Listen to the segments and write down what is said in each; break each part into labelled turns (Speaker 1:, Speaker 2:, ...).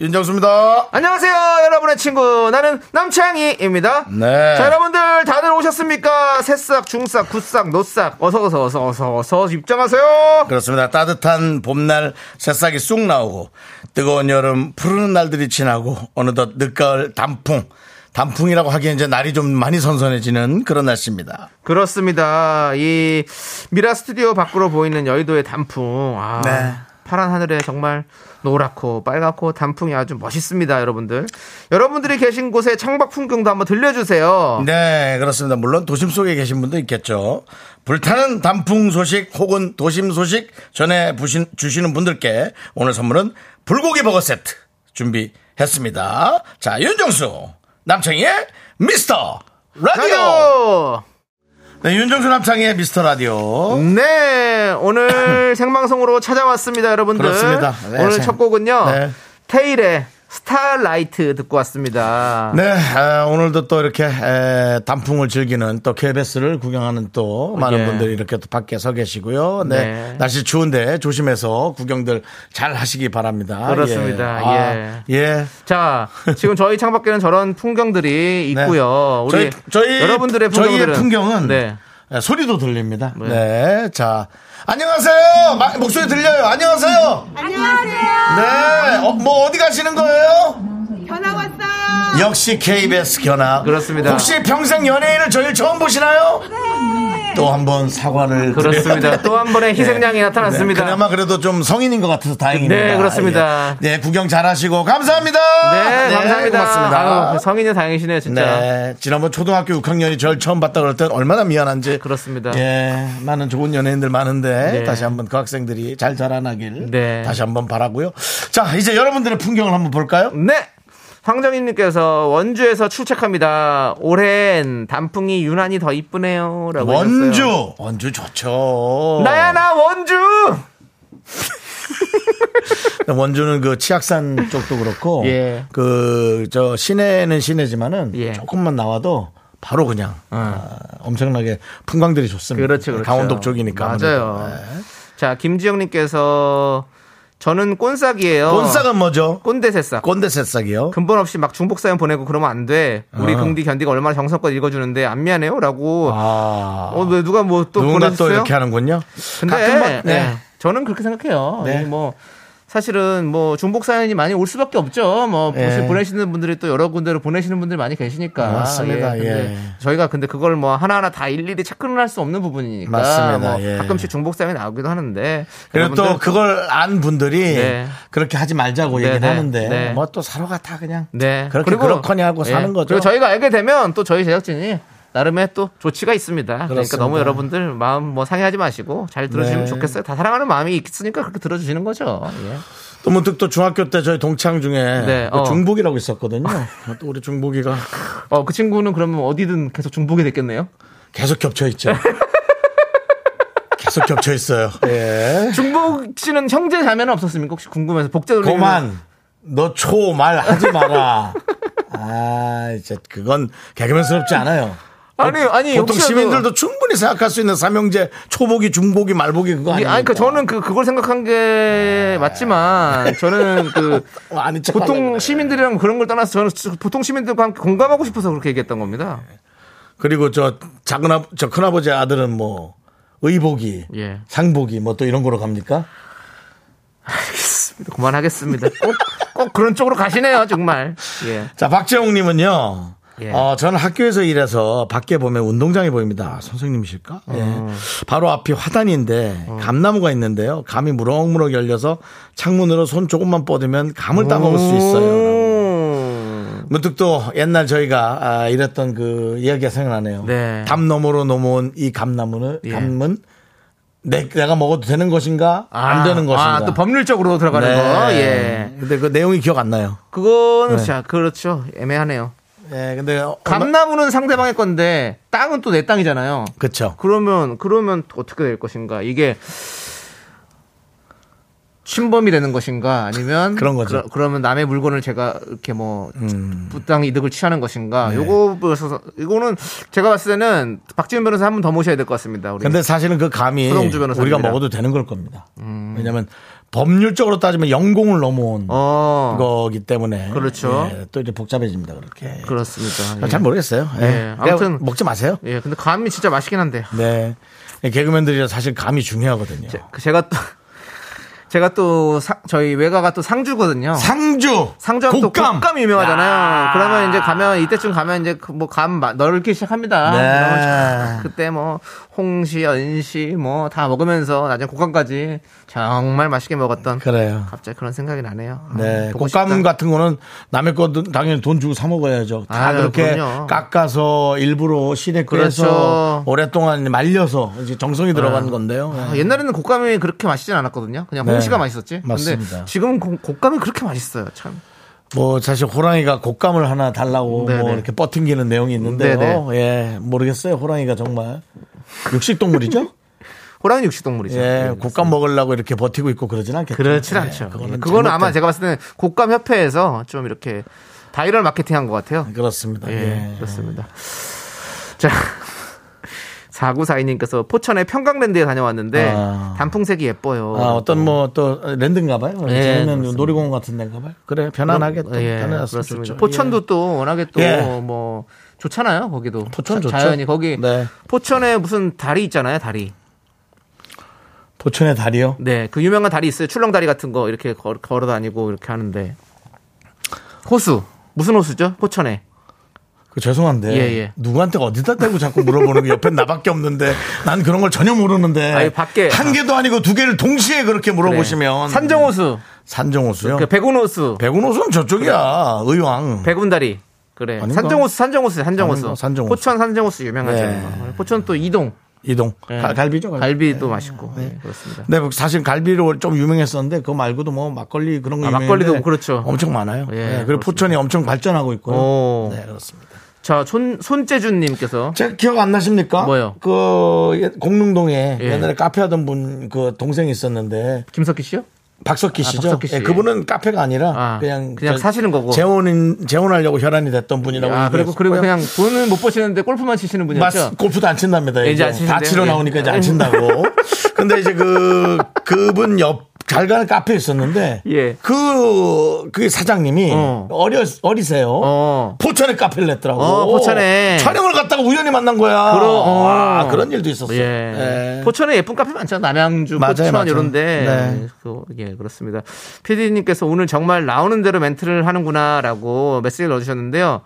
Speaker 1: 윤정수입니다.
Speaker 2: 안녕하세요, 여러분의 친구. 나는 남창희입니다.
Speaker 1: 네.
Speaker 2: 자, 여러분들 다들 오셨습니까? 새싹, 중싹, 굿싹, 노싹. 어서, 어서, 어서, 어서, 어서 입장하세요.
Speaker 1: 그렇습니다. 따뜻한 봄날 새싹이 쑥 나오고 뜨거운 여름 푸르는 날들이 지나고 어느덧 늦가을 단풍 단풍이라고 하기엔 이제 날이 좀 많이 선선해지는 그런 날씨입니다.
Speaker 2: 그렇습니다. 이 미라 스튜디오 밖으로 보이는 여의도의 단풍. 아,
Speaker 1: 네.
Speaker 2: 파란 하늘에 정말 노랗고 빨갛고 단풍이 아주 멋있습니다, 여러분들. 여러분들이 계신 곳의 창밖 풍경도 한번 들려주세요.
Speaker 1: 네, 그렇습니다. 물론 도심 속에 계신 분도 있겠죠. 불타는 단풍 소식 혹은 도심 소식 전해 부신- 주시는 분들께 오늘 선물은 불고기 버거 세트 준비했습니다. 자, 윤정수 남창희의 미스터 라디오.
Speaker 2: 라디오!
Speaker 1: 네, 윤정수 남창의 미스터 라디오.
Speaker 2: 네, 오늘 생방송으로 찾아왔습니다, 여러분들.
Speaker 1: 그렇습니다. 네,
Speaker 2: 오늘
Speaker 1: 생-
Speaker 2: 첫 곡은요.
Speaker 1: 네.
Speaker 2: 테일의 스타라이트 듣고 왔습니다.
Speaker 1: 네, 아, 오늘도 또 이렇게 에, 단풍을 즐기는 또 KBS를 구경하는 또 많은
Speaker 2: 예.
Speaker 1: 분들이 이렇게 또 밖에 서 계시고요. 네,
Speaker 2: 네.
Speaker 1: 날씨 추운데 조심해서 구경들 잘 하시기 바랍니다.
Speaker 2: 그렇습니다.
Speaker 1: 예. 예.
Speaker 2: 자, 지금 저희 창밖에는 저런 풍경들이
Speaker 1: 네.
Speaker 2: 있고요. 우리 여러분들의
Speaker 1: 저희의
Speaker 2: 풍경들은
Speaker 1: 풍경은
Speaker 2: 네.
Speaker 1: 예, 소리도 들립니다. 네. 자, 안녕하세요. 마- 목소리 들려요. 안녕하세요.
Speaker 3: 안녕하세요.
Speaker 1: 네, 어, 뭐 어디 가시는 거예요?
Speaker 3: 전화 왔어요.
Speaker 1: 역시 KBS 견학.
Speaker 2: 그렇습니다.
Speaker 1: 혹시 평생 연예인을 저희 처음 보시나요? 또 한 번 사과를
Speaker 2: 그렇습니다.
Speaker 1: 드려야
Speaker 2: 또 한 번의 희생양이 나타났습니다.
Speaker 1: 네, 그나마 그래도 좀 성인인 것 같아서 다행입니다.
Speaker 2: 네, 그렇습니다.
Speaker 1: 예. 네, 구경 잘하시고 감사합니다.
Speaker 2: 네, 감사합니다.
Speaker 1: 고맙습니다.
Speaker 2: 아유, 성인이 다행이시네요, 진짜.
Speaker 1: 네, 지난번 초등학교 6학년이 저를 처음 봤다 그럴 땐 얼마나 미안한지.
Speaker 2: 그렇습니다.
Speaker 1: 예, 많은 좋은 연예인들 많은데
Speaker 2: 네.
Speaker 1: 다시 한번 그 학생들이 잘 자라나길
Speaker 2: 네.
Speaker 1: 다시 한번 바라고요. 자, 이제 여러분들의 풍경을 한번 볼까요?
Speaker 2: 네. 황정희님께서 원주에서 출첵합니다. 올해엔 단풍이 유난히 더 이쁘네요라고 해줬어요.
Speaker 1: 원주, 원주 좋죠.
Speaker 2: 나야 나 원주.
Speaker 1: 원주는 그 치악산 쪽도 그렇고
Speaker 2: 예.
Speaker 1: 그 저 시내는 시내지만은
Speaker 2: 예. 어.
Speaker 1: 조금만 나와도 바로 그냥 아, 엄청나게 풍광들이 좋습니다.
Speaker 2: 그렇죠, 그렇죠.
Speaker 1: 음, 네, 강원도 쪽이니까
Speaker 2: 맞아요.
Speaker 1: 아무래도. 네.
Speaker 2: 자 김지영님께서 저는 꼰싹이에요.
Speaker 1: 곤싹은 뭐죠?
Speaker 2: 꼰대 새싹.
Speaker 1: 꼰대 새싹이요.
Speaker 2: 근본 없이 막 중복 사연 보내고 그러면 안 돼. 우리
Speaker 1: 어.
Speaker 2: 긍디 견디가 얼마나 정성껏 읽어주는데 안 미안해요라고.
Speaker 1: 아.
Speaker 2: 뭐, 어, 왜 누가 뭐 또
Speaker 1: 누군가 또
Speaker 2: 보내주세요?
Speaker 1: 이렇게 하는군요.
Speaker 2: 근데
Speaker 1: 가끔 막- 네.
Speaker 2: 예, 저는 그렇게 생각해요.
Speaker 1: 네.
Speaker 2: 이뭐 사실은 뭐 중복 사연이 많이 올 수밖에 없죠. 뭐
Speaker 1: 예. 아,
Speaker 2: 보시- 보내시는 분들이 또 여러 군데로 보내시는 분들이 많이 계시니까.
Speaker 1: 맞습니다.
Speaker 2: 근데
Speaker 1: 예.
Speaker 2: 저희가 근데 그걸 뭐 하나하나 다 일일이 체크를 할 수 없는 부분이니까.
Speaker 1: 맞습니다.
Speaker 2: 뭐
Speaker 1: 예.
Speaker 2: 가끔씩 중복 사연이 나오기도 하는데.
Speaker 1: 그리고 또
Speaker 2: 여러분들
Speaker 1: 그걸 안 분들이
Speaker 2: 네.
Speaker 1: 그렇게 하지 말자고
Speaker 2: 네,
Speaker 1: 얘기를
Speaker 2: 네,
Speaker 1: 하는데
Speaker 2: 네.
Speaker 1: 뭐 또 서로가 다 그냥
Speaker 2: 네. 예.
Speaker 1: 그렇게 그렇거니 하고 사는 거죠.
Speaker 2: 그리고 저희가 알게 되면 또 저희 제작진이 나름의 또 조치가 있습니다. 그러니까
Speaker 1: 그렇습니다.
Speaker 2: 너무 여러분들 마음 뭐 상해하지 마시고 잘 들어주시면
Speaker 1: 네.
Speaker 2: 좋겠어요. 다 사랑하는 마음이 있으니까 그렇게 들어주시는 거죠. 예.
Speaker 1: 또 문득 또 중학교 때 저희 동창 중에
Speaker 2: 네,
Speaker 1: 그
Speaker 2: 어.
Speaker 1: 중복이라고 있었거든요. 또 우리 중복이가
Speaker 2: 어, 그 친구는 그러면 어디든 계속 중복이 됐겠네요.
Speaker 1: 계속 겹쳐 있죠. 계속 겹쳐 있어요.
Speaker 2: 네.
Speaker 1: 예.
Speaker 2: 중복 씨는 형제 자매는 없었습니까? 혹시 궁금해서 복제 돌리는
Speaker 1: 고만 너 초 말 하지 마라. 아, 이제 그건 개그맨스럽지 않아요.
Speaker 2: 아니 아니
Speaker 1: 보통
Speaker 2: 혹시라도-
Speaker 1: 시민들도 충분히 생각할 수 있는 삼형제 초복이 중복이 말복이 그거
Speaker 2: 아니
Speaker 1: 아니에요.
Speaker 2: 그러니까 저는 그 그걸 생각한 게 맞지만 저는 그
Speaker 1: 어, 아니, 참 하려고
Speaker 2: 보통
Speaker 1: 그래.
Speaker 2: 시민들이랑 그런 걸 떠나서 저는 수- 보통 시민들과 함께 공감하고 싶어서 그렇게 얘기했던 겁니다.
Speaker 1: 그리고 저 작은 아, 저 큰아버지 아들은 뭐 의복이
Speaker 2: 예.
Speaker 1: 상복이 뭐 또 이런 거로 갑니까?
Speaker 2: 그만하겠습니다. 꼭, 꼭 그런 쪽으로 가시네요 정말. 예.
Speaker 1: 자, 박재홍 님은요.
Speaker 2: 예.
Speaker 1: 어, 저는 학교에서 일해서 밖에 보면 운동장이 보입니다. 선생님이실까?
Speaker 2: 어.
Speaker 1: 예. 바로 앞이 화단인데 감나무가 있는데요. 감이 무럭무럭 열려서 창문으로 손 조금만 뻗으면 감을 따먹을 수 있어요.
Speaker 2: 음.
Speaker 1: 문득 또 옛날 저희가 아, 이랬던 그 이야기가 생각나네요.
Speaker 2: 네.
Speaker 1: 담 너머로 넘어온 이 감나무는
Speaker 2: 예.
Speaker 1: 감은 내, 내가 먹어도 되는 것인가 안 되는 네. 것인가.
Speaker 2: 아, 또 법률적으로 들어가는 거. 예.
Speaker 1: 근데 그 내용이 기억 안 나요.
Speaker 2: 그거는
Speaker 1: 네.
Speaker 2: 자, 그렇죠. 애매하네요.
Speaker 1: 예, 근데 어, 얼마-
Speaker 2: 감나무는 상대방의 건데 땅은 또 내 땅이잖아요.
Speaker 1: 그쵸.
Speaker 2: 그러면 그러면 어떻게 될 것인가? 이게 침범이 되는 것인가? 아니면
Speaker 1: 그런 거죠. 음.
Speaker 2: 그러, 면 남의 물건을 제가 이렇게 뭐 부당 이득을 취하는
Speaker 1: 네.
Speaker 2: 것인가? 요거 보셔서 이거는 제가 봤을 때는 박지훈 변호사 한 번 더 모셔야 될 것 같습니다. 우리.
Speaker 1: 근데 사실은 그 감이
Speaker 2: 예. 서동주 변호사입니다. 음.
Speaker 1: 우리가 먹어도 되는 걸 겁니다. 왜냐면 법률적으로 따지면 영공을 넘어온
Speaker 2: 어
Speaker 1: 거기 때문에
Speaker 2: 그렇죠.
Speaker 1: 예, 또 이제 복잡해집니다 그렇게.
Speaker 2: 그렇습니다. 예.
Speaker 1: 잘 모르겠어요. 예.
Speaker 2: 예,
Speaker 1: 그냥
Speaker 2: 아무튼-
Speaker 1: 먹지 마세요.
Speaker 2: 예, 근데 감이 진짜 맛있긴 한데
Speaker 1: 네. 개그맨들이 사실 감이 중요하거든요.
Speaker 2: 그 제가 또 제가 또 사- 저희 외가가 또 상주거든요.
Speaker 1: 상주,
Speaker 2: 상점 또
Speaker 1: 곶감.
Speaker 2: 곶감 유명하잖아요. 그러면 이제 가면 이때쯤 가면 이제 뭐 감 넓기 시작합니다. 그러면
Speaker 1: 네.
Speaker 2: 참 그때 뭐 홍시, 연시 뭐 다 먹으면서 나중에 곶감까지 정말 맛있게 먹었던
Speaker 1: 그래요.
Speaker 2: 갑자기 그런 생각이 나네요. 아,
Speaker 1: 네,
Speaker 2: 보고
Speaker 1: 곶감
Speaker 2: 싶다.
Speaker 1: 같은 거는 남의 거 당연히 돈 주고 사 먹어야죠. 다
Speaker 2: 아유,
Speaker 1: 그렇게
Speaker 2: 그럼요.
Speaker 1: 깎아서 일부러 시내 꿰서
Speaker 2: 그렇죠.
Speaker 1: 오랫동안 말려서 이제 정성이 들어간 건데요. 예.
Speaker 2: 아, 옛날에는 곶감이 그렇게 맛있진 않았거든요. 그냥
Speaker 1: 네.
Speaker 2: 홍시가 맛있었지.
Speaker 1: 맞습니다.
Speaker 2: 근데 지금은 곶- 곶감이 그렇게 맛있어요. 참.
Speaker 1: 뭐 사실 호랑이가 곶감을 하나 달라고
Speaker 2: 네네.
Speaker 1: 뭐 이렇게 버팅기는 내용이 있는데요. 예, 모르겠어요. 호랑이가 정말 육식 동물이죠.
Speaker 2: 호랑이 육식 동물이죠.
Speaker 1: 예, 곶감 먹으려고 이렇게 버티고 있고 그러진 않겠죠.
Speaker 2: 그렇죠. 그렇진
Speaker 1: 예,
Speaker 2: 않죠.
Speaker 1: 그거는
Speaker 2: 예, 그거는
Speaker 1: 잘못된-
Speaker 2: 아마 제가 봤을 때는 곶감 협회에서 좀 이렇게 바이럴 마케팅 한 것 같아요.
Speaker 1: 그렇습니다.
Speaker 2: 예,
Speaker 1: 예.
Speaker 2: 그렇습니다. 자. 4942님께서 포천의 평강랜드에 다녀왔는데
Speaker 1: 아.
Speaker 2: 단풍색이 예뻐요.
Speaker 1: 아, 어떤 뭐 또 랜드인가 봐요.
Speaker 2: 예,
Speaker 1: 재밌는
Speaker 2: 그렇습니다.
Speaker 1: 놀이공원 같은 데인가 봐요. 그래, 편안하게 또
Speaker 2: 예,
Speaker 1: 편안했으면
Speaker 2: 그렇습니다.
Speaker 1: 좋죠.
Speaker 2: 포천도 또 워낙에 또
Speaker 1: 예.
Speaker 2: 뭐 좋잖아요. 거기도
Speaker 1: 포천
Speaker 2: 자-
Speaker 1: 좋죠.
Speaker 2: 자연이 거기
Speaker 1: 네.
Speaker 2: 포천에 무슨 다리 있잖아요. 다리.
Speaker 1: 포천의 다리요?
Speaker 2: 네, 그 유명한 다리 있어요. 출렁다리 같은 거 이렇게 걸, 걸어 다니고 이렇게 하는데 호수 무슨 호수죠? 포천에
Speaker 1: 그 죄송한데
Speaker 2: 예, 예.
Speaker 1: 누구한테 어디다 대고 자꾸 물어보는 게 옆에 나밖에 없는데 난 그런 걸 전혀 모르는데
Speaker 2: 아니, 밖에-
Speaker 1: 한 개도 아니고 두 개를 동시에 그렇게 물어보시면 네.
Speaker 2: 그래. 네. 산정호수,
Speaker 1: 산정호수요?
Speaker 2: 그 백운호수,
Speaker 1: 백운호수는 저쪽이야 의왕
Speaker 2: 음. 백운다리. 그래.
Speaker 1: 아닌가?
Speaker 2: 산정호수, 산정호수, 산정호수.
Speaker 1: 아닌가? 산정호수.
Speaker 2: 포천 산정호수 유명하죠. 뭐.
Speaker 1: 네.
Speaker 2: 포천 또 이동.
Speaker 1: 이동
Speaker 2: 네.
Speaker 1: 갈- 갈비죠 갈비.
Speaker 2: 갈비도 맛있고. 네, 그렇습니다.
Speaker 1: 네, 사실 갈비로 좀 유명했었는데 그거 말고도 뭐 막걸리 그런 거
Speaker 2: 아,
Speaker 1: 유명한데
Speaker 2: 막걸리도 그렇죠.
Speaker 1: 엄청 많아요.
Speaker 2: 예,
Speaker 1: 네, 그리고
Speaker 2: 그렇습니다.
Speaker 1: 포천이 엄청 발전하고 있고요.
Speaker 2: 오.
Speaker 1: 네, 그렇습니다.
Speaker 2: 자, 손 손재준 님께서
Speaker 1: 제가 기억 안 나십니까?
Speaker 2: 뭐요?
Speaker 1: 그 예- 공릉동에
Speaker 2: 예.
Speaker 1: 옛날에 카페 하던 분 그 동생이 있었는데
Speaker 2: 김석기 씨요?
Speaker 1: 박석기 씨죠.
Speaker 2: 아, 박석기 씨.
Speaker 1: 예, 그분은 카페가 아니라
Speaker 2: 아,
Speaker 1: 그냥
Speaker 2: 그냥
Speaker 1: 저-
Speaker 2: 사시는 거고.
Speaker 1: 재혼인 재혼하려고 혈안이 됐던 분이라고.
Speaker 2: 아, 그리고 그리고
Speaker 1: 얘기했었고요.
Speaker 2: 그냥 돈은 못 버시는데 골프만 치시는
Speaker 1: 네. 맞
Speaker 2: 분이었죠.
Speaker 1: 골프도 안 친답니다.
Speaker 2: 예, 이제
Speaker 1: 이제
Speaker 2: 안 치신대요.
Speaker 1: 다 치러
Speaker 2: 예.
Speaker 1: 나오니까 이제 안 친다고. 근데 이제 그 그분 옆 잘 가는 카페 있었는데
Speaker 2: 예.
Speaker 1: 그, 그 사장님이
Speaker 2: 어.
Speaker 1: 어. 려 어리세요.
Speaker 2: 어.
Speaker 1: 포천에 카페를 냈더라고.
Speaker 2: 어, 포천에.
Speaker 1: 촬영을 갔다가 우연히 만난 거야.
Speaker 2: 그러- 어.
Speaker 1: 아, 그런 일도 있었어.
Speaker 2: 예.
Speaker 1: 예.
Speaker 2: 포천에 예쁜 카페 많잖아요. 남양주,
Speaker 1: 맞아요,
Speaker 2: 포천
Speaker 1: 맞아요.
Speaker 2: 이런데.
Speaker 1: 네.
Speaker 2: 그, 예, 그렇습니다. PD님께서 오늘 정말 나오는 대로 멘트를 하는구나라고 메시지를 넣어주셨는데요.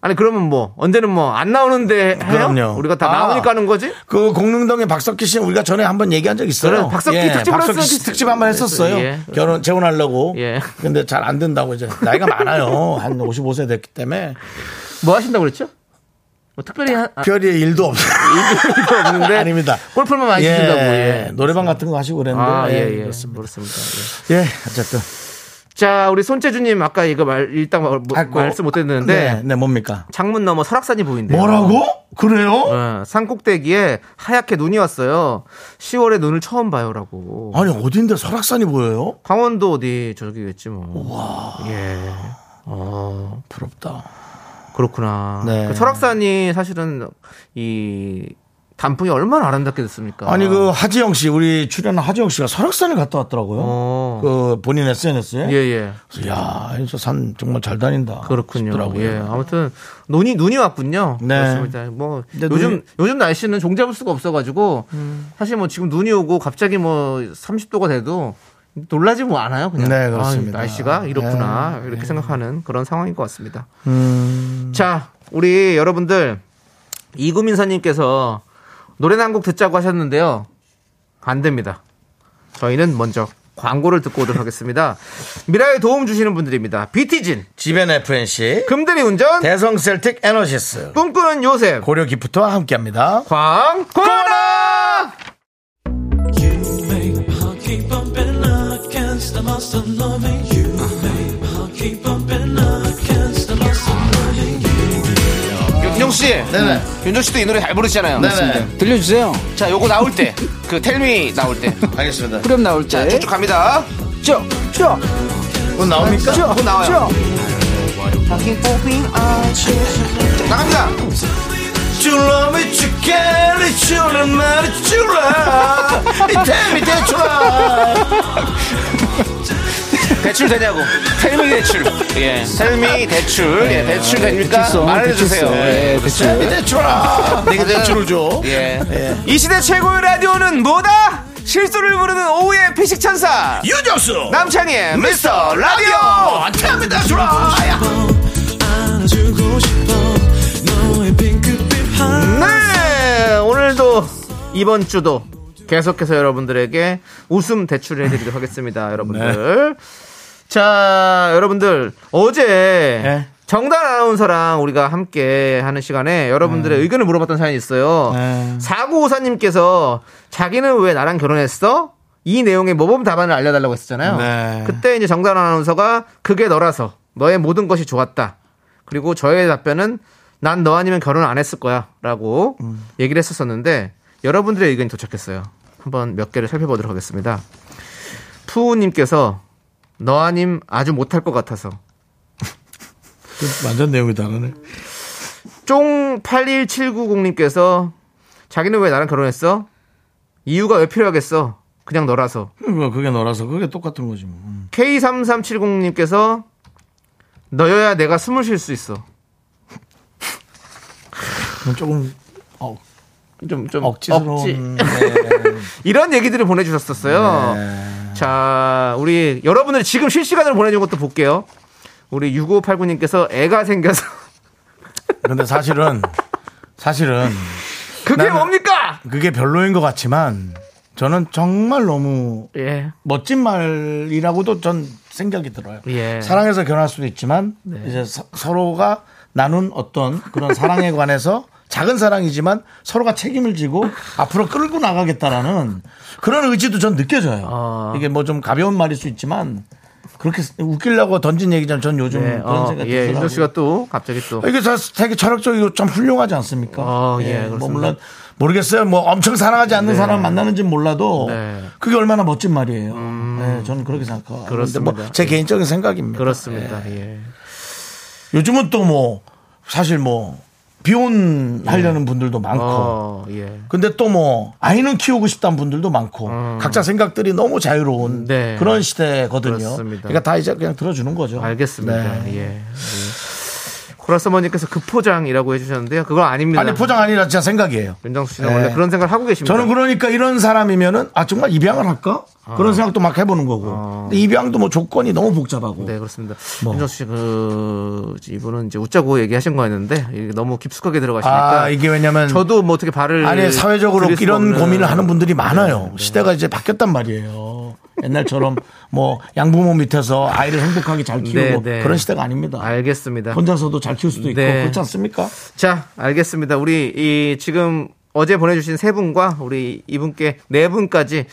Speaker 2: 아니 그러면 뭐 언제는 뭐 안 나오는데 해요?
Speaker 1: 그럼요.
Speaker 2: 우리가 다
Speaker 1: 아.
Speaker 2: 나오니까 하는 거지?
Speaker 1: 그 공릉동의 박석기 씨는 우리가 전에 한번 얘기한 적 있어요. 예,
Speaker 2: 그래, 박석기 특집을
Speaker 1: 박석기
Speaker 2: 했어요.
Speaker 1: 씨 특집 한 번 했었어요.
Speaker 2: 예.
Speaker 1: 결혼 재혼하려고.
Speaker 2: 예.
Speaker 1: 근데 잘 안 된다고 이제 나이가 많아요. 한 55세 됐기 때문에
Speaker 2: 뭐 하신다고 그랬죠? 뭐 특별히 한 아,
Speaker 1: 별의 일도 없어요.
Speaker 2: 일도 없는데
Speaker 1: 아닙니다.
Speaker 2: 골프만 많이
Speaker 1: 예.
Speaker 2: 치신다고. 예.
Speaker 1: 노래방 같은 거 하시고 그랬는데.
Speaker 2: 아, 예, 예.
Speaker 1: 그렇습니다.
Speaker 2: 그렇습니다. 예.
Speaker 1: 예, 어쨌든
Speaker 2: 자, 우리 손재주님 아까 이거 말 일단 뭐,
Speaker 1: 아이고.
Speaker 2: 말씀 못
Speaker 1: 네.
Speaker 2: 했는데 네.
Speaker 1: 네, 뭡니까?
Speaker 2: 창문 너머 설악산이 보인대요.
Speaker 1: 뭐라고? 그래요?
Speaker 2: 예, 산 꼭대기에 하얗게 눈이 왔어요. 10월에 눈을 처음 봐요라고.
Speaker 1: 아니 어딘데 설악산이 보여요?
Speaker 2: 강원도 어디 저기겠지 뭐. 예. 어
Speaker 1: 부럽다.
Speaker 2: 그렇구나.
Speaker 1: 네.
Speaker 2: 그 설악산이 사실은 이 단풍이 얼마나 아름답게 됐습니까?
Speaker 1: 아니 그 하지영 씨 우리 출연한 하지영 씨가 설악산을 갔다 왔더라고요.
Speaker 2: 어.
Speaker 1: 그 본인 SNS에.
Speaker 2: 예 예.
Speaker 1: 야, 저 산 정말 잘 다닌다.
Speaker 2: 그렇군요.
Speaker 1: 싶더라고요.
Speaker 2: 예. 아무튼 눈이 눈이 왔군요.
Speaker 1: 네.
Speaker 2: 그렇습니다. 뭐
Speaker 1: 근데
Speaker 2: 요즘
Speaker 1: 눈이-
Speaker 2: 요즘 날씨는 종잡을 수가 없어가지고 사실 뭐 지금 눈이 오고 갑자기 뭐 30도가 돼도 놀라지 뭐 않아요. 그냥
Speaker 1: 네, 그렇습니다. 네.
Speaker 2: 아, 날씨가 이렇구나 이렇게 생각하는 그런 상황인 것 같습니다.
Speaker 1: 음.
Speaker 2: 자, 우리 여러분들 이구민서님께서 노래는 한곡 듣자고 하셨는데요. 안 됩니다. 저희는 먼저 광고를 듣고 오도록 하겠습니다. 미라에 도움 주시는 분들입니다. 비티진,
Speaker 1: 지벤 FNC,
Speaker 2: 금들이 운전
Speaker 1: 대성 셀틱 에너시스,
Speaker 2: 꿈꾸는 요셉
Speaker 1: 고려 기프트와 함께합니다.
Speaker 2: 광고라
Speaker 4: You make my heart keep bumping against the lost of loving you. Make my heart keep bumping against the lost of loving you.
Speaker 5: 윤정 씨,
Speaker 1: 네네.
Speaker 5: 윤정 씨도 이 노래 잘 부르시잖아요.
Speaker 1: 네네.
Speaker 6: 들려주세요.
Speaker 5: 자, 요거 나올 때, 그 텔미 나올 때,
Speaker 1: 알겠습니다.
Speaker 6: 그럼 나올 때.
Speaker 5: 쭉쭉 갑니다.
Speaker 6: 쭉, 쭉,
Speaker 1: 그거 나옵니까?
Speaker 6: 쭉,
Speaker 5: 쭉 나와요.
Speaker 6: 쭉.
Speaker 5: 나갑니다.
Speaker 1: You love me, you care, it's your man, it's your love. It tell me that you love.
Speaker 5: 대출 되냐고. 텔미 대출. 예. 텔미 대출. 예, 대출 됩니까?
Speaker 6: 대출성,
Speaker 5: 말해주세요.
Speaker 6: 대출성.
Speaker 5: 예.
Speaker 6: 예,
Speaker 1: Tell me
Speaker 6: 대출.
Speaker 1: that you love. 내게 대출을 줘.
Speaker 5: 예.
Speaker 1: 예.
Speaker 5: 이 시대 최고의 라디오는 뭐다? 실수를 부르는 오후의 피식천사.
Speaker 1: 유정수.
Speaker 5: 남창희의 미스터 라디오.
Speaker 1: 라디오. Tell me that you love.
Speaker 4: 안아주고 싶어 너의 핑크빛 한
Speaker 2: 네, 오늘도 이번 주도 계속해서 여러분들에게 웃음 대출을 해드리도록 하겠습니다, 여러분들. 자, 여러분들 어제 정단 아나운서랑 우리가 함께 하는 시간에 여러분들의 의견을 물어봤던 사연이 있어요. 사구오사님께서 자기는 왜 나랑 결혼했어? 이 내용의 모범 답안을 알려달라고 했었잖아요.
Speaker 1: 네.
Speaker 2: 그때 이제 정단 아나운서가 그게 너라서 너의 모든 것이 좋았다. 그리고 저의 답변은 난 너 아니면 결혼 안 했을 거야 라고 얘기를 했었었는데 여러분들의 의견이 도착했어요. 한번 몇 개를 살펴보도록 하겠습니다. 푸우님께서 너 아님 아주 못할 것 같아서
Speaker 1: 그 완전 내용이 다르네.
Speaker 2: 쫑81790님께서 자기는 왜 나랑 결혼했어? 이유가 왜 필요하겠어? 그냥 너라서
Speaker 1: 뭐 그게 너라서 그게 똑같은 거지 뭐.
Speaker 2: K3370님께서 너여야 내가 숨을 쉴 수 있어
Speaker 1: 그건 조금 어,
Speaker 2: 좀, 좀
Speaker 1: 억지스러운. 네,
Speaker 2: 이런 얘기들을 보내주셨었어요.
Speaker 1: 네.
Speaker 2: 자, 우리 여러분들 지금 실시간으로 보내준 것도 볼게요. 우리 6589님께서 애가 생겨서
Speaker 1: 근데 사실은 사실은
Speaker 2: 그게
Speaker 1: 나는-
Speaker 2: 뭡니까?
Speaker 1: 그게 별로인 것 같지만 저는 정말 너무
Speaker 2: 예.
Speaker 1: 멋진 말이라고도 전 생각이 들어요.
Speaker 2: 예. 네.
Speaker 1: 사랑해서 결혼할 수도 있지만 이제 서, 로가 나눈 어떤 그런 사랑에 관해서 작은 사랑이지만 서로가 책임을 지고 앞으로 끌고 나가겠다라는 그런 의지도 전 느껴져요.
Speaker 2: 아.
Speaker 1: 이게 뭐 좀 가벼운 말일 수 있지만 그렇게 웃기려고 던진 얘기지만 전 요즘
Speaker 2: 예,
Speaker 1: 음, 그런
Speaker 2: 어,
Speaker 1: 생각이
Speaker 2: 예,
Speaker 1: 들더라고요.
Speaker 2: 윤정 씨가 또 갑자기 또.
Speaker 1: 어, 이게 다 되게 철학적이고 참 훌륭하지 않습니까?
Speaker 2: 어, 예, 그렇습니다.
Speaker 1: 뭐 물론 모르겠어요. 뭐 엄청 사랑하지 않는 사람 만나는지 몰라도
Speaker 2: 네. 음.
Speaker 1: 그게 얼마나 멋진 말이에요. 예, 저는 그렇게 생각하고.
Speaker 2: 그렇습니다. 예.
Speaker 1: 뭐제 개인적인 생각입니다.
Speaker 2: 그렇습니다. 예.
Speaker 1: 요즘은 또 뭐 사실 뭐 비혼하려는 분들도 많고
Speaker 2: 음. 어, 예.
Speaker 1: 근데 또 뭐 아이는 키우고 싶다는 분들도 많고 각자 생각들이 너무 자유로운
Speaker 2: 음. 네.
Speaker 1: 그런 시대거든요.
Speaker 2: 그렇습니다.
Speaker 1: 러니까다 이제 그냥 들어주는 거죠.
Speaker 2: 알겠습니다.
Speaker 1: 네.
Speaker 2: 예. 예. 코라스머님께서 그 급포장이라고 해주셨는데요. 그거 아닙니다.
Speaker 1: 아니 포장 아니라 진짜 생각이에요.
Speaker 2: 윤정수 씨는
Speaker 1: 예.
Speaker 2: 원래 그런 생각을 하고 계십니다.
Speaker 1: 저는 그러니까 이런 사람이면은 아 정말 입양을 할까
Speaker 2: 어.
Speaker 1: 그런 생각도 막 해보는 거고 근데 입양도 뭐 조건이 너무 복잡하고
Speaker 2: 네 그렇습니다.
Speaker 1: 뭐.
Speaker 2: 윤정수 씨그 이분은 이제 웃자고 얘기하신 거였는데 이게 너무 깊숙하게 들어가시니까
Speaker 1: 아 이게 왜냐면
Speaker 2: 저도 뭐 어떻게 발을
Speaker 1: 아니 사회적으로
Speaker 2: 들일 수
Speaker 1: 이런
Speaker 2: 없는- 네.
Speaker 1: 고민을 하는 분들이 많아요 시대가 이제 바뀌었단 말이에요 옛날처럼 뭐 양부모 밑에서 아이를 행복하게 잘 키우고
Speaker 2: 네, 네.
Speaker 1: 그런 시대가 아닙니다
Speaker 2: 알겠습니다.
Speaker 1: 혼자서도 잘 키울 수도 있고
Speaker 2: 네.
Speaker 1: 그렇지 않습니까
Speaker 2: 자, 알겠습니다. 우리 이 지금 어제 보내주신 세 분과 우리 이분께 네 분까지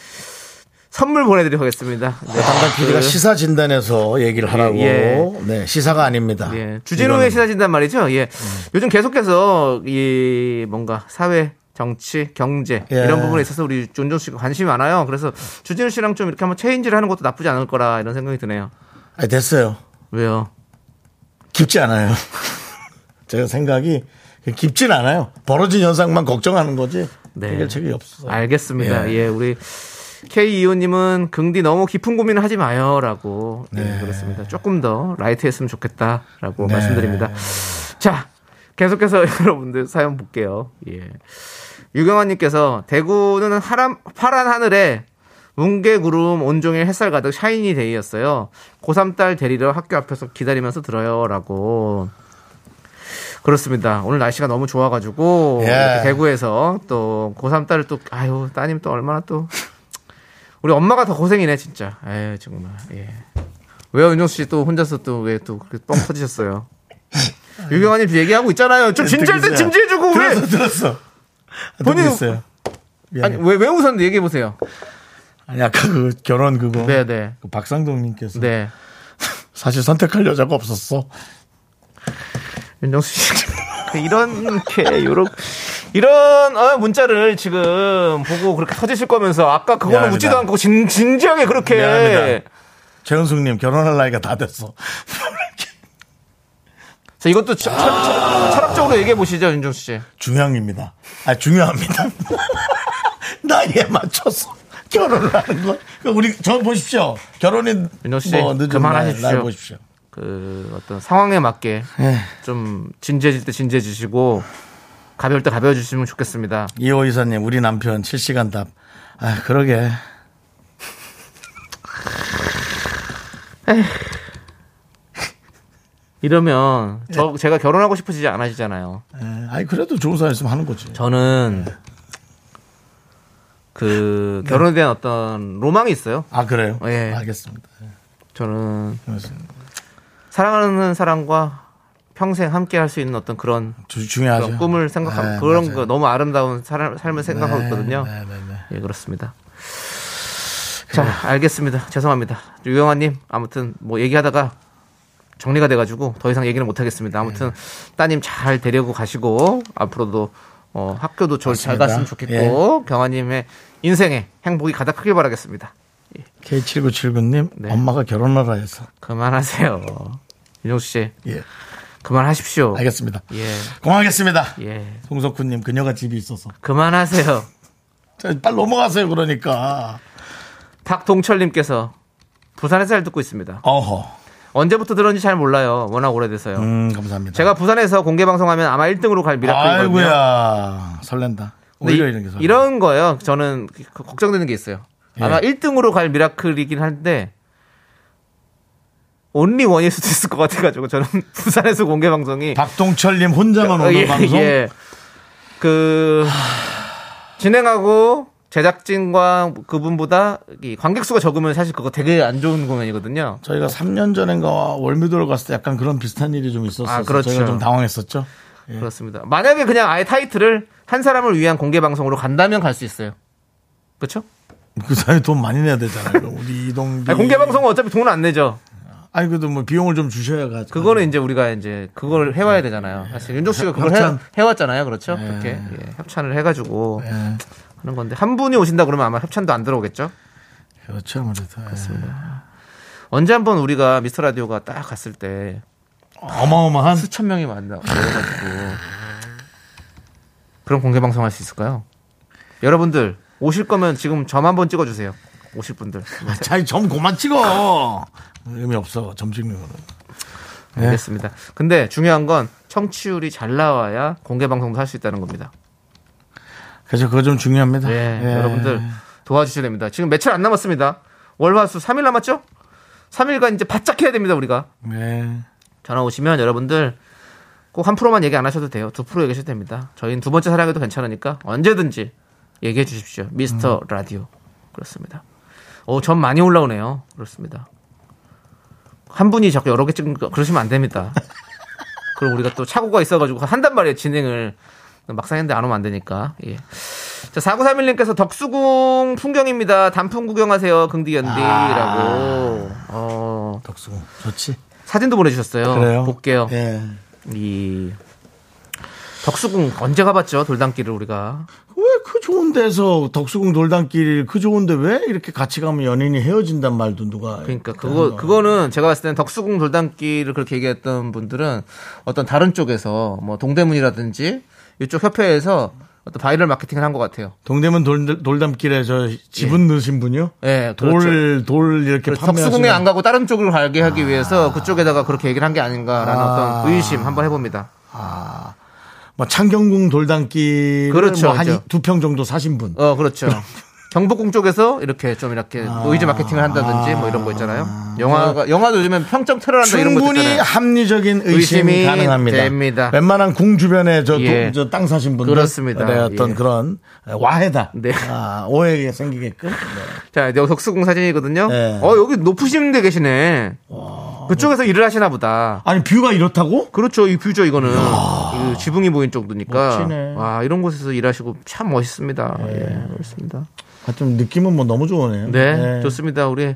Speaker 2: 선물 보내드리겠습니다. 네,
Speaker 1: 담당 PD가
Speaker 2: 그,
Speaker 1: 시사 진단에서 얘기를 하라고
Speaker 2: 예.
Speaker 1: 네 시사가 아닙니다
Speaker 2: 예, 주진우의 시사진단 말이죠. 예, 요즘 계속해서 이 뭔가 사회 정치, 경제
Speaker 1: 예.
Speaker 2: 이런 부분에 있어서 우리 윤정 씨가 관심이 많아요. 그래서 주진우 씨랑 좀 이렇게 한번 체인지를 하는 것도 나쁘지 않을 거라 이런 생각이 드네요.
Speaker 1: 아, 됐어요
Speaker 2: 왜요?
Speaker 1: 깊지 않아요. 제가 생각이 깊진 않아요. 벌어진 현상만 걱정하는 거지.
Speaker 2: 네.
Speaker 1: 해결책이 없어요.
Speaker 2: 알겠습니다.
Speaker 1: 예.
Speaker 2: 예, 우리 K25님은 긍디 너무 깊은 고민을 하지 마요라고 예,
Speaker 1: 네.
Speaker 2: 그렇습니다. 조금 더 라이트했으면 좋겠다라고
Speaker 1: 네.
Speaker 2: 말씀드립니다. 자, 계속해서 여러분들 사연 볼게요. 예. 유경환님께서 대구는 하람, 파란 하늘에 뭉게구름 온종일 햇살 가득 샤이니 데이였어요. 고3 딸 데리러 학교 앞에서 기다리면서 들어요라고. 그렇습니다. 오늘 날씨가 너무 좋아가지고
Speaker 1: 예.
Speaker 2: 이렇게 대구에서 또 고3 딸을 또 아유 따님 또 얼마나 또 우리 엄마가 더 고생이네 진짜. 에 정말 예. 왜요 윤정수 씨 또 혼자서 또 왜 또 그렇게 뻥 터지셨어요? 유경환님 얘기하고 있잖아요. 좀 진지할 때 진지해주고 왜
Speaker 1: 들었어 들었어.
Speaker 2: 본인- 뭐-
Speaker 1: 본인 있어요.
Speaker 2: 아니 왜 왜 웃었는데 얘기해 보세요.
Speaker 1: 아니 아까 그 결혼 그거
Speaker 2: 네, 네.
Speaker 1: 그 박상동님께서
Speaker 2: 네.
Speaker 1: 사실 선택할 여자가 없었어.
Speaker 2: 윤정수 씨. 그 이렇게, 요렇 이런 어, 문자를 지금 보고 그렇게 터지실 거면서 아까 그거는
Speaker 1: 미안합니다.
Speaker 2: 웃지도 않고 진, 진지하게 그렇게.
Speaker 1: 미안합니다. 최은숙님 결혼할 나이가 다 됐어.
Speaker 2: 자, 이것도 철, 철, 철, 철학적으로 얘기해 보시죠, 윤정수 씨.
Speaker 1: 중요합니다. 아 중요합니다. 나이에 맞춰서 결혼을 하는 거. 그 우리 저 보십시오. 결혼이
Speaker 2: 민호 씨,
Speaker 1: 뭐 늦은
Speaker 2: 그만하십시오.
Speaker 1: 날 보십시오.
Speaker 2: 그 어떤 상황에 맞게
Speaker 1: 예.
Speaker 2: 좀 진지해질 때 진지해지시고 가벼울 때 가벼워주시면 좋겠습니다.
Speaker 1: 이호 이사님 우리 남편 실시간 답. 아 그러게.
Speaker 2: 이러면 저
Speaker 1: 네.
Speaker 2: 제가 결혼하고 싶어지지 않아지잖아요.
Speaker 1: 예, 아니 그래도 좋은 사람 있으면 하는 거지.
Speaker 2: 저는 그
Speaker 1: 네.
Speaker 2: 결혼에 대한 어떤 로망이 있어요.
Speaker 1: 아 그래요?
Speaker 2: 예.
Speaker 1: 알겠습니다. 예,
Speaker 2: 저는
Speaker 1: 알겠습니다.
Speaker 2: 사랑하는 사람과 평생 함께 할 수 있는 어떤 그런,
Speaker 1: 주-
Speaker 2: 그런
Speaker 1: 중요하죠.
Speaker 2: 꿈을 생각하고
Speaker 1: 예,
Speaker 2: 그런
Speaker 1: 맞아요.
Speaker 2: 거 너무 아름다운 살, 삶을 생각하고
Speaker 1: 네,
Speaker 2: 있거든요.
Speaker 1: 네, 네, 네.
Speaker 2: 예, 그렇습니다. 자, 알겠습니다. 죄송합니다. 유영아님, 아무튼 뭐 얘기하다가 정리가 돼가지고 더 이상 얘기를 못하겠습니다. 아무튼
Speaker 1: 네.
Speaker 2: 따님 잘 데리고 가시고 앞으로도 어, 학교도 절 잘
Speaker 1: 맞습니다. 예.
Speaker 2: 갔으면 좋겠고 경아님의 인생에 행복이 가득 크길 바라겠습니다.
Speaker 1: K7979님
Speaker 2: 네.
Speaker 1: 엄마가 결혼하라 해서.
Speaker 2: 그만하세요. 윤정수 씨,
Speaker 1: 예.
Speaker 2: 그만하십시오.
Speaker 1: 알겠습니다.
Speaker 2: 예,
Speaker 1: 고맙겠습니다.
Speaker 2: 예,
Speaker 1: 송석훈님 그녀가 집이 있어서.
Speaker 2: 그만하세요.
Speaker 1: 자, 빨리 넘어가세요 그러니까.
Speaker 2: 박동철님께서 부산에서 잘 듣고 있습니다.
Speaker 1: 어허.
Speaker 2: 언제부터 들었는지 잘 몰라요. 워낙 오래돼서요.
Speaker 1: 음 감사합니다.
Speaker 2: 제가 부산에서 공개 방송하면 아마 1등으로 갈 미라클이거든요.
Speaker 1: 아이고야 설렌다. 오히려 이런
Speaker 2: 근데 이-
Speaker 1: 게 예. 설렌다.
Speaker 2: 이런 거예요. 저는 그- 걱정되는 게 있어요. 아마 1등으로 갈 미라클이긴 한데 온리 원일 수도 있을 것 같아가지고 저는 부산에서 공개 방송이
Speaker 1: 박동철님 혼자만
Speaker 2: 어,
Speaker 1: 오늘 방송.
Speaker 2: 그 진행하고 제작진과 그분보다 이 관객 수가 적으면 사실 그거 되게 안 좋은 공연이거든요.
Speaker 1: 저희가 3년 전인가 월미도를 갔을 때 약간 그런 비슷한 일이 좀 있었어서
Speaker 2: 아, 그렇죠.
Speaker 1: 저희가 좀 당황했었죠.
Speaker 2: 그렇습니다. 만약에 그냥 아예 타이틀을 한 사람을 위한 공개 방송으로 간다면 갈 수 있어요. 그렇죠?
Speaker 1: 그 사이 돈 많이 내야 되잖아요. 우리 이동기.
Speaker 2: 아니, 공개 방송은 어차피 돈은 안 내죠.
Speaker 1: 아니 그래도 뭐 비용을 좀 주셔야 가지고.
Speaker 2: 그거는 이제 우리가 이제 그걸 해와야 되잖아요. 사실 윤종 씨가 그걸
Speaker 1: 음. 예. 협찬.
Speaker 2: 해, 왔잖아요 그렇죠? 그렇게 예, 협찬을 해가지고
Speaker 1: 예.
Speaker 2: 하는 건데 한 분이 오신다 그러면 아마 협찬도 안 들어오겠죠?
Speaker 1: 그렇죠 아무래도. 그렇습니다.
Speaker 2: 언제 한번 우리가 미스터 라디오가 딱 갔을 때
Speaker 1: 어마어마한
Speaker 2: 수천 명이 만나 모여가지고 그런 공개 방송할 수 있을까요? 여러분들 오실 거면 지금 점 한번 찍어주세요. 오실 분들
Speaker 1: 자기 아, 점 그만 찍어. 의미 없어 점 찍는 거는.
Speaker 2: 알겠습니다. 근데 중요한 건 청취율이 잘 나와야 공개 방송도 할 수 있다는 겁니다.
Speaker 1: 그래서 그거 좀 중요합니다.
Speaker 2: 예,
Speaker 1: 예.
Speaker 2: 여러분들 도와주셔야 됩니다. 지금 며칠 안 남았습니다. 월화수 3일 남았죠? 3일간 이제 바짝 해야 됩니다, 우리가.
Speaker 1: 예.
Speaker 2: 전화 오시면 여러분들 꼭 한 프로만 얘기 안 하셔도 돼요. 두 프로 얘기하셔도 됩니다. 저희는 두 번째 사랑해도 괜찮으니까 언제든지 얘기해 주십시오. 미스터
Speaker 1: 음.
Speaker 2: 라디오. 그렇습니다. 오, 전 많이 올라오네요. 그렇습니다. 한 분이 자꾸 여러 개 찍는 거 그러시면 안 됩니다. 그럼 우리가 또 착오가 있어가지고 한단 말이에요. 진행을. 막상 했는데 안 오면 안 되니까. 예. 자, 4931님께서 덕수궁 풍경입니다. 단풍 구경하세요. 긍디견디라고. 어,
Speaker 1: 덕수궁 좋지.
Speaker 2: 사진도 보내주셨어요.
Speaker 1: 아. 그래요.
Speaker 2: 볼게요.
Speaker 1: 예.
Speaker 2: 이 덕수궁 언제 가봤죠? 돌담길을 우리가
Speaker 1: 왜 그 좋은 데서 덕수궁 돌담길 그 좋은데 왜 이렇게 같이 가면 연인이 헤어진단 말도 누가
Speaker 2: 그러니까 그거 그거는 제가 봤을 때는 덕수궁 돌담길을 그렇게 얘기했던 분들은 어떤 다른 쪽에서 뭐 동대문이라든지 이쪽 협회에서 어떤 바이럴 마케팅을 한 것 같아요.
Speaker 1: 동대문 돌, 돌담길에 저 지분 넣으신 분이요?
Speaker 2: 예,
Speaker 1: 돌
Speaker 2: 그렇죠.
Speaker 1: 돌 이렇게
Speaker 2: 그래서
Speaker 1: 판매하시는 아.
Speaker 2: 덕수궁에 안 가고 다른 쪽으로 가게 하기 위해서 그쪽에다가 그렇게 얘기를 한 게 아닌가라는 어떤 의심 한번 해봅니다.
Speaker 1: 뭐 창경궁 돌담길
Speaker 2: 그렇죠, 그렇죠.
Speaker 1: 한두 평 정도 사신 분.
Speaker 2: 어, 그렇죠. 경복궁 쪽에서 이렇게 좀 이렇게
Speaker 1: 아.
Speaker 2: 의지 마케팅을 한다든지 뭐 이런 거 있잖아요. 영화가 영화도 요즘엔 평점 테러한다 이런 거
Speaker 1: 충분히
Speaker 2: 있잖아요.
Speaker 1: 합리적인 의심이,
Speaker 2: 의심이
Speaker 1: 가능합니다.
Speaker 2: 됩니다.
Speaker 1: 웬만한 궁 주변에 저 땅
Speaker 2: 예.
Speaker 1: 사신 분들
Speaker 2: 그렇습니다.
Speaker 1: 네, 어떤
Speaker 2: 예.
Speaker 1: 그런 와해다
Speaker 2: 네.
Speaker 1: 아, 오해가 생기게끔 네.
Speaker 2: 자, 여기 덕수궁 사진이거든요.
Speaker 1: 네.
Speaker 2: 어, 여기 높으신 데 계시네. 그쪽에서 일을 하시나 보다.
Speaker 1: 아니 뷰가 이렇다고?
Speaker 2: 그렇죠. 이 뷰죠, 이거는. 이 지붕이 보인 정도니까.
Speaker 1: 멋지네.
Speaker 2: 와, 이런 곳에서 일하시고 참 멋있습니다. 예, 그렇습니다.
Speaker 1: 하여튼 느낌은 뭐 너무 좋으네요.
Speaker 2: 네, 좋습니다. 우리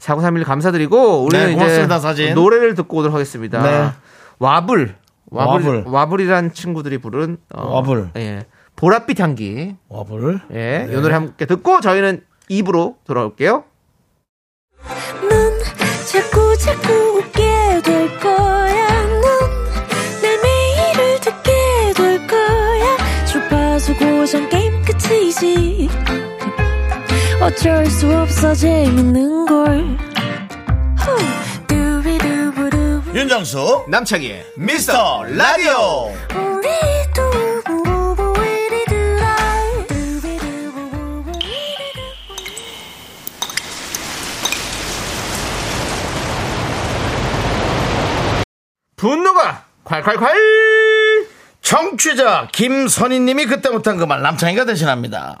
Speaker 2: 4931 감사드리고 우리는
Speaker 1: 네, 고맙습니다,
Speaker 2: 이제
Speaker 1: 사진.
Speaker 2: 노래를 듣고 오도록 하겠습니다.
Speaker 1: 네.
Speaker 2: 와불. 와불.
Speaker 1: 와불.
Speaker 2: 와불이란 친구들이 부른 어,
Speaker 1: 와불.
Speaker 2: 예. 보랏빛 향기.
Speaker 1: 어. 와불.
Speaker 2: 예. 이 노래 함께 듣고 저희는 입으로 돌아올게요.
Speaker 6: 넌 자꾸 자꾸 웃게 될 거야. 넌내 매일을 듣게 될 거야. 주파수 고정 게임 끝이지. 어쩔 수 없어 재밌는 걸. 후. 두비두부두.
Speaker 1: 윤정수
Speaker 2: 남창희의
Speaker 1: 미스터 라디오.
Speaker 6: 우리 두부부부 우리 두라. 두비두부부부 우리 두부.
Speaker 2: 분노가 콸콸콸!
Speaker 1: 청취자 김선희님이 그때 못한 그 말 남창이가 대신합니다.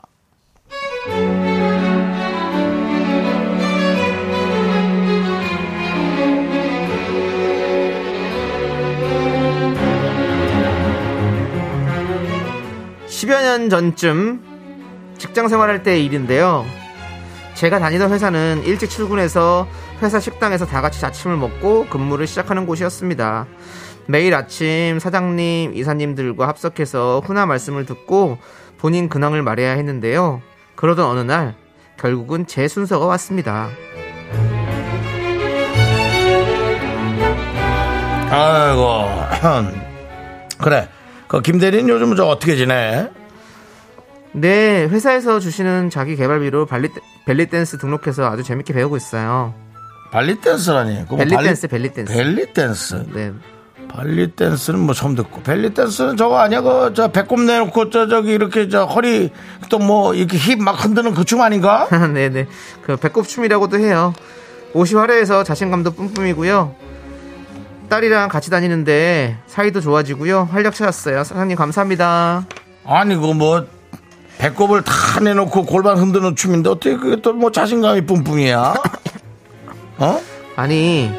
Speaker 2: 십여년 전쯤 직장 생활할 때의 일인데요. 제가 다니던 회사는 일찍 출근해서 회사 식당에서 다 같이 아침을 먹고 근무를 시작하는 곳이었습니다. 매일 아침 사장님, 이사님들과 합석해서 훈화 말씀을 듣고 본인 근황을 말해야 했는데요. 그러던 어느 날 결국은 제 순서가 왔습니다.
Speaker 1: 아이고. 그래. 그 김대리는 요즘 저 어떻게 지내?
Speaker 2: 네, 회사에서 주시는 자기 개발비로 발리, 벨리댄스 등록해서 아주 재밌게 배우고 있어요.
Speaker 1: 발리 댄스라니. 그거 뭐 발리-
Speaker 2: 벨리댄스, 어, 벨리댄스.
Speaker 1: 벨리 댄스.
Speaker 2: 네,
Speaker 1: 발리 댄스는 뭐 처음 듣고. 벨리 댄스는 저거 아니야? 그저 배꼽 내놓고 저 저기 이렇게 저 허리 또 뭐 이렇게 힙 막 흔드는 그 춤 아닌가?
Speaker 2: 네네. 그 배꼽춤이라고도 해요. 옷이 화려해서 자신감도 뿜뿜이고요. 딸이랑 같이 다니는데 사이도 좋아지고요. 활력 찾았어요. 사장님 감사합니다.
Speaker 1: 아니 그 뭐 배꼽을 다 내놓고 골반 흔드는 춤인데 어떻게 그게 또 뭐 자신감이 뿜뿜이야? 어?
Speaker 2: 아니,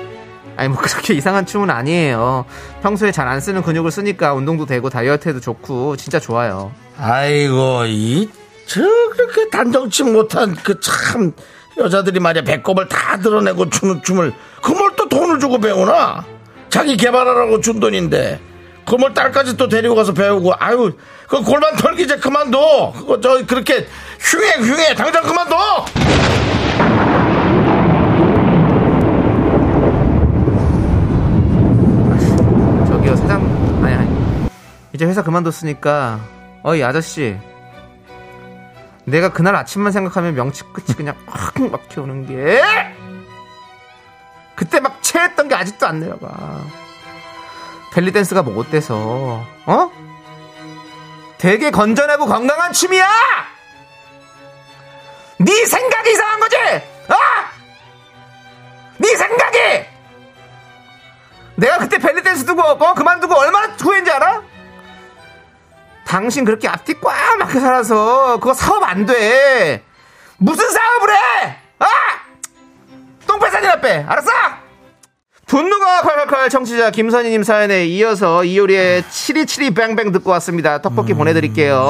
Speaker 2: 아니 뭐 그렇게 이상한 춤은 아니에요. 평소에 잘 안 쓰는 근육을 쓰니까 운동도 되고 다이어트에도 좋고 진짜 좋아요.
Speaker 1: 아이고 이 저렇게 단정치 못한 그 참 여자들이 말이야 배꼽을 다 드러내고 추는 춤을 그걸 또 돈을 주고 배우나 자기 개발하라고 준 돈인데 그걸 딸까지 또 데리고 가서 배우고 아유 그 골반 털기 이제 그만둬 그거 저 그렇게 흉해 흉해 당장 그만둬
Speaker 2: 저기요 사장 아니 아니 이제 회사 그만뒀으니까 어이 아저씨 내가 그날 아침만 생각하면 명치 끝이 그냥 확 막혀오는 게 그때 막 체했던 게 아직도 안 내려가 벨리댄스가 뭐 어때서 어? 되게 건전하고 건강한 춤이야 네 생각이 이상한 거지 어? 네 생각이 내가 그때 벨리댄스 두고 어 그만두고 얼마나 후회인지 알아? 당신 그렇게 앞뒤 꽉 막혀 살아서 그거 사업 안 돼. 무슨 사업을 해? 아! 똥배산이나 빼. 알았어? 분노가 콸콸콸 청취자 김선희님 사연에 이어서 이효리의 7272 뱅뱅 듣고 왔습니다. 떡볶이 보내드릴게요.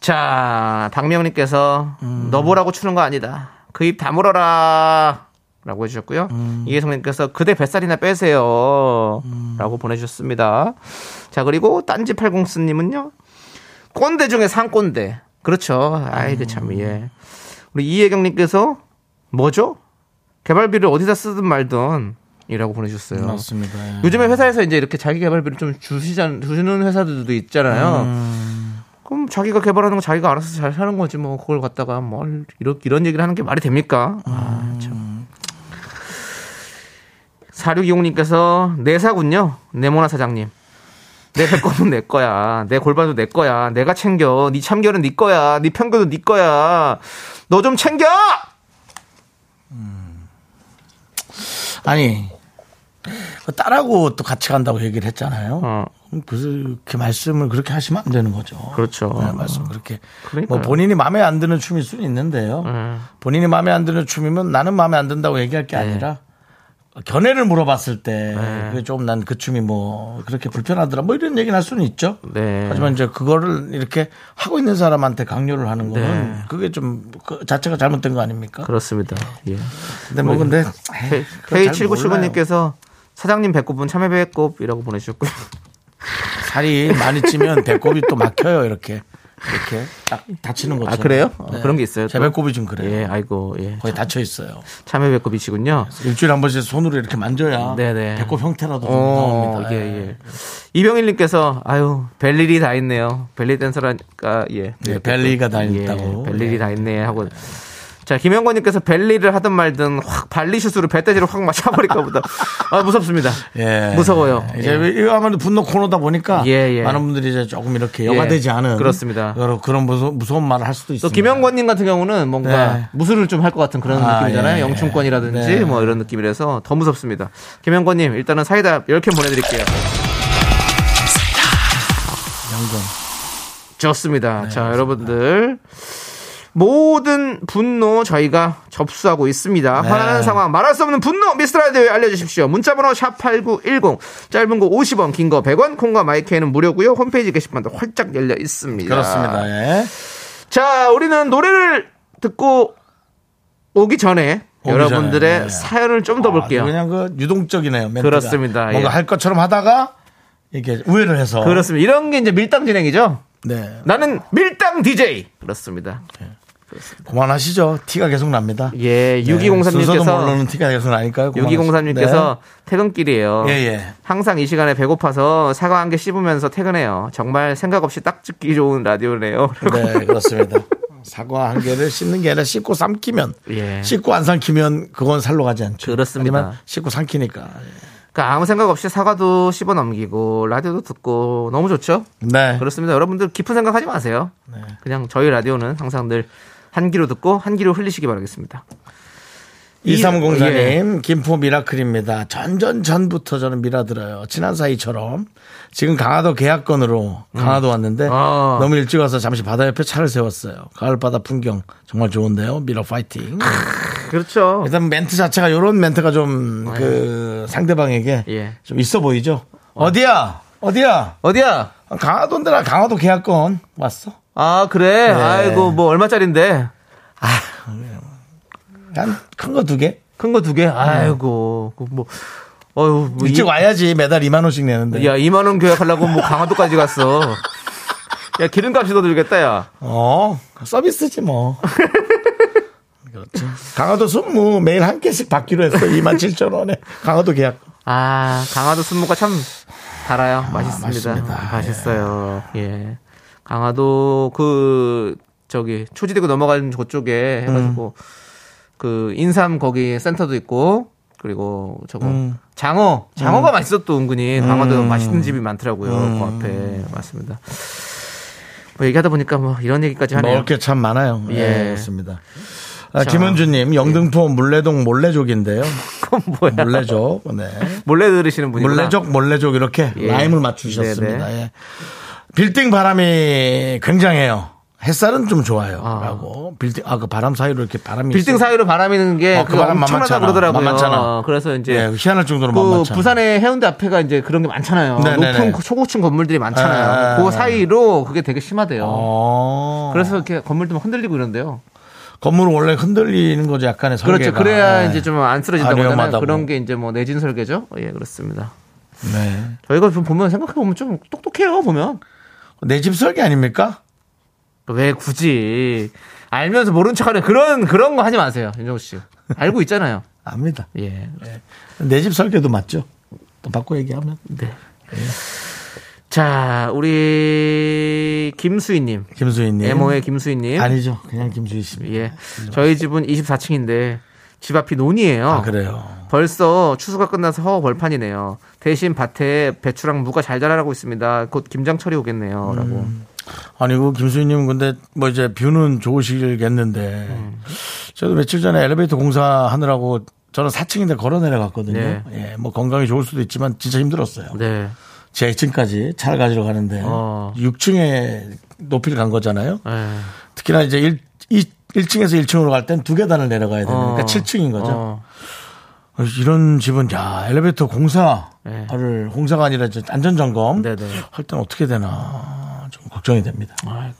Speaker 2: 자, 박명님께서 너보라고 추는 거 아니다. 그 입 다물어라. 라고 해주셨고요.
Speaker 1: 음.
Speaker 2: 이혜성님께서 그대 뱃살이나 빼세요. 라고 보내주셨습니다. 자, 그리고 딴지 팔공스님은요. 꼰대 중에 상꼰대. 그렇죠. 아이고,
Speaker 1: 음.
Speaker 2: 참, 예. 우리 이혜경님께서 뭐죠? 개발비를 어디다 쓰든 말든 이라고 보내주셨어요.
Speaker 1: 맞습니다
Speaker 2: 음. 요즘에 회사에서 이제 이렇게 자기 개발비를 좀 주시자, 주시는 회사들도 있잖아요. 그럼 자기가 개발하는 거 자기가 알아서 잘 사는 거지 뭐 그걸 갖다가 뭘 이런 이런 얘기를 하는 게 말이 됩니까? 아, 참. 4620님께서 내사군요. 네모나 사장님. 내 배꼽은 내 거야. 내 골반도 내 거야. 내가 챙겨. 네 참견은 네 거야. 네 편견도 네 거야. 너 좀 챙겨!
Speaker 1: 아니 그 딸하고 또 같이 간다고 얘기를 했잖아요
Speaker 2: 어.
Speaker 1: 그럼 그렇게 말씀을 그렇게 하시면 안 되는 거죠.
Speaker 2: 그렇죠.
Speaker 1: 네, 말씀 그렇게.
Speaker 2: 그러니까요.
Speaker 1: 뭐
Speaker 2: 네.
Speaker 1: 본인이 마음에 안 드는
Speaker 2: 음.
Speaker 1: 춤일 수는 있는데요. 본인이 마음에 안 드는 춤이면 나는 마음에 안 든다고 얘기할 게 아니라 견해를 물어봤을 때
Speaker 2: 네.
Speaker 1: 그게 좀 난 그 춤이 뭐 그렇게 불편하더라 뭐 이런 얘기는 할 수는 있죠.
Speaker 2: 네.
Speaker 1: 하지만 이제 그거를 이렇게 하고 있는 사람한테 강요를 하는 거는
Speaker 2: 네.
Speaker 1: 그게 좀그 자체가 잘못된 거 아닙니까?
Speaker 2: 그렇습니다. 예.
Speaker 1: 근데 뭐 근데 에이, 그건 잘 몰라요.
Speaker 2: 네. K7979님께서 사장님 배꼽은 참외 배꼽이라고 보내주셨고.
Speaker 1: 살이 많이 찌면 배꼽이 또 막혀요 이렇게 이렇게 딱 다치는 거죠.
Speaker 2: 아, 그래요? 어, 그런 게 있어요,
Speaker 1: 네. 제
Speaker 2: 또?
Speaker 1: 배꼽이 좀 그래요.
Speaker 2: 예, 아이고, 예.
Speaker 1: 거의 다쳐 있어요.
Speaker 2: 참외 배꼽이시군요.
Speaker 1: 일주일에 한 번씩 손으로 이렇게 만져야 아,
Speaker 2: 네네.
Speaker 1: 배꼽 형태라도 좀
Speaker 2: 어,
Speaker 1: 나옵니다. 네.
Speaker 2: 예, 예. 이병일님께서, 아유, 별일이 다 있네요. 별일 댄서라니까, 예.
Speaker 1: 예, 별일이가 다 있다고.
Speaker 2: 예, 별일이 다 있네. 하고. 자, 김영권님께서 별일을 하든 말든 확 발리슛으로 배때지로 확 맞춰버릴까 보다. 아, 무섭습니다.
Speaker 1: 예.
Speaker 2: 무서워요.
Speaker 1: 이제
Speaker 2: 예.
Speaker 1: 이거 아무래도 분노 코너다 보니까
Speaker 2: 예, 예.
Speaker 1: 많은 분들이 이제 조금 이렇게 여가되지 않은
Speaker 2: 그렇습니다.
Speaker 1: 여러 그런 무서, 무서운 말을 할 수도
Speaker 2: 또
Speaker 1: 있습니다.
Speaker 2: 김영권님 같은 경우는 뭔가
Speaker 1: 네.
Speaker 2: 무술을 좀 할 것 같은 그런
Speaker 1: 아,
Speaker 2: 느낌이잖아요.
Speaker 1: 예.
Speaker 2: 영춘권이라든지
Speaker 1: 네.
Speaker 2: 뭐 이런 느낌이라서 더 무섭습니다. 김영권님 일단은 사이다 10캔 보내드릴게요.
Speaker 1: 영건. 네,
Speaker 2: 좋습니다. 자 여러분들 모든 분노 저희가 접수하고 있습니다.
Speaker 1: 네.
Speaker 2: 화나는 상황 말할 수 없는 분노 미스터라디오에 알려주십시오. 문자번호 샵 8910 짧은 거 50원 긴 거 100원 콩과 마이크에는 무료고요. 홈페이지 게시판도 활짝 열려 있습니다.
Speaker 1: 그렇습니다. 예.
Speaker 2: 자, 우리는 노래를 듣고 오기 전에
Speaker 1: 오기
Speaker 2: 여러분들의
Speaker 1: 전에, 네.
Speaker 2: 사연을 좀 더 볼게요.
Speaker 1: 아주 그냥 그 유동적이네요. 멘트가.
Speaker 2: 그렇습니다. 예.
Speaker 1: 뭔가 할 것처럼 하다가 이렇게 우회를 해서.
Speaker 2: 그렇습니다. 이런 게 이제 밀당 진행이죠.
Speaker 1: 네.
Speaker 2: 나는 밀당 DJ. 그렇습니다.
Speaker 1: 그만하시죠. 티가 계속 납니다.
Speaker 2: 예,
Speaker 1: 네, 순서도 모르는
Speaker 2: 6203님께서
Speaker 1: 티가 계속 나니까요. 그만하시-
Speaker 2: 6203님께서 어. 퇴근길이에요.
Speaker 1: 네. 예, 예.
Speaker 2: 항상 이 시간에 배고파서 사과 한 개 씹으면서 퇴근해요. 정말 생각 없이 딱 듣기 좋은 라디오네요. 그러니까
Speaker 1: 네, 그렇습니다. 사과 한 개를 씹는 게 아니라 씹고 삼키면
Speaker 2: 예.
Speaker 1: 씹고 안 삼키면 그건 살로 가지 않죠.
Speaker 2: 그렇습니다.
Speaker 1: 하지만 씹고 삼키니까. 예.
Speaker 2: 그러니까 아무 생각 없이 사과도 씹어 넘기고 라디오도 듣고 너무 좋죠?
Speaker 1: 네.
Speaker 2: 그렇습니다. 여러분들 깊은 생각하지 마세요. 그냥 저희 라디오는 항상 늘 한 귀로 듣고 한 귀로 흘리시기 바라겠습니다. 예.
Speaker 1: 2304님, 김포 미라클입니다. 전전 전부터 저는 미라 들어요. 친한 사이처럼. 지금 강화도 계약건으로 강화도 왔는데
Speaker 2: 음. 아.
Speaker 1: 너무 일찍 와서 잠시 바다 옆에 차를 세웠어요. 가을바다 풍경 정말 좋은데요. 미라 파이팅.
Speaker 2: 그렇죠.
Speaker 1: 일단 어. 멘트 자체가 이런 멘트가 좀 그 상대방에게
Speaker 2: 어. 예.
Speaker 1: 좀 있어 보이죠. 어디야? 어디야?
Speaker 2: 어디야?
Speaker 1: 강화도인데 나 강화도 계약건 왔어.
Speaker 2: 아 그래.
Speaker 1: 네.
Speaker 2: 아이고 뭐 얼마짜린데?
Speaker 1: 난 큰 거 두 개.
Speaker 2: 큰 거 두 개. 아이고 그뭐 어유 뭐
Speaker 1: 네. 일찍
Speaker 2: 이-
Speaker 1: 와야지 매달 2만 원씩 내는데.
Speaker 2: 야 2만 원 계약하려고 뭐 강화도까지 갔어. 야 기름값이 더 들겠다 야.
Speaker 1: 어 서비스지 뭐. 그렇지. 강화도 순무 매일 한 개씩 받기로 했어. 2만 7천 원에 강화도 계약.
Speaker 2: 아 강화도 순무가 참 달아요. 맛있습니다.
Speaker 1: 맛있습니다.
Speaker 2: 맛있어요. 예. 강화도 그 저기 초지대교 넘어가는 그쪽에 해가지고 그 인삼 거기 센터도 있고 그리고 저거 장어 장어가 맛있어 또 은근히 강화도 맛있는 집이 많더라고요 그 앞에 맞습니다. 뭐 얘기하다 보니까 뭐 이런 얘기까지 하네요.
Speaker 1: 먹을 게 참 많아요. 예,
Speaker 2: 예.
Speaker 1: 그렇습니다. 아,
Speaker 2: 자.
Speaker 1: 김은주님 영등포 물레동 몰래족인데요.
Speaker 2: 그건 뭐야? 몰래
Speaker 1: 몰래족. 네.
Speaker 2: 들으시는 분이
Speaker 1: 몰래족 몰래족 이렇게
Speaker 2: 예.
Speaker 1: 라임을 맞추셨습니다.
Speaker 2: 네네.
Speaker 1: 예. 빌딩 바람이 굉장해요. 햇살은 좀 좋아요. 라고 빌딩 아 그 바람 사이로 이렇게 바람이
Speaker 2: 빌딩
Speaker 1: 있어요.
Speaker 2: 사이로 바람이는 게
Speaker 1: 어,
Speaker 2: 그 바람 엄청나다
Speaker 1: 만만찮아.
Speaker 2: 그러더라고요.
Speaker 1: 만만찮아.
Speaker 2: 어, 그래서 이제
Speaker 1: 예, 희한할 정도로
Speaker 2: 그
Speaker 1: 만만찮아.
Speaker 2: 부산의 해운대 앞에가 이제 그런 게 많잖아요.
Speaker 1: 네네네.
Speaker 2: 높은 초고층 건물들이 많잖아요.
Speaker 1: 네.
Speaker 2: 그 사이로 그게 되게 심하대요.
Speaker 1: 어.
Speaker 2: 그래서 이렇게 건물들 막 흔들리고 이런데요.
Speaker 1: 건물은 원래 흔들리는 거죠. 약간의 설계가.
Speaker 2: 그렇죠. 그래야
Speaker 1: 예.
Speaker 2: 이제 좀 안 쓰러진다고
Speaker 1: 안
Speaker 2: 하잖아요.
Speaker 1: 위험하다고.
Speaker 2: 그런 게 이제 뭐 내진 설계죠. 예, 그렇습니다.
Speaker 1: 네.
Speaker 2: 저희가 좀 보면 생각해 보면 좀 똑똑해요. 보면
Speaker 1: 내 집 설계 아닙니까?
Speaker 2: 왜 굳이 알면서 모른 척하는 그런 그런 거 하지 마세요, 윤정우 씨. 알고 있잖아요.
Speaker 1: 압니다.
Speaker 2: 예,
Speaker 1: 내 집 설계도 맞죠. 또 바꿔 얘기하면.
Speaker 2: 네. 자, 우리 김수희님,
Speaker 1: 김수희님.
Speaker 2: 에모의 김수희님.
Speaker 1: 아니죠. 그냥 김수희 씨입니다.
Speaker 2: 예, 저희 집은 24층인데 집 앞이 논이에요.
Speaker 1: 아, 그래요.
Speaker 2: 벌써 추수가 끝나서 허허 벌판이네요. 대신 밭에 배추랑 무가 잘 자라고 있습니다. 곧 김장철이
Speaker 1: 음.
Speaker 2: 오겠네요.라고.
Speaker 1: 아니고 그 김수희님 근데 뭐 이제 뷰는 좋으시겠는데
Speaker 2: 음.
Speaker 1: 저도 며칠 전에 엘리베이터 공사하느라고 저는 4층인데 걸어 내려갔거든요.
Speaker 2: 네.
Speaker 1: 예, 뭐 건강이 좋을 수도 있지만 진짜 힘들었어요.
Speaker 2: 네,
Speaker 1: 제 2층까지 차를 가지러 가는데
Speaker 2: 어.
Speaker 1: 6층에 높이를 간 거잖아요.
Speaker 2: 예.
Speaker 1: 특히나 이제 1, 층에서 1층으로 갈 땐 두 계단을 내려가야 되는
Speaker 2: 어.
Speaker 1: 그러니까 7층인 거죠.
Speaker 2: 어.
Speaker 1: 그래서 이런 집은 야 엘리베이터 공사를
Speaker 2: 네.
Speaker 1: 공사가 아니라 이제 안전 점검
Speaker 2: 네네.
Speaker 1: 할 때는 어떻게 되나 좀 걱정이 됩니다.
Speaker 2: 아이고.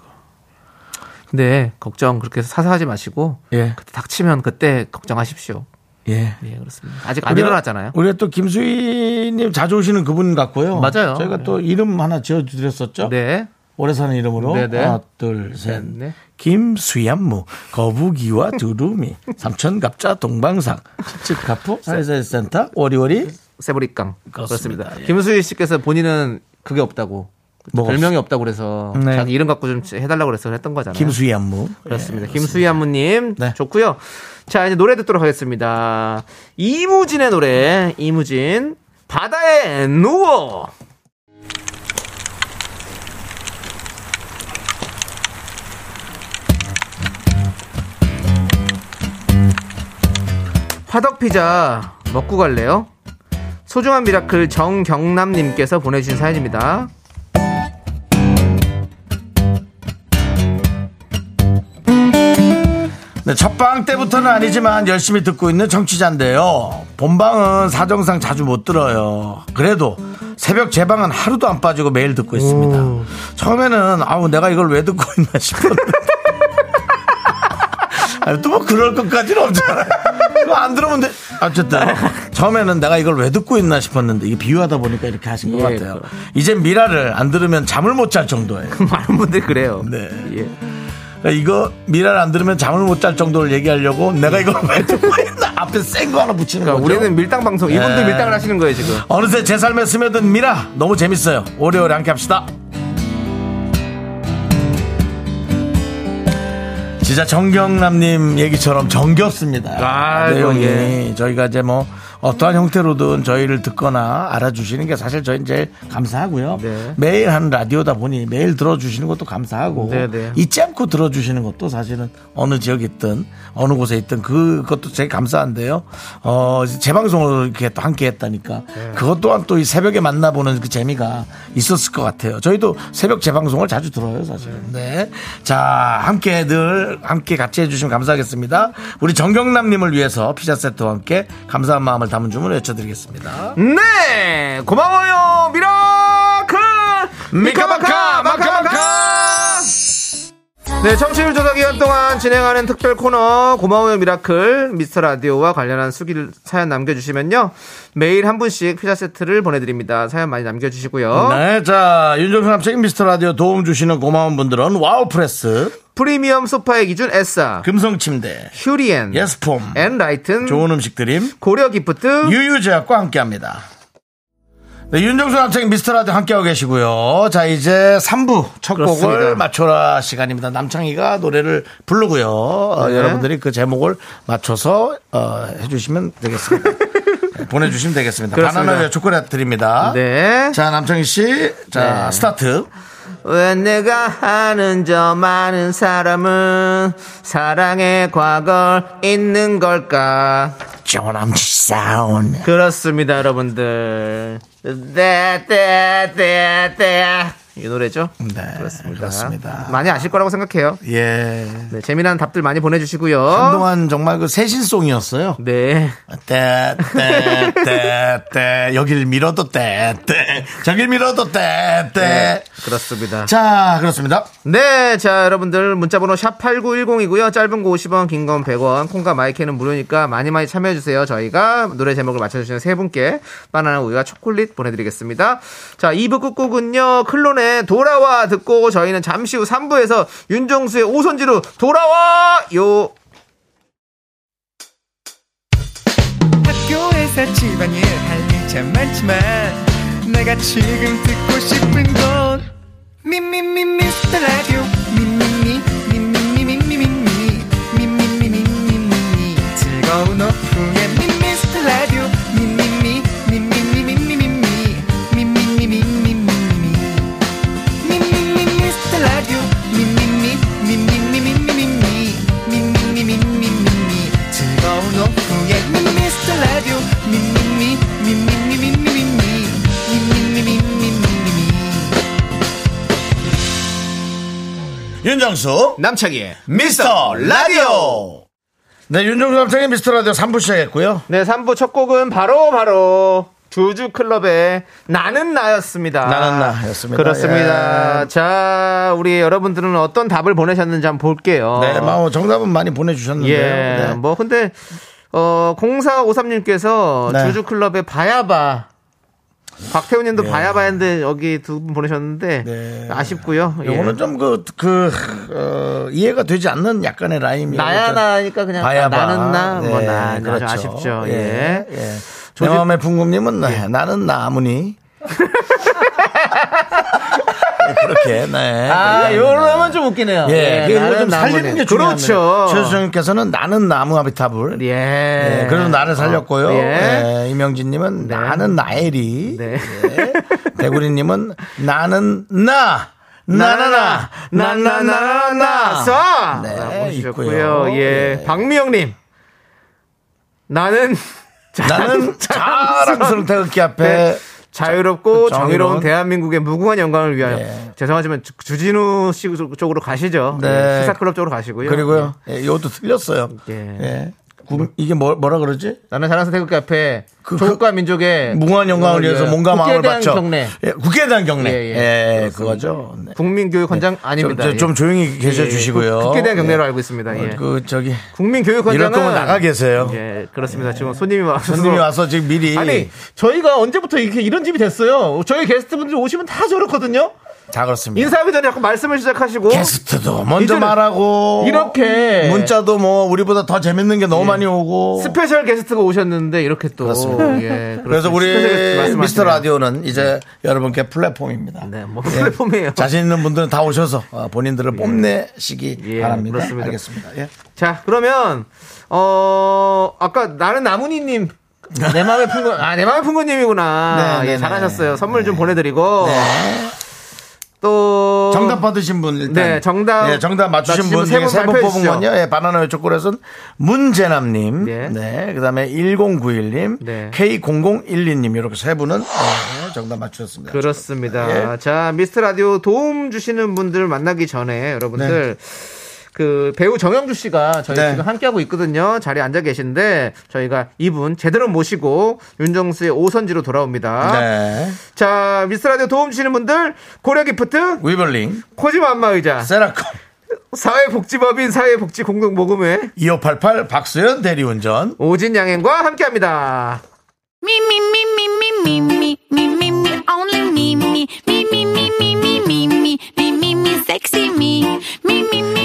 Speaker 2: 근데 네. 걱정 그렇게 해서 사사하지 마시고
Speaker 1: 예.
Speaker 2: 그때 닥치면 그때 걱정하십시오.
Speaker 1: 예.
Speaker 2: 예, 그렇습니다. 아직 안 일어났잖아요.
Speaker 1: 우리가 또 김수희님 자주 오시는 그분 같고요.
Speaker 2: 맞아요.
Speaker 1: 저희가 또 이름 하나 지어드렸었죠.
Speaker 2: 네.
Speaker 1: 오래 사는 이름으로
Speaker 2: 네네.
Speaker 1: 하나 둘셋
Speaker 2: 네.
Speaker 1: 김수얀무 거북이와 두루미 삼천갑자 동방상 즉가포 사회사회센터 오리오리
Speaker 2: 세브릭강.
Speaker 1: 그렇습니다.
Speaker 2: 그렇습니다.
Speaker 1: 예.
Speaker 2: 김수희 씨께서 본인은 그게 없다고.
Speaker 1: 뭐가
Speaker 2: 별명이 없다고 그래서
Speaker 1: 네.
Speaker 2: 자기 이름 갖고 좀 해달라고 그래서 했던 거잖아요.
Speaker 1: 김수얀무
Speaker 2: 예, 그렇습니다. 김수희 안무님
Speaker 1: 네.
Speaker 2: 좋고요. 자 이제 노래 듣도록 하겠습니다. 이무진의 노래 이무진 바다에 누워. 화덕 피자 먹고 갈래요? 소중한 미라클 정경남님께서 보내주신 사연입니다.
Speaker 1: 네, 첫방 때부터는 아니지만 열심히 듣고 있는 청취자인데요. 본방은 사정상 자주 못 들어요. 그래도 새벽 제방은 하루도 안 빠지고 매일 듣고 있습니다. 처음에는 아우 내가 이걸 왜 듣고 있나 싶었는데. 또 뭐 그럴 것까지는 없잖아요. 그거 안 들으면 돼. 어쨌든 처음에는 내가 이걸 왜 듣고 있나 싶었는데 이게 비유하다 보니까 이렇게 하신 것
Speaker 2: 예,
Speaker 1: 같아요. 이젠 미라를 안 들으면 잠을 못 잘 정도예요.
Speaker 2: 많은 분들이 그래요.
Speaker 1: 네.
Speaker 2: 예.
Speaker 1: 야, 그러니까 이거 미랄 안 들으면 잠을 못 잘 정도를 얘기하려고 내가 이걸 왜 듣고 있나 앞에 센 거 하나 붙이는
Speaker 2: 그러니까
Speaker 1: 거죠.
Speaker 2: 우리는 밀당 방송 이분들
Speaker 1: 예.
Speaker 2: 밀당을 하시는 거예요 지금.
Speaker 1: 어느새 제 삶에 스며든 미라 너무 재밌어요. 오래오래 함께 합시다. 진짜 정경남님 얘기처럼 정겹습니다.
Speaker 2: 아,
Speaker 1: 내용이
Speaker 2: 예.
Speaker 1: 저희가 이제 뭐 어떠한 형태로든 저희를 듣거나 알아주시는 게 사실 저희 제일 감사하고요.
Speaker 2: 네.
Speaker 1: 매일 하는 라디오다 보니 매일 들어주시는 것도 감사하고
Speaker 2: 네, 네.
Speaker 1: 잊지 않고 들어주시는 것도 사실은 어느 지역에 있든 어느 곳에 있든 그것도 제일 감사한데요. 어, 재방송으로 이렇게 또 함께 했다니까
Speaker 2: 네.
Speaker 1: 그것 또한 또 이 새벽에 만나보는 그 재미가 있었을 것 같아요. 저희도 새벽 재방송을 자주 들어요, 사실. 네. 자, 함께 늘 함께 같이 해주시면 감사하겠습니다. 우리 정경남님을 위해서 피자 세트와 함께 감사한 마음을 담은 주문 외쳐드리겠습니다.
Speaker 2: 네 고마워요 미라클 미카마카 마카마카 네 청취율 조사 기간 동안 진행하는 특별 코너 고마워요 미라클 미스터 라디오와 관련한 수기를 사연 남겨주시면요 매일 한 분씩 피자 세트를 보내드립니다 사연 많이 남겨주시고요
Speaker 1: 네, 자, 윤정수 남친 미스터 라디오 도움 주시는 고마운 분들은 와우프레스,
Speaker 2: 프리미엄 소파의 기준 에싸
Speaker 1: 금성침대,
Speaker 2: 휴리엔
Speaker 1: 예스폼,
Speaker 2: 엔라이튼
Speaker 1: 그- 좋은 음식 드림
Speaker 2: 고려 기프트
Speaker 1: 유유제약과 함께합니다. 네, 윤정수 남창 미스터라디오 함께하고 계시고요. 자 이제 3부 첫 곡을
Speaker 2: 그렇습니다.
Speaker 1: 맞춰라 시간입니다. 남창희가 노래를 부르고요. 어,
Speaker 2: 네.
Speaker 1: 여러분들이 그 제목을 맞춰서 어, 해주시면 되겠습니다. 네, 보내주시면 되겠습니다.
Speaker 2: 그렇습니다.
Speaker 1: 바나나우유 초콜릿 드립니다.
Speaker 2: 네.
Speaker 1: 자 남창희 씨, 자
Speaker 2: 네.
Speaker 1: 스타트.
Speaker 2: 왜 내가 아는 저 많은 사람은 사랑의 과거를 잊는 걸까?
Speaker 1: 조남지 사운.
Speaker 2: 그렇습니다, 여러분들. 네, 떼떼떼떼 네. 이 노래죠?
Speaker 1: 네, 그렇습니다.
Speaker 2: 많이 아실 거라고 생각해요.
Speaker 1: 예.
Speaker 2: 네, 재미난 답들 많이 보내주시고요.
Speaker 1: 한동안 정말 그 새신송이었어요.
Speaker 2: 네.
Speaker 1: 때때때때 여길 밀어도 때때 저길 밀어도
Speaker 2: 네.
Speaker 1: 때때
Speaker 2: 그렇습니다.
Speaker 1: 자 그렇습니다
Speaker 2: 네, 자, 여러분들, 문자번호 샵8910이고요. 짧은 거 50원, 긴 건 100원, 콩과 마이크는 무료니까 많이 많이 참여해주세요. 저희가 노래 제목을 맞춰주시는 세 분께 바나나 우유와 초콜릿 보내드리겠습니다. 자, 2부 끝곡은요, 클론의 돌아와 듣고 저희는 잠시 후 3부에서 윤정수의 오선지로 돌아와요!
Speaker 7: 학교에서 집안일 할 일 참 많지만 내가 지금 듣고 싶은 건 미미미 미스터 라디오 미미미 미미미 미미미 미미미 미미미 미미미 즐거운 오후에 미스터 라디오 미미미 미미미 미미미 미미미 미미미 미미미
Speaker 1: 윤정수
Speaker 2: 남창희의
Speaker 1: 미스터 라디오 네, 윤종수 남창의 미스터 라디오 3부 시작했고요.
Speaker 2: 네, 3부 첫 곡은 바로 바로 주주 클럽의 나는 나였습니다.
Speaker 1: 나는 나였습니다.
Speaker 2: 아, 그렇습니다.
Speaker 1: 예.
Speaker 2: 자, 우리 여러분들은 어떤 답을 보내셨는지 한번 볼게요.
Speaker 1: 네, 뭐 정답은 많이 보내주셨는데요.
Speaker 2: 어. 예.
Speaker 1: 네.
Speaker 2: 뭐 근데 어 0453님께서
Speaker 1: 네.
Speaker 2: 주주 클럽의 바야바 박태훈님도 바야바 했는데 여기 두 분 보내셨는데
Speaker 1: 예. 네.
Speaker 2: 아쉽고요. 예.
Speaker 1: 요거는 좀 그, 그, 어, 이해가 되지 않는 약간의 라임이.
Speaker 2: 나야 나니까 그냥
Speaker 1: 봐야 봐.
Speaker 2: 아, 나는 나 뭐
Speaker 1: 네,
Speaker 2: 나
Speaker 1: 그렇죠.
Speaker 2: 아쉽죠.
Speaker 1: 예.
Speaker 2: 예.
Speaker 1: 예. 내
Speaker 2: 조지- 예.
Speaker 1: 마음의 풍금님은 네, 나는 나무니. 네, 그렇게, 네.
Speaker 2: 아, 요러면 좀 웃기네요.
Speaker 1: 예, 예 이거
Speaker 2: 나는
Speaker 1: 좀 살리는
Speaker 2: 나무네.
Speaker 1: 게 중요합니다.
Speaker 2: 그렇죠.
Speaker 1: 최수정님께서는 나는 나무 하비탑을.
Speaker 2: 예.
Speaker 1: 예, 그래도 나를 살렸고요.
Speaker 2: 어, 예.
Speaker 1: 예, 이명진님은 나는 나엘이.
Speaker 2: 네.
Speaker 1: 예. 대구리님은 나는 나. 나나나. 나나나나.
Speaker 2: 나나나나나
Speaker 1: 네,
Speaker 2: 보셨고요.
Speaker 1: 있고요.
Speaker 2: 예.
Speaker 1: 예.
Speaker 2: 박미영님 나는
Speaker 1: 나는 자랑스러운 태극기 앞에.
Speaker 2: 네. 자유롭고
Speaker 1: 정의로운-
Speaker 2: 정의로운 대한민국의 무궁한 영광을 위하여
Speaker 1: 예.
Speaker 2: 죄송하지만 주- 주진우 씨 쪽으로 가시죠.
Speaker 1: 네.
Speaker 2: 예, 시사클럽 쪽으로 가시고요. 네.
Speaker 1: 그리고요. 예, 이것도 틀렸어요.
Speaker 2: 예.
Speaker 1: 예. 구- 이게 뭐, 뭐라 그러지?
Speaker 2: 나는 자랑스 태극기 앞에
Speaker 1: 그-
Speaker 2: 조국과 민족의
Speaker 1: 무궁한 영광을
Speaker 2: 그-
Speaker 1: 위해서
Speaker 2: 예,
Speaker 1: 몸과 마음을
Speaker 2: 국회에 대한
Speaker 1: 바쳐.
Speaker 2: 경례.
Speaker 1: 예, 국회에 대한 경례.
Speaker 2: 예,
Speaker 1: 예,
Speaker 2: 예.
Speaker 1: 그거죠. 네.
Speaker 2: 국민교육헌장 아닙니다.
Speaker 1: 좀, 저- 좀
Speaker 2: 예.
Speaker 1: 조용히 계셔
Speaker 2: 예,
Speaker 1: 주시고요. 네.
Speaker 2: 국- 국회에 대한 경례로 알고 있습니다. 예.
Speaker 1: 그, 저기.
Speaker 2: 국민교육헌장은
Speaker 1: 이럴 거면 나가 계세요.
Speaker 2: 예, 그렇습니다. 지금 손님이 와서
Speaker 1: 손님이 와서 지금 미리
Speaker 2: 아니 저희가 언제부터 이렇게 이런 집이 됐어요? 저희 게스트분들 오시면 다 저렇거든요.
Speaker 1: 다 그렇습니다.
Speaker 2: 인사하기 전에 자꾸 말씀을 시작하시고
Speaker 1: 게스트도 먼저
Speaker 2: 이제는
Speaker 1: 말하고
Speaker 2: 이렇게 예.
Speaker 1: 문자도 뭐 우리보다 더 재밌는 게 너무 많이 오고
Speaker 2: 스페셜 게스트가 오셨는데 이렇게 또 예, 그렇습니다.
Speaker 1: 그래서 우리
Speaker 2: 스페셜 게스트 말씀하시네요.
Speaker 1: 미스터 라디오는 이제 여러분께 플랫폼입니다.
Speaker 2: 네, 뭐
Speaker 1: 예.
Speaker 2: 플랫폼이에요.
Speaker 1: 자신 있는 분들은 다 오셔서 어, 본인들을 뽐내시기
Speaker 2: 예,
Speaker 1: 바랍니다.
Speaker 2: 그렇습니다.
Speaker 1: 알겠습니다. 예.
Speaker 2: 자, 그러면 어 아까 나는 나문희 님. 내 마음의 풍고 아, 내 마음의 풍고님이구나.
Speaker 1: 네, 네,
Speaker 2: 예, 잘하셨어요.
Speaker 1: 네.
Speaker 2: 선물 좀 보내드리고 또
Speaker 1: 정답 받으신 분 일단
Speaker 2: 어. 네, 정답.
Speaker 1: 예, 정답 맞추신
Speaker 2: 맞추신
Speaker 1: 분 중에
Speaker 2: 분세분
Speaker 1: 세분
Speaker 2: 발표해
Speaker 1: 뽑은
Speaker 2: 주시죠.
Speaker 1: 건요. 예, 바나나의 초콜릿은 문재남님,
Speaker 2: 예.
Speaker 1: 네, 그다음에 1091님,
Speaker 2: 네.
Speaker 1: K0012님 이렇게 세 분은 네, 정답 맞추셨습니다. 예.
Speaker 2: 그렇습니다. 자, 미스터 라디오 도움 주시는 분들 만나기 전에 여러분들 그 배우 정영주 씨가 저희
Speaker 1: 네.
Speaker 2: 지금 함께하고 있거든요. 자리에 앉아 계신데 저희가 이분 제대로 모시고 윤정수의 오선지로 돌아옵니다.
Speaker 1: 네,
Speaker 2: 자, 미스터 라디오 도움 주시는 분들 고려 기프트,
Speaker 1: 위블링,
Speaker 2: 코지마 안마 의자,
Speaker 1: 세라콤,
Speaker 2: 사회복지법인 사회복지 공동모금회
Speaker 1: 2588 박수현 대리운전,
Speaker 2: 오진 양행과 함께합니다.
Speaker 6: Me, me, me, me, me, me, me, me, me, me, only me, me, me, me, me, me, me, me, me, me, me, me, sexy me, me, me, me.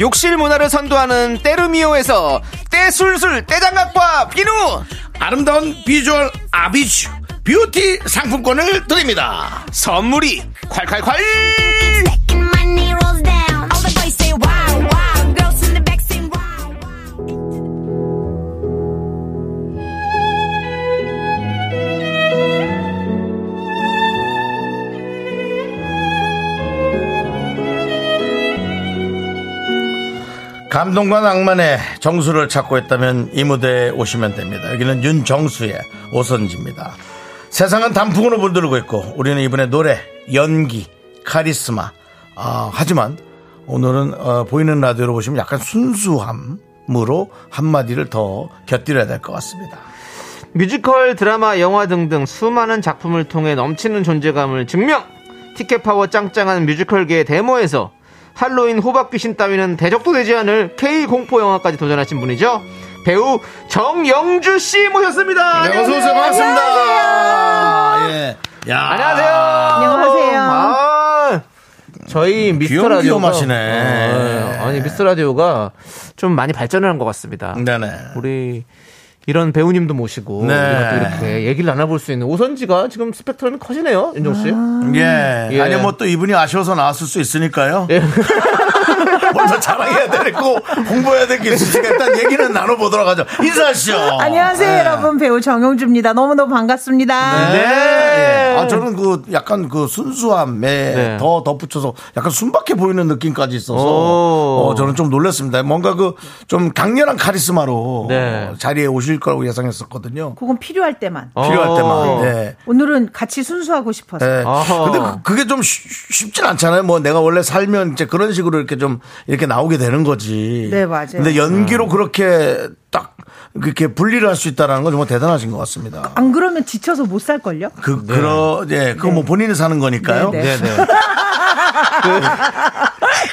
Speaker 2: 욕실 문화를 선도하는 때르미오에서 때술술 때장갑과 비누
Speaker 1: 아름다운 비주얼 아비쥬 뷰티 상품권을 드립니다
Speaker 2: 선물이 콸콸콸
Speaker 6: Second money rolls down. All the boys say wow, wow. Girls in the back say wow, wow.
Speaker 1: 감동과 낭만의 정수를 찾고 있다면 이 무대에 오시면 됩니다 여기는 윤정수의 오선지입니다 세상은 단풍으로 물들고 있고 우리는 이분의 노래 연기 카리스마 아, 하지만 오늘은 어, 보이는 라디오로 보시면 약간 순수함으로 한마디를 더 곁들여야 될 것 같습니다
Speaker 2: 뮤지컬 드라마 영화 등등 수많은 작품을 통해 넘치는 존재감을 증명 티켓 파워 짱짱한 뮤지컬계의 데모에서 할로윈 호박 귀신 따위는 대적도 되지 않을 K 공포 영화까지 도전하신 분이죠 배우 정영주 씨
Speaker 1: 네,
Speaker 2: 모셨습니다
Speaker 1: 어서 오세요. 반갑습니다. 안녕하세요. 예. 야.
Speaker 2: 안녕하세요. 안녕하세요. 저희 미스터
Speaker 1: 음, 귀염
Speaker 2: 라디오
Speaker 1: 귀염하시네.
Speaker 2: 아니 미스터 라디오가 좀 많이 발전을 한 것 같습니다.
Speaker 1: 네네.
Speaker 2: 우리 이런 배우님도 모시고
Speaker 1: 네.
Speaker 2: 우리가 또 이렇게 얘기를 나눠볼 수 있는 오선지가 지금 스펙트럼이 커지네요, 윤종 씨.
Speaker 1: 예.
Speaker 2: 예.
Speaker 1: 아니 뭐 또 이분이 아쉬워서 나왔을 수 있으니까요.
Speaker 2: 예.
Speaker 1: 뭘더 자랑해야 되고 홍보해야 될 게 있으니까 일단 얘기는 나눠보도록 하죠. 인사하시죠.
Speaker 8: 안녕하세요,
Speaker 1: 네.
Speaker 8: 여러분. 배우 정용주입니다. 너무너무 반갑습니다.
Speaker 1: 네. 아, 저는 그 약간 그 순수함에
Speaker 2: 네.
Speaker 1: 더 덧붙여서 약간 순박해 보이는 느낌까지 있어서
Speaker 2: 오.
Speaker 1: 어, 저는 좀 놀랐습니다. 뭔가 그 좀 강렬한 카리스마로
Speaker 2: 네.
Speaker 1: 어, 자리에 오실 거라고 예상했었거든요.
Speaker 8: 그건 필요할 때만.
Speaker 1: 필요할
Speaker 2: 어.
Speaker 1: 때만. 네.
Speaker 8: 오늘은 같이 순수하고 싶어서.
Speaker 1: 네.
Speaker 2: 아하.
Speaker 1: 근데 그- 그게 좀 쉽- 쉽진 않잖아요. 뭐 내가 원래 살면 이제 그런 식으로 이렇게 좀 이렇게 나오게 되는 거지.
Speaker 8: 네, 맞아요.
Speaker 1: 근데 연기로 그렇게 딱 그렇게 분리를 할 수 있다는 건 정말 대단하신 것 같습니다.
Speaker 8: 안 그러면 지쳐서 못 살걸요?
Speaker 1: 그, 그러, 예, 그거 뭐 본인이 사는 거니까요. 그,
Speaker 8: 네,
Speaker 2: 네네.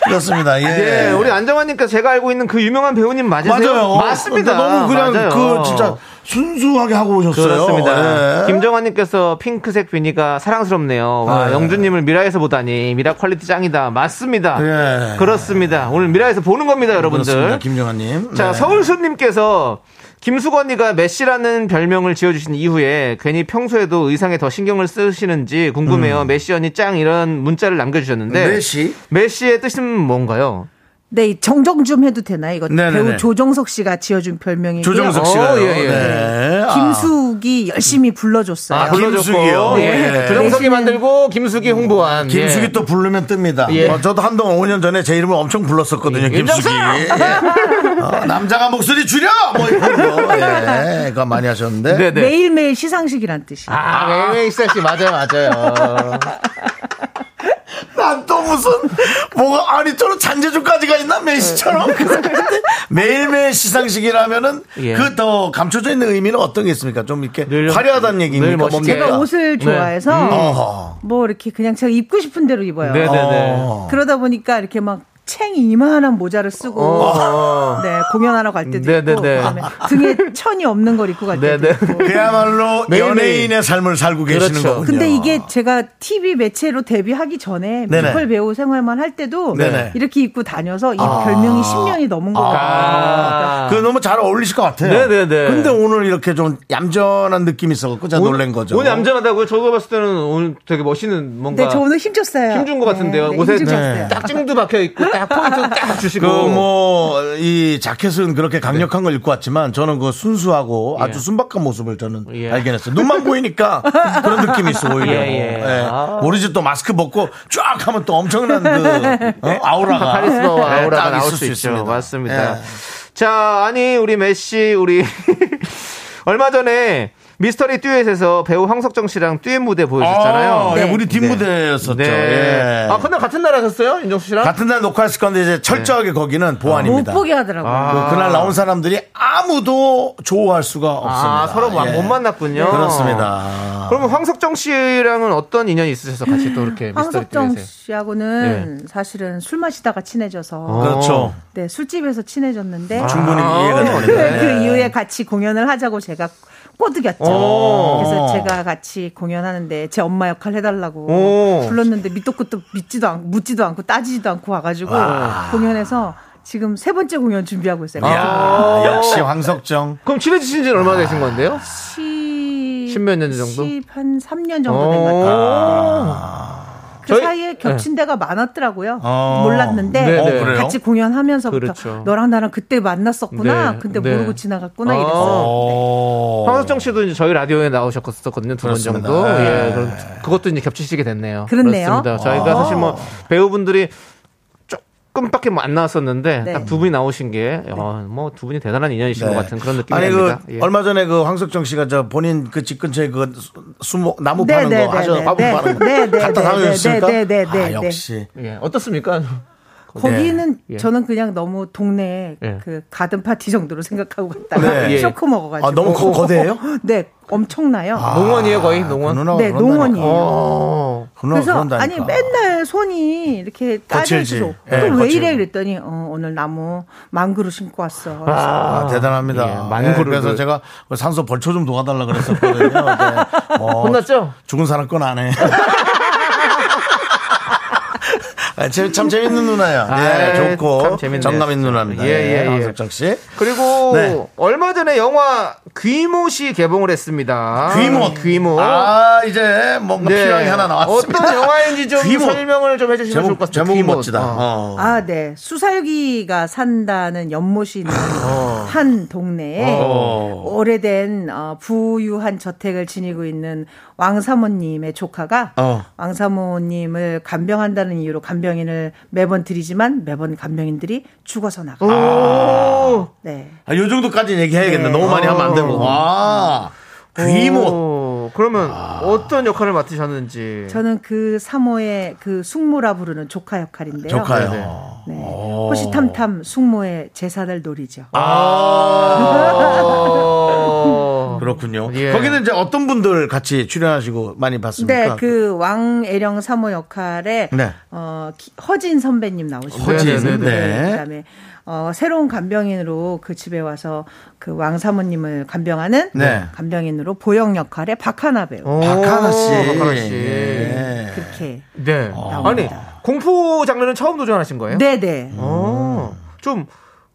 Speaker 1: 그렇습니다. 예.
Speaker 2: 예, 우리 안정환님께서 제가 알고 있는 그 유명한 배우님 맞으세요?
Speaker 1: 맞아요.
Speaker 2: 맞습니다.
Speaker 1: 근데 너무 그냥
Speaker 2: 맞아요.
Speaker 1: 그 진짜 순수하게 하고 오셨어요.
Speaker 2: 그렇습니다.
Speaker 1: 예.
Speaker 2: 김정환님께서 핑크색 비니가 아, 사랑스럽네요. 와,
Speaker 1: 네.
Speaker 2: 영주님을 미라에서 보다니 미라 퀄리티 짱이다. 맞습니다.
Speaker 1: 예.
Speaker 2: 그렇습니다. 오늘 미라에서 보는 겁니다,
Speaker 1: 그렇습니다.
Speaker 2: 여러분들.
Speaker 1: 김정환님.
Speaker 2: 자,
Speaker 1: 네.
Speaker 2: 서울수님께서 김수건이가 메시라는 별명을 지어주신 이후에 괜히 평소에도 의상에 더 신경을 쓰시는지 궁금해요. 메시 언니 짱 이런 문자를 남겨주셨는데
Speaker 1: 음. 메시?
Speaker 2: 메시의 뜻은 뭔가요?
Speaker 8: 네, 이 정정 좀 해도 되나요? 이거
Speaker 1: 네네네.
Speaker 8: 배우 조정석 씨가 지어준 별명이고요. 아.
Speaker 1: 조정석
Speaker 2: 어,
Speaker 1: 씨가요.
Speaker 2: 예, 예.
Speaker 1: 네.
Speaker 8: 김숙이 열심히 불러줬어요.
Speaker 1: 아, 불러줬고. 김숙이요? 예.
Speaker 2: 네, 조정석이 만들고 김숙이 홍보한 예.
Speaker 1: 김숙이 또 부르면 뜹니다.
Speaker 2: 예.
Speaker 1: 어, 저도 한동안 5년 전에 제 이름을 엄청 불렀었거든요. 김숙이. 예. 어, 남자가 목소리 줄여! 뭐 이런 거. 예. 그거 많이 하셨는데.
Speaker 2: 네네.
Speaker 8: 매일매일 시상식이란 뜻이에요.
Speaker 2: 아, 웨이웨이 씨 맞아요, 맞아요.
Speaker 1: 난 또 무슨 뭐가 아니 저런 잔재주까지가 있나 메시처럼 매일매일 시상식이라면은
Speaker 2: 네. 예.
Speaker 1: 그 더 감춰져 있는 의미는 어떤 게 있습니까? 좀 이렇게
Speaker 2: 늘
Speaker 1: 화려하다는
Speaker 2: 늘
Speaker 1: 얘기입니까?
Speaker 2: 멋있게.
Speaker 8: 제가
Speaker 1: 뭡니까?
Speaker 8: 옷을 좋아해서
Speaker 1: 음. 어허.
Speaker 8: 뭐 이렇게 그냥 제가 입고 싶은 대로 입어요.
Speaker 2: 네네네.
Speaker 1: 어.
Speaker 8: 그러다 보니까 이렇게 막 챙이 이만한 모자를 쓰고
Speaker 1: 어.
Speaker 2: 아.
Speaker 8: 네, 공연하러 갈 때도
Speaker 2: 어. 네네네.
Speaker 8: 있고 그다음에 등에 천이 없는 걸 입고 갈 때도
Speaker 2: 네네.
Speaker 8: 있고
Speaker 1: 그야말로
Speaker 2: 매일매일.
Speaker 1: 연예인의 삶을 살고 계시는
Speaker 2: 그렇죠.
Speaker 1: 거군요.
Speaker 8: 근데 이게 제가 TV 매체로 데뷔하기 전에
Speaker 1: 네네.
Speaker 8: 뮤지컬 배우 생활만 할 때도
Speaker 1: 네네. 아.
Speaker 8: 이렇게 입고 다녀서 이 별명이 10년이 넘은 거 같아요.
Speaker 2: 아.
Speaker 1: 그 너무 잘 어울리실 것 같아요.
Speaker 2: 네네네.
Speaker 1: 근데 오늘 이렇게 좀 얌전한 느낌이 있어갖고 제가 놀란 거죠.
Speaker 2: 오늘 얌전하다고요? 저거 봤을 때는 오늘 되게 멋있는 뭔가
Speaker 8: 네, 저 오늘 힘줬어요.
Speaker 2: 힘준 것 같은데요.
Speaker 8: 네, 네,
Speaker 2: 옷에
Speaker 8: 힘줬어요.
Speaker 2: 딱 찡도 박혀 있고 딱 포인트 딱 주시고.
Speaker 1: 그뭐 그뭐이 자켓은 그렇게 강력한
Speaker 2: 네.
Speaker 1: 걸 입고 왔지만 저는 그 순수하고 아주 순박한 모습을 저는
Speaker 2: 예.
Speaker 1: 발견했어요. 눈만 보이니까 그런 느낌이 있어 오히려.
Speaker 2: 예, 예.
Speaker 1: 예.
Speaker 2: 아.
Speaker 1: 모르지 또 마스크 벗고 쫙 하면 또 엄청난 그 어? 아우라가
Speaker 2: 네. 카리스마와
Speaker 1: 예,
Speaker 2: 아우라가
Speaker 1: 딱
Speaker 2: 나올
Speaker 1: 있을
Speaker 2: 수, 있죠.
Speaker 1: 있습니다.
Speaker 2: 맞습니다.
Speaker 1: 예.
Speaker 2: 자, 아니 우리 메시 우리 얼마 전에 미스터리 듀엣에서 배우 황석정 씨랑 듀엣 무대 보여주셨잖아요.
Speaker 1: 아, 예,
Speaker 8: 네.
Speaker 1: 우리 뒷무대였었죠.
Speaker 2: 네.
Speaker 1: 예.
Speaker 2: 아, 그날 같은 날 하셨어요? 윤정수 씨랑?
Speaker 1: 같은 날 녹화했을 건데 이제 철저하게 거기는
Speaker 8: 못
Speaker 1: 보안입니다.
Speaker 8: 보게 하더라고요.
Speaker 2: 아.
Speaker 1: 그- 그날 나온 사람들이 아무도 조우할 수가 없습니다.
Speaker 2: 아, 서로
Speaker 1: 예.
Speaker 2: 못 만났군요.
Speaker 1: 그렇습니다.
Speaker 2: 그러면 황석정 씨랑은 어떤 인연이 있으셔서 같이 또 이렇게 미스터리
Speaker 8: 네,
Speaker 2: 네.
Speaker 8: 황석정
Speaker 2: 듀엣에?
Speaker 8: 씨하고는 사실은 술 마시다가 친해져서
Speaker 2: 아.
Speaker 1: 그렇죠.
Speaker 8: 네, 술집에서 친해졌는데
Speaker 1: 충분히
Speaker 2: 어,
Speaker 1: 이해가
Speaker 8: 그,
Speaker 1: 됩니다.
Speaker 2: 네.
Speaker 1: 예.
Speaker 8: 그 이후에 같이 공연을 하자고 제가 꼬드겼죠.
Speaker 2: 오.
Speaker 8: 그래서 제가 같이 공연하는데 제 엄마 역할 해달라고
Speaker 2: 오.
Speaker 8: 불렀는데 밑도 끝도 믿지도 않고 묻지도 않고 따지지도 않고 와가지고 공연에서 지금 세 번째 공연 준비하고 있어요.
Speaker 2: 아.
Speaker 1: 이야, 역시 황석정.
Speaker 2: 그럼 친해지신 지는 얼마나 되신 건데요?
Speaker 8: 시...
Speaker 2: 십몇 년 정도?
Speaker 8: 십한 3년 정도 된 것
Speaker 2: 어.
Speaker 8: 같아요. 그
Speaker 2: 저희-
Speaker 8: 사이에 겹친 데가 많았더라고요.
Speaker 1: 어.
Speaker 8: 몰랐는데
Speaker 2: 네, 네.
Speaker 1: 어, 그래요?
Speaker 8: 같이 공연하면서부터
Speaker 2: 그렇죠.
Speaker 8: 너랑 나랑 그때 만났었구나.
Speaker 2: 네,
Speaker 8: 근데
Speaker 2: 네.
Speaker 8: 모르고 지나갔구나
Speaker 2: 아.
Speaker 8: 이랬어요.
Speaker 1: 오.
Speaker 2: 황석정 씨도 이제 저희 라디오에 나오셨었거든요 두 번
Speaker 1: 그렇습니다.
Speaker 2: 정도.
Speaker 1: 네.
Speaker 2: 예, 그럼 그것도 이제 겹치시게 됐네요.
Speaker 8: 그렇네요. 어.
Speaker 2: 습니다 저희가
Speaker 1: 아.
Speaker 2: 사실 뭐 배우분들이 조금밖에 뭐안 나왔었는데
Speaker 8: 네.
Speaker 2: 딱 두 분이 나오신 게뭐두 분이 대단한 인연이신 것 같은 그런 느낌이
Speaker 1: 아니 그
Speaker 2: 듭니다. 예.
Speaker 1: 얼마 전에 그 황석정 씨가 저 본인 그 집 근처에 그 수- 수목 나무
Speaker 8: 네,
Speaker 1: 파는
Speaker 8: 네,
Speaker 1: 거
Speaker 8: 네,
Speaker 1: 하셔
Speaker 8: 네,
Speaker 1: 화분
Speaker 8: 네.
Speaker 1: 파는 거
Speaker 8: 네, 네,
Speaker 1: 갖다
Speaker 8: 네,
Speaker 1: 사오셨습니까?
Speaker 8: 네, 네, 네,
Speaker 1: 아
Speaker 8: 네.
Speaker 1: 역시 네.
Speaker 2: 예, 어떻습니까?
Speaker 8: 거기는
Speaker 2: 예.
Speaker 8: 저는 그냥 너무 동네에
Speaker 2: 예.
Speaker 8: 그 가든 파티 정도로 생각하고 갔다가
Speaker 1: 네.
Speaker 8: 쇼크 먹어가지고
Speaker 1: 아, 너무 거- 거대해요? 아,
Speaker 8: 네, 엄청나요.
Speaker 2: 농원이에요 거의 농원.
Speaker 1: 그 누나
Speaker 8: 네, 농원이에요.
Speaker 2: 어.
Speaker 1: 그누
Speaker 8: 그래서
Speaker 1: 그런다니까.
Speaker 8: 아니 맨날 손이 이렇게
Speaker 1: 거칠지.
Speaker 8: 까져지고
Speaker 1: 예,
Speaker 8: 또 왜
Speaker 1: 거칠고.
Speaker 8: 이래 그랬더니 어, 오늘 나무 망그루 신고 왔어. 그래서
Speaker 1: 아, 대단합니다.
Speaker 2: 예, 망고를
Speaker 1: 그래서
Speaker 2: 그-
Speaker 1: 제가 그 산소 벌초 좀 녹아달라 그랬었거든요. 네. 어,
Speaker 2: 혼났죠?
Speaker 1: 죽은 사람 건 안 해. 아, 재- 참 재밌는 누나야. 예,
Speaker 2: 아이, 참
Speaker 1: 좋고
Speaker 2: 재밌네요.
Speaker 1: 정감 있는 누나입니다.
Speaker 2: 예, 예, 예.
Speaker 1: 황석정 씨.
Speaker 2: 그리고
Speaker 1: 네.
Speaker 2: 얼마 전에 영화 귀모시 개봉을 했습니다.
Speaker 1: 귀모.
Speaker 2: 귀모.
Speaker 1: 아, 이제 뭔가
Speaker 2: 어? 네.
Speaker 1: 필요한 게 하나 나왔습니다.
Speaker 2: 어떤 영화인지 좀
Speaker 1: 귀모.
Speaker 2: 설명을 좀 해주시면 좋을
Speaker 1: 제목,
Speaker 2: 것 같습니다.
Speaker 1: 제목은
Speaker 2: 귀모.
Speaker 1: 멋지다.
Speaker 2: 어.
Speaker 1: 어.
Speaker 8: 아, 네. 수살기가 산다는 연못이 있는 한 동네에
Speaker 1: 어.
Speaker 8: 오래된 어, 부유한 저택을 지니고 있는 왕사모님의 조카가
Speaker 1: 어.
Speaker 8: 왕사모님을 간병한다는 이유로 간병인을 매번 들이지만 매번 간병인들이 죽어서 나가.
Speaker 2: 오.
Speaker 8: 네.
Speaker 1: 아, 요 정도까지 얘기해야겠네.
Speaker 8: 네.
Speaker 1: 너무 많이 하면 안 되고.
Speaker 2: 어.
Speaker 1: 와. 귀모. 아.
Speaker 2: 오. 그러면 어떤 역할을
Speaker 1: 네.
Speaker 2: 맡으셨는지.
Speaker 8: 저는 그 사모의 그 숙모라 부르는 조카 역할인데요.
Speaker 1: 조카요. 어.
Speaker 2: 네, 네.
Speaker 8: 네. 호시탐탐 숙모의 재산을 노리죠.
Speaker 1: 아,
Speaker 2: 어.
Speaker 1: 그렇군요.
Speaker 2: 예.
Speaker 1: 거기는 이제 어떤 분들 같이 출연하시고 많이
Speaker 8: 네,
Speaker 1: 봤습니까?
Speaker 8: 그 왕애령 사모 역할에
Speaker 1: 네.
Speaker 8: 어, 기- 허진 선배님 나오시고
Speaker 1: 허진,
Speaker 8: 네,
Speaker 1: 네.
Speaker 8: 그다음에 어, 새로운 간병인으로 그 집에 와서 그 왕 사모님을 간병하는
Speaker 1: 네.
Speaker 8: 간병인으로 보영 역할에 박하나 배우
Speaker 2: 오,
Speaker 1: 박하나 씨.
Speaker 2: 박하나 씨.
Speaker 1: 예.
Speaker 8: 그렇게
Speaker 2: 네. 아니,
Speaker 8: 나옵니다.
Speaker 2: 공포 장르는 처음 도전하신 거예요?
Speaker 8: 네, 네.
Speaker 2: 어, 좀,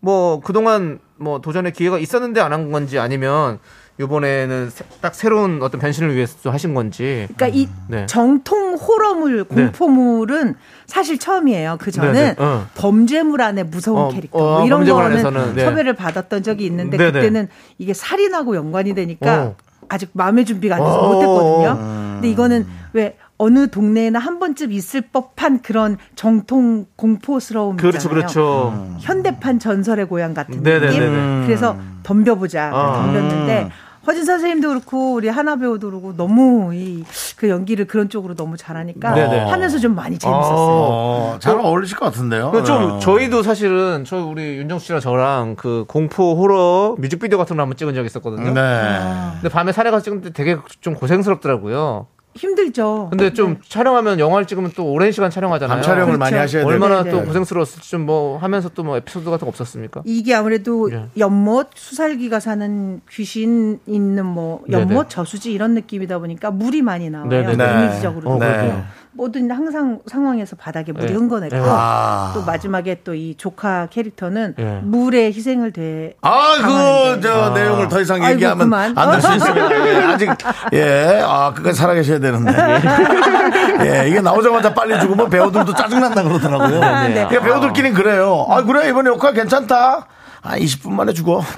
Speaker 2: 뭐, 그동안 뭐 도전의 기회가 있었는데 안 한 건지 아니면 요번에는 새- 딱 새로운 어떤 변신을 위해서 또 하신 건지.
Speaker 8: 그러니까 이
Speaker 2: 네.
Speaker 8: 정통 호러물 공포물은 사실 처음이에요. 그 전은
Speaker 2: 네, 네. 어.
Speaker 8: 범죄물 안에 무서운
Speaker 2: 어,
Speaker 8: 캐릭터
Speaker 2: 어,
Speaker 8: 뭐 이런
Speaker 2: 범죄물
Speaker 8: 거는
Speaker 2: 안에서는, 네.
Speaker 8: 섭외를 받았던 적이 있는데
Speaker 2: 네, 네.
Speaker 8: 그때는 이게 살인하고 연관이 되니까
Speaker 2: 어.
Speaker 8: 아직 마음의 준비가 안 돼서
Speaker 2: 어.
Speaker 8: 못했거든요. 근데 이거는 왜 어느 동네에나 한 번쯤 있을 법한 그런 정통 공포스러움이잖아요.
Speaker 2: 그렇죠, 그렇죠.
Speaker 1: 음.
Speaker 8: 음. 현대판 전설의 고향 같은
Speaker 2: 네네네네. 음.
Speaker 8: 느낌. 그래서 덤벼보자
Speaker 2: 아.
Speaker 8: 덤볐는데 허진 선생님도 그렇고 우리 하나 배우도 그러고 너무 이 그 연기를 그런 쪽으로 너무 잘하니까
Speaker 2: 네네. 아.
Speaker 8: 하면서 좀 많이 재밌었어요.
Speaker 1: 어, 잘 어울리실 것 같은데요.
Speaker 2: 그좀
Speaker 1: 어.
Speaker 2: 저희도 사실은 저 우리 윤정수 씨랑 저랑 그 공포 호러 뮤직비디오 같은 걸 한번 찍은 적이 있었거든요.
Speaker 8: 아.
Speaker 1: 네.
Speaker 2: 근데 밤에 산에 가서 찍는데 되게 좀 고생스럽더라고요.
Speaker 8: 힘들죠.
Speaker 2: 근데 좀 촬영하면 영화를 찍으면 또 오랜 시간 촬영하잖아요.
Speaker 1: 밤 촬영을 많이
Speaker 8: 그렇죠.
Speaker 1: 하셔야 돼요.
Speaker 2: 얼마나
Speaker 8: 네,
Speaker 2: 또
Speaker 8: 네.
Speaker 2: 고생스러웠을지 좀 뭐 하면서 또 뭐 에피소드 같은 거 없었습니까?
Speaker 8: 이게 아무래도
Speaker 2: 예.
Speaker 8: 연못 수살기가 사는 귀신 있는 뭐 연못
Speaker 2: 네네.
Speaker 8: 저수지 이런 느낌이다 보니까 물이 많이 나와요. 뭐
Speaker 2: 네네네.
Speaker 1: 네.
Speaker 8: 이미지적으로도
Speaker 1: 어,
Speaker 8: 그렇고요.
Speaker 1: 네.
Speaker 8: 모든 항상 상황에서 바닥에 물이
Speaker 2: 예.
Speaker 8: 흥건했고
Speaker 2: 예.
Speaker 1: 아.
Speaker 8: 또 마지막에 또 이 조카 캐릭터는
Speaker 2: 예.
Speaker 8: 물에 희생을 돼
Speaker 1: 아, 그, 저,
Speaker 2: 아.
Speaker 1: 내용을 더 이상
Speaker 8: 아이고,
Speaker 1: 얘기하면 안
Speaker 8: 그만.
Speaker 1: 될 수 있습니다. 예, 아직, 예, 아, 끝까지 살아계셔야 되는데. 예, 이게 나오자마자 빨리 죽으면 배우들도 짜증난다 그러더라고요.
Speaker 2: 아,
Speaker 8: 네.
Speaker 1: 그러니까 배우들끼리는 그래요. 아, 그래, 이번에 역할 괜찮다. 아, 20분 만에 죽어.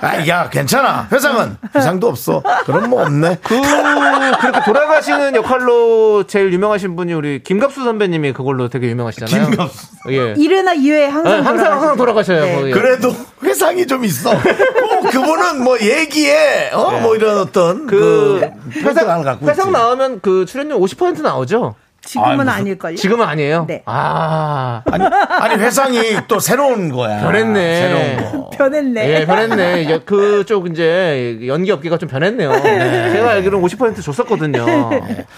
Speaker 1: 아, 야, 괜찮아. 회상은? 회상도 없어. 그럼 뭐 없네.
Speaker 2: 그 그렇게 돌아가시는 역할로 제일 유명하신 분이 우리 김갑수 선배님이 그걸로 되게 유명하시잖아요.
Speaker 1: 김갑수.
Speaker 2: 예.
Speaker 8: 이래나 이외에 항상
Speaker 2: 네, 항상 항상 돌아가셔요.
Speaker 8: 네.
Speaker 2: 거기.
Speaker 1: 그래도 회상이 좀 있어. 꼭 그분은 뭐 얘기에, 어, 뭐 이런 어떤.
Speaker 2: 그
Speaker 1: 그,
Speaker 2: 회상
Speaker 1: 회상 안 갖고
Speaker 2: 회상
Speaker 1: 있지.
Speaker 2: 나오면 그 출연료 50% 나오죠?
Speaker 8: 지금은 아닐걸요.
Speaker 2: 지금은 아니에요.
Speaker 8: 네.
Speaker 2: 아
Speaker 1: 아니, 아니 회상이 또 새로운 거야.
Speaker 2: 변했네.
Speaker 1: 새로운 거.
Speaker 8: 변했네.
Speaker 2: 예, 변했네. 여- 그쪽 이제 연기 업계가 좀 변했네요. 네. 제가 알기로는 50% 줬었거든요.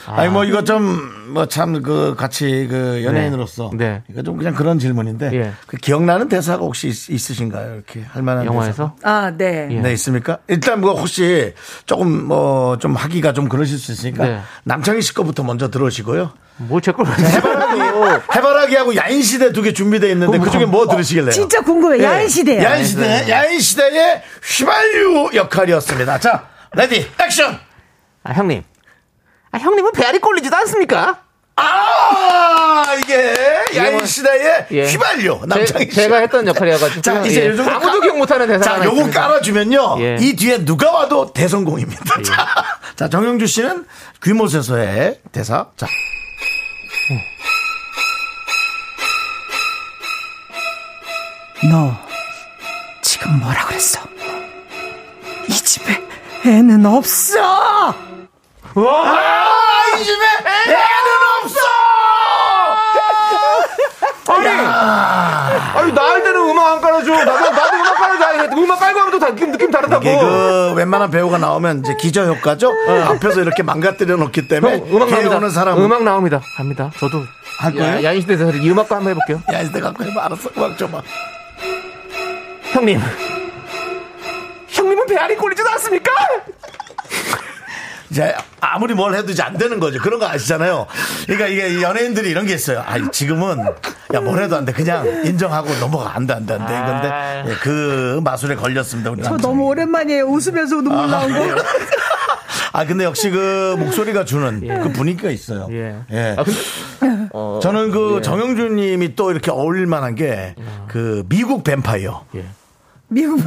Speaker 1: 아니 뭐 이거 좀 뭐 참 그 같이 그 연예인으로서
Speaker 2: 네.
Speaker 1: 이거 좀 그냥 그런 질문인데
Speaker 2: 예.
Speaker 1: 그 기억나는 대사가 혹시 있, 으신가요 이렇게 할 만한
Speaker 2: 영화에서
Speaker 8: 아, 네.
Speaker 2: 예,
Speaker 1: 대사? 네 있습니까? 일단 뭐 혹시 조금 뭐 좀 하기가 좀 그러실 수 있으니까
Speaker 2: 네.
Speaker 1: 남창희 씨 거부터 먼저 들으시고요.
Speaker 2: 뭘제걸 해요?
Speaker 1: 해바라기하고 야인 시대 두 개 준비되어 있는데 그 중에 뭐
Speaker 2: 네.
Speaker 1: 들으시길래요? 예.
Speaker 8: 진짜 궁금해.
Speaker 2: 예.
Speaker 8: 야인 시대야.
Speaker 1: 야인 시대 야인 시대의 휘발유 역할이었습니다. 자 레디 액션.
Speaker 2: 아 형님, 아 형님은 배앓이 꼴리지도 않습니까?
Speaker 1: 아 이게 야인 시대의
Speaker 2: 예.
Speaker 1: 휘발유 남창희 씨.
Speaker 2: 제, 가 했던 역할이어가지고
Speaker 1: 자 이제 요즘
Speaker 2: 아무도 기억 못하는 대사.
Speaker 1: 자
Speaker 2: 하나
Speaker 1: 요거
Speaker 2: 있습니다.
Speaker 1: 깔아주면요
Speaker 2: 예.
Speaker 1: 이 뒤에 누가 와도 대성공입니다. 자, 자 정영주 씨는 귀모세서의 대사. 자
Speaker 8: 너 지금 뭐라 그랬어? 이 집에 애는 없어.
Speaker 1: 아, 이 집에 애는 없어.
Speaker 2: 아니, 아니 나할 때는 음악 안 깔아줘. 나도 나도 음악 깔아줘. 음악 깔고 하면 또 다- 느낌 느낌 다르다고.
Speaker 1: 이게 그 웬만한 배우가 나오면 이제 기저 효과죠. 앞에서 이렇게 망가뜨려 놓기 때문에
Speaker 2: 형, 음악
Speaker 1: 뒤에
Speaker 2: 나옵니다.
Speaker 1: 오는 사람은
Speaker 2: 음악 나옵니다. 갑니다. 저도
Speaker 1: 할 거예요?
Speaker 2: 야인 시대에서 이 음악도 한번 해볼게요.
Speaker 1: 야인 시대 갖고 해봐 알았어 음악 줘봐.
Speaker 2: 형님. 형님은 배알이 꼴리지도 않습니까?
Speaker 1: 이제 아무리 뭘 해도 이제 안 되는 거죠. 그런 거 아시잖아요. 그러니까 이게 연예인들이 이런 게 있어요. 아, 지금은 야 뭘 해도 안 돼. 그냥 인정하고 넘어가 안 돼, 안 돼, 안 돼.
Speaker 2: 아.
Speaker 1: 근데 예, 그 마술에 걸렸습니다. 우리
Speaker 8: 저
Speaker 1: 남성이.
Speaker 8: 너무 오랜만이에요. 웃으면서 눈물 나온 거.
Speaker 1: 예. 아 근데 역시 그 목소리가 주는 그 분위기가 있어요.
Speaker 2: 예.
Speaker 1: 예.
Speaker 2: 아, 근데- 어,
Speaker 1: 저는 그
Speaker 2: 예.
Speaker 1: 정영준님이 또 이렇게 어울릴만한 게 그 미국 뱀파이어.
Speaker 2: 예.
Speaker 8: 미국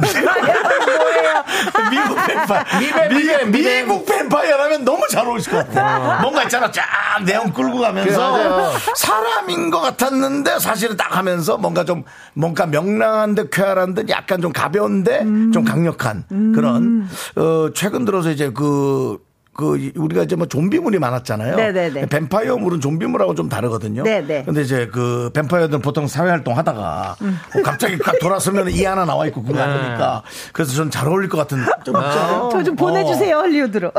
Speaker 8: 뭐예요?
Speaker 1: 미국 뱀파이어.
Speaker 2: 미뱀,
Speaker 1: 미,
Speaker 2: 미뱀.
Speaker 1: 국 뱀파이어라면 너무 잘 어울릴 것 같아. 뭔가 있잖아. 쫙 내용 끌고
Speaker 2: 그래,
Speaker 1: 가면서
Speaker 2: 맞아요.
Speaker 1: 사람인 것 같았는데 사실은 딱 하면서 뭔가 좀 뭔가 명랑한 듯 쾌활한 듯 약간 좀 가벼운데 좀 강력한
Speaker 8: 음.
Speaker 1: 그런 어, 최근 들어서 이제 그 그 우리가 이제 뭐 좀비물이 많았잖아요.
Speaker 8: 네네네.
Speaker 1: 뱀파이어물은 좀비물하고 좀 다르거든요.
Speaker 8: 네네.
Speaker 1: 근데 이제 그 뱀파이어들은 보통 사회 활동 하다가
Speaker 8: 음.
Speaker 1: 어, 갑자기 딱 돌아서면 이 하나 나와 있고
Speaker 2: 네.
Speaker 1: 그거 하니까 그래서 저는 잘 어울릴 것 같은 좀
Speaker 2: 아. 어,
Speaker 1: 없죠. 어.
Speaker 8: 저 좀 보내주세요 헐리우드로.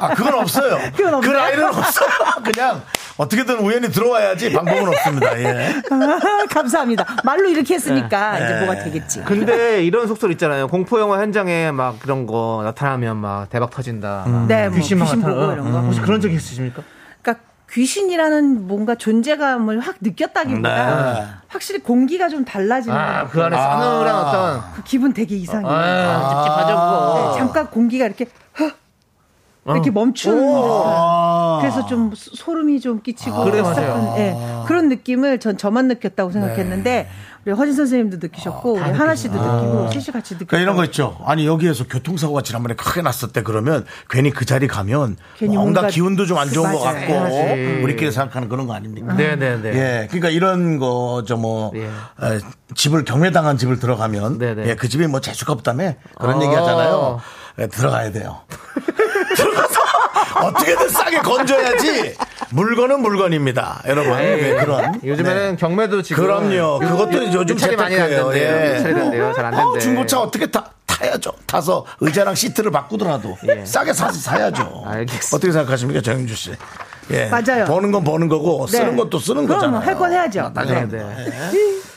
Speaker 1: 아 그건 없어요.
Speaker 8: 그건 없나요?
Speaker 1: 그 라인은 없어요. 그냥 어떻게든 우연히 들어와야지 방법은 없습니다. 예.
Speaker 8: 감사합니다. 말로 이렇게 했으니까
Speaker 2: 예.
Speaker 1: 네.
Speaker 8: 이제 뭐가 되겠지.
Speaker 2: 그 근데 이런 속설 있잖아요. 공포 영화 현장에 막 그런 거 나타나면 막 대박 터진다.
Speaker 1: 음.
Speaker 2: 막
Speaker 8: 네, 뭐
Speaker 2: 귀신 막
Speaker 8: 귀신 보고
Speaker 2: 나타나.
Speaker 8: 이런 거.
Speaker 2: 음.
Speaker 8: 음.
Speaker 2: 혹시 그런 적 있으십니까?
Speaker 8: 그러니까 귀신이라는 뭔가 존재감을 확 느꼈다기보다
Speaker 1: 네.
Speaker 8: 확실히 공기가 좀 달라지는
Speaker 2: 아,
Speaker 8: 것
Speaker 2: 그 안에 싸늘한 어떤
Speaker 8: 그 기분 되게 이상해요.
Speaker 2: 아, 찝찝하죠, 그거.
Speaker 8: 네, 잠깐 공기가 이렇게 헉 이렇게
Speaker 2: 어.
Speaker 8: 멈추는 듯한.
Speaker 1: 아.
Speaker 8: 그래서 좀 소- 소름이 좀 끼치고
Speaker 2: 그래,
Speaker 8: 싹한,
Speaker 2: 아. 맞아요. 네.
Speaker 8: 예, 그런 느낌을 전 저만 느꼈다고 생각했는데 우리 허진 선생님도
Speaker 2: 아,
Speaker 8: 느끼셨고 우리 하나 씨도 느끼고 셋이 같이 느끼고
Speaker 1: 그러니까 이런 거 있죠. 아니 여기에서 교통사고가 지난번에 크게 났었대 그러면 괜히 그 자리 가면
Speaker 8: 괜히
Speaker 1: 뭔가,
Speaker 8: 뭔가
Speaker 1: 기운도 좀 안 좋은 것
Speaker 8: 맞아요.
Speaker 1: 같고
Speaker 2: 맞아요.
Speaker 1: 우리끼리 생각하는 그런 거 아닙니까?
Speaker 2: 음. 네네네.
Speaker 1: 예, 그러니까 이런 거죠 뭐
Speaker 2: 예.
Speaker 1: 에, 집을 경매당한 집을 들어가면
Speaker 2: 네네.
Speaker 1: 예, 그 집이 뭐 재수가 없다며 그런
Speaker 2: 어.
Speaker 1: 얘기하잖아요. 예, 들어가야 돼요. 들어가서 어떻게든 싸게 건져야지 물건은 물건입니다, 여러분.
Speaker 2: 네.
Speaker 1: 예, 그런
Speaker 2: 요즘에는
Speaker 1: 네. 경매도
Speaker 2: 경매도 지금
Speaker 1: 그럼요. 그것도 요즘
Speaker 2: 네. 유찰이 많이
Speaker 1: 재테크예요.
Speaker 2: 난대요.
Speaker 1: 예.
Speaker 2: 유찰이 난대요. 잘 안
Speaker 1: 어,
Speaker 2: 된대.
Speaker 1: 중고차 어떻게 타, 타야죠. 타서 의자랑 시트를 바꾸더라도 싸게 사서 사야죠.
Speaker 2: 예. 알겠습니다.
Speaker 1: 어떻게 생각하십니까, 정윤주 씨? 예.
Speaker 8: 맞아요.
Speaker 1: 버는 건 버는 거고
Speaker 8: 네.
Speaker 1: 쓰는 건 또 쓰는
Speaker 8: 그럼
Speaker 1: 거잖아요.
Speaker 8: 할건 해야죠.
Speaker 1: 당연합니다.
Speaker 2: 네,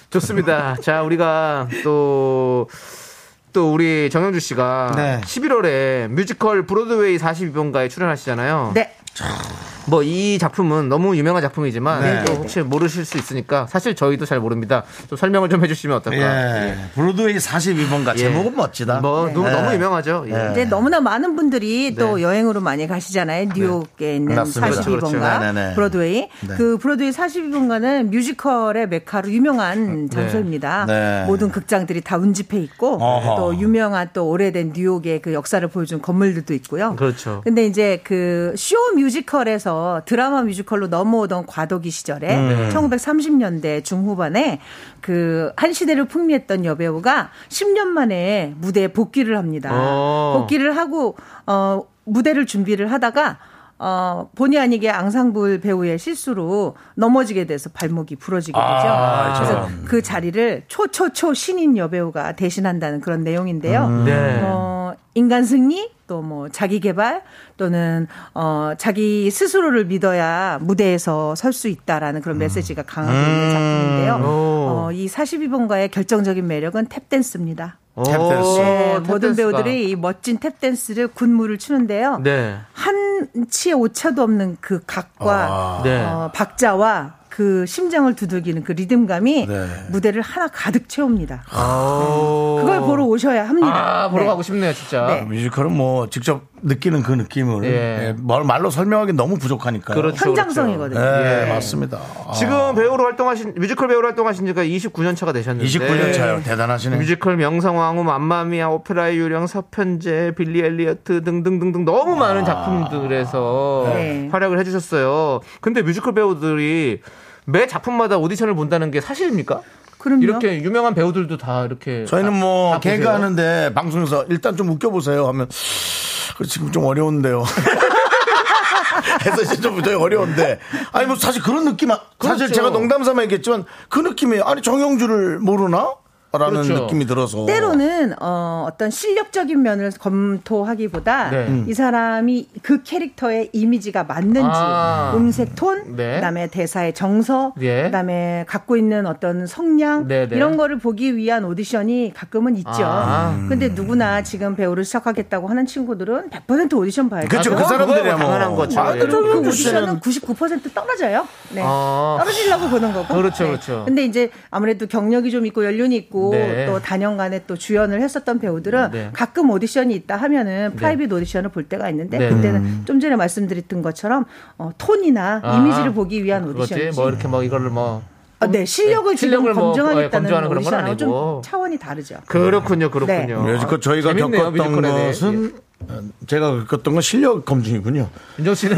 Speaker 2: 좋습니다. 자, 우리가 또, 또 우리 정영주 씨가
Speaker 1: 네.
Speaker 2: 11월에 뮤지컬 브로드웨이 42번가에 출연하시잖아요.
Speaker 8: 네.
Speaker 2: 뭐 이 작품은 너무 유명한 작품이지만
Speaker 1: 네.
Speaker 2: 또 혹시 모르실 수 있으니까 사실 저희도 잘 모릅니다. 좀 설명을 좀 해주시면 어떨까?
Speaker 1: 예. 브로드웨이 42번가
Speaker 2: 네. 예.
Speaker 1: 제목은 멋지다.
Speaker 2: 뭐 너무,
Speaker 1: 예.
Speaker 2: 너무 유명하죠. 예.
Speaker 1: 네.
Speaker 8: 이제 너무나 많은 분들이 또
Speaker 2: 네.
Speaker 8: 여행으로 많이 가시잖아요. 뉴욕에 있는
Speaker 1: 맞습니다.
Speaker 8: 42번가
Speaker 2: 그렇죠.
Speaker 1: 네네네.
Speaker 8: 브로드웨이.
Speaker 1: 네.
Speaker 8: 그 브로드웨이 42번가는 뮤지컬의 메카로 유명한 장소입니다.
Speaker 1: 네.
Speaker 8: 모든 극장들이 다 운집해 있고
Speaker 1: 어허.
Speaker 8: 또 유명한 또 오래된 뉴욕의 그 역사를 보여준 건물들도 있고요.
Speaker 2: 그렇죠.
Speaker 8: 근데 이제 그 쇼 뮤지컬에서 드라마 뮤지컬로 넘어오던 과도기 시절에
Speaker 1: 음. 네.
Speaker 8: 1930년대 중후반에 그 한 시대를 풍미했던 여배우가 10년 만에 무대에 복귀를 합니다.
Speaker 2: 어.
Speaker 8: 복귀를 하고 어 무대를 준비를 하다가 어 본의 아니게 앙상블 배우의 실수로 넘어지게 돼서 발목이 부러지게 되죠.
Speaker 2: 아,
Speaker 8: 그래서 그 자리를 초초초 신인 여배우가 대신한다는 그런 내용인데요.
Speaker 2: 네.
Speaker 8: 어, 인간 승리 또 뭐 자기 개발 또는 어 자기 스스로를 믿어야 무대에서 설 수 있다라는 그런 메시지가 강하게 있는 작품인데요.
Speaker 2: 음. 오.
Speaker 8: 어, 이 42번가의 결정적인 매력은 탭댄스입니다.
Speaker 2: 오,
Speaker 1: 탭댄스.
Speaker 8: 네, 모든
Speaker 2: 탭댄스가.
Speaker 8: 배우들이 이 멋진 탭 댄스를 군무를 추는데요.
Speaker 2: 네.
Speaker 8: 한 치의 오차도 없는 그 각과
Speaker 2: 네.
Speaker 8: 어, 박자와 그 심장을 두들기는 그 리듬감이
Speaker 1: 네.
Speaker 8: 무대를 하나 가득 채웁니다.
Speaker 2: 오.
Speaker 8: 그걸 보러 오셔야 합니다.
Speaker 2: 어. 아, 보러
Speaker 8: 네.
Speaker 2: 가고 싶네요, 진짜.
Speaker 8: 네.
Speaker 1: 아, 뮤지컬은 뭐 직접 느끼는 그 느낌을
Speaker 2: 예.
Speaker 1: 예, 말- 말로 설명하기 너무 부족하니까요.
Speaker 2: 그렇죠.
Speaker 8: 현장성이거든요.
Speaker 1: 예, 맞습니다. 아,
Speaker 2: 지금 배우로 활동하신 뮤지컬 배우로 활동하신 지가 29년 차가 되셨는데
Speaker 1: 29년 차요. 대단하시네. 요
Speaker 2: 뮤지컬 명성황후 맘마미아 오페라의 유령 서편제 빌리 엘리어트 등등등등 너무 많은 작품들에서
Speaker 8: 네.
Speaker 2: 활약을 해주셨어요. 근데 뮤지컬 배우들이 매 작품마다 오디션을 본다는 게 사실입니까?
Speaker 8: 그럼요.
Speaker 2: 이렇게 유명한 배우들도 다 이렇게
Speaker 1: 저희는
Speaker 2: 다-
Speaker 1: 뭐
Speaker 2: 아, 다 보세요?
Speaker 1: 개그 하는데 방송에서 일단 좀 웃겨보세요 하면 그 지금 좀 어려운데요. 해서 이제 좀 저희 어려운데 아니 뭐 사실 그런 느낌 아- 사실
Speaker 2: 그렇죠.
Speaker 1: 제가 농담삼아 얘기했지만 그 느낌이에요. 아니 정영주를 모르나? 라는
Speaker 2: 그렇죠.
Speaker 1: 느낌이 들어서.
Speaker 8: 때로는 어, 어떤 실력적인 면을 검토하기보다
Speaker 2: 네. 음.
Speaker 8: 이 사람이 그 캐릭터의 이미지가 맞는지
Speaker 2: 아.
Speaker 8: 음색 톤,
Speaker 2: 네.
Speaker 8: 그다음에 대사의 정서,
Speaker 2: 예.
Speaker 8: 그다음에 갖고 있는 어떤 성량
Speaker 2: 네, 네.
Speaker 8: 이런 거를 보기 위한 오디션이 가끔은 있죠.
Speaker 2: 아.
Speaker 8: 근데 누구나 지금 배우를 시작하겠다고 하는 친구들은 100% 오디션 봐야 돼요.
Speaker 1: 그쵸,
Speaker 2: 아,
Speaker 1: 그
Speaker 2: 그거-
Speaker 1: 사람들이야
Speaker 2: 그거야 뭐
Speaker 1: 뭐.
Speaker 2: 당연한 거죠.
Speaker 1: 아,
Speaker 2: 예.
Speaker 1: 그 정도
Speaker 8: 그
Speaker 1: 오디션은
Speaker 8: 오디션은 99% 떨어져요. 네.
Speaker 2: 아.
Speaker 8: 떨어지려고 보는 거고.
Speaker 2: 그렇죠,
Speaker 8: 네.
Speaker 2: 그렇죠.
Speaker 8: 근데 이제 아무래도 경력이 좀 있고 연륜이 있고
Speaker 2: 네.
Speaker 8: 또 단연간에 또 주연을 했었던 배우들은
Speaker 2: 네.
Speaker 8: 가끔 오디션이 있다 하면은 프라이빗 오디션을 볼 때가 있는데
Speaker 2: 네.
Speaker 8: 그때는 좀 전에 말씀드렸던 것처럼 어, 톤이나
Speaker 2: 아.
Speaker 8: 이미지를 보기 위한 오디션이지.
Speaker 2: 그거지. 뭐 이렇게 뭐 이거를 뭐
Speaker 8: 아, 네, 실력을
Speaker 2: 네,
Speaker 8: 지금
Speaker 2: 실력을 뭐,
Speaker 8: 검증하겠다는
Speaker 2: 검증하는 그런 건
Speaker 8: 오디션하고
Speaker 2: 아니고.
Speaker 8: 좀 차원이 다르죠.
Speaker 2: 그렇군요, 그렇군요.
Speaker 1: 네, 여지껏 저희가
Speaker 2: 재밌네요,
Speaker 1: 겪었던
Speaker 2: 뮤지컬에 대해.
Speaker 1: 것은 아, 제가 겪었던 건 실력 검증이군요. 예.
Speaker 2: 윤정 씨는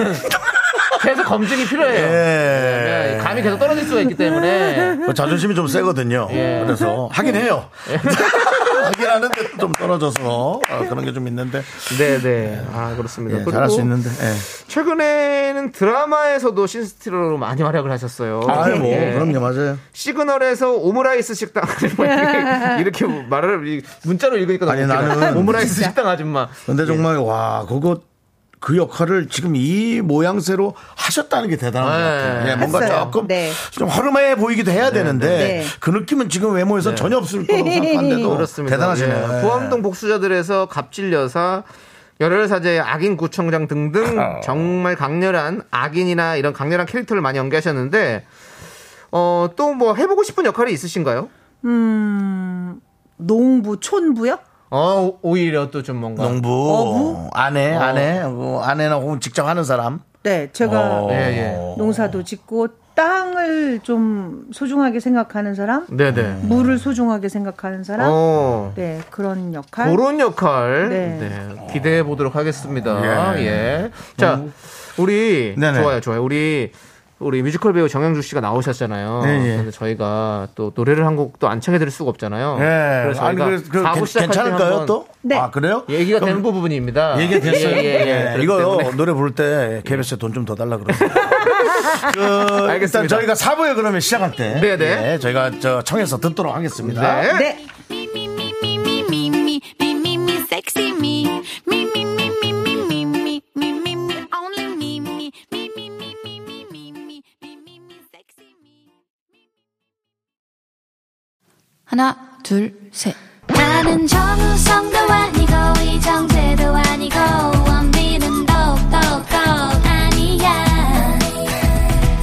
Speaker 2: 계속 검증이 필요해요. 네, 감이 계속 떨어질 수가 있기 때문에
Speaker 1: 그 자존심이 좀 세거든요.
Speaker 2: 예.
Speaker 1: 그래서 하긴 해요. 하긴 하는데 좀 떨어져서 아, 그런 게 좀 있는데
Speaker 2: 네, 네. 아, 그렇습니다.
Speaker 1: 예,
Speaker 2: 그리고
Speaker 1: 잘할 수 있는데. 예.
Speaker 2: 최근에는 드라마에서도 신스티로로 많이 활약을 하셨어요.
Speaker 1: 아, 뭐
Speaker 2: 예.
Speaker 1: 그럼요, 맞아요.
Speaker 2: 시그널에서 오므라이스 식당 아줌마 이렇게 말을 이- 문자로 읽으니까 너무
Speaker 1: 아니,
Speaker 2: 웃기다.
Speaker 1: 나는
Speaker 2: 오므라이스 식당 아줌마
Speaker 1: 근데 정말 와 그거 그 역할을 지금 이 모양새로 하셨다는 게 대단한 것 같아요.
Speaker 2: 네.
Speaker 1: 예, 뭔가
Speaker 8: 했어요.
Speaker 1: 조금
Speaker 8: 네.
Speaker 1: 좀 허름해 보이기도 해야 되는데
Speaker 8: 네.
Speaker 1: 그 느낌은 지금 외모에서 전혀 없을 거라고 생각하는데도
Speaker 2: 네. 그렇습니다.
Speaker 1: 대단하시네요.
Speaker 2: 예. 보암동 어, 복수자들에서 갑질 여사 열혈 사제의 악인 구청장 등등 정말 강렬한 악인이나 이런 강렬한 캐릭터를 많이 연기하셨는데 어 또 뭐 해보고 싶은 역할이 있으신가요?
Speaker 8: 농부, 촌부요?
Speaker 2: 어 오- 오히려 또 좀 뭔가
Speaker 1: 농부,
Speaker 8: 어부?
Speaker 1: 아내, 아내, 뭐 아내나 혹은 직접 하는 사람.
Speaker 8: 네, 제가
Speaker 1: 어.
Speaker 2: 예, 예.
Speaker 8: 농사도 짓고 땅을 좀 소중하게 생각하는 사람,
Speaker 2: 네네.
Speaker 8: 물을 소중하게 생각하는 사람,
Speaker 2: 어.
Speaker 8: 네 그런 역할.
Speaker 2: 그런 역할
Speaker 8: 네.
Speaker 2: 네, 기대해 보도록 하겠습니다. 예. 자, 우리
Speaker 1: 음. 네네.
Speaker 2: 좋아요, 좋아요. 우리 우리 뮤지컬 배우 정영주 씨가 나오셨잖아요.
Speaker 1: 네, 예.
Speaker 2: 근데 저희가 또 노래를 한 곡 또 안 청해 드릴 수가 없잖아요.
Speaker 1: 예.
Speaker 2: 어, 그래서
Speaker 1: 아니
Speaker 2: 저희가
Speaker 1: 그, 그,
Speaker 2: 사부
Speaker 1: 괜-
Speaker 2: 시작할 때
Speaker 1: 괜찮을까요
Speaker 2: 한번
Speaker 1: 또?
Speaker 8: 네.
Speaker 1: 아 그래요?
Speaker 2: 얘기가
Speaker 1: 그럼
Speaker 2: 되는 부분입니다.
Speaker 1: 얘기가 됐어요.
Speaker 2: 예, 예, 예.
Speaker 1: 이거
Speaker 2: 그렇기 때문에.
Speaker 1: 노래 부를 때 KBS에 돈 좀 더 달라 그러세요. 그,
Speaker 2: 알겠습니다.
Speaker 1: 일단 저희가 사부에 그러면 시작할 때
Speaker 2: 네, 네.
Speaker 1: 예, 저희가 저 청해서 듣도록 하겠습니다.
Speaker 2: 네.
Speaker 8: 네.
Speaker 6: 하나, 둘, 셋.
Speaker 9: 나는 정우성도 아니고 이정재도 아니고 원빈은 더욱더 아니야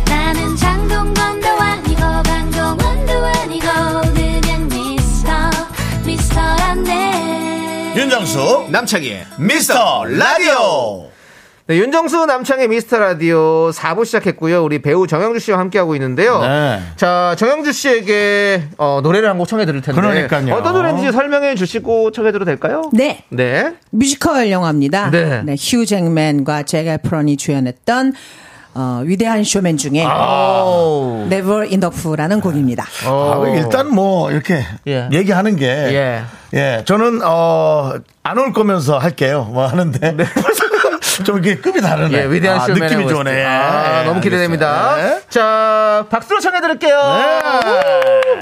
Speaker 9: 나는 장동건도 아니고 강동원도 아니고 그냥 미스터 미스터란데
Speaker 1: 예, 윤정수 남창희 미스터 라디오
Speaker 2: 네, 윤정수 남창의 미스터 라디오 4부 시작했고요. 우리 배우 정영주 씨와 함께하고 있는데요.
Speaker 1: 네.
Speaker 2: 자, 정영주 씨에게 어, 노래를 한 곡 청해 드릴 텐데.
Speaker 1: 그러니까요.
Speaker 2: 어떤 노래인지 설명해 주시고 청해 드려도 될까요?
Speaker 8: 네.
Speaker 2: 네.
Speaker 8: 뮤지컬 영화입니다.
Speaker 2: 네.
Speaker 8: 휴 잭맨과 제가 프런이 주연했던 어, 위대한 쇼맨 중에
Speaker 2: 오.
Speaker 8: Never Enough라는 곡입니다.
Speaker 2: 어.
Speaker 1: 아, 일단 뭐 이렇게
Speaker 2: 예.
Speaker 1: 얘기하는 게 예.
Speaker 2: 예.
Speaker 1: 저는 어, 안 올 거면서 할게요. 뭐 하는데 좀 이게 급이 다르네.
Speaker 2: 네. 예, 위대한
Speaker 1: 아,
Speaker 2: 쇼맨의
Speaker 1: 느낌이
Speaker 2: 모습.
Speaker 1: 좋네.
Speaker 2: 아,
Speaker 1: 예,
Speaker 2: 너무 기대됩니다.
Speaker 1: 알겠어요. 예.
Speaker 2: 자, 박수로 청해 드릴게요.
Speaker 1: 네.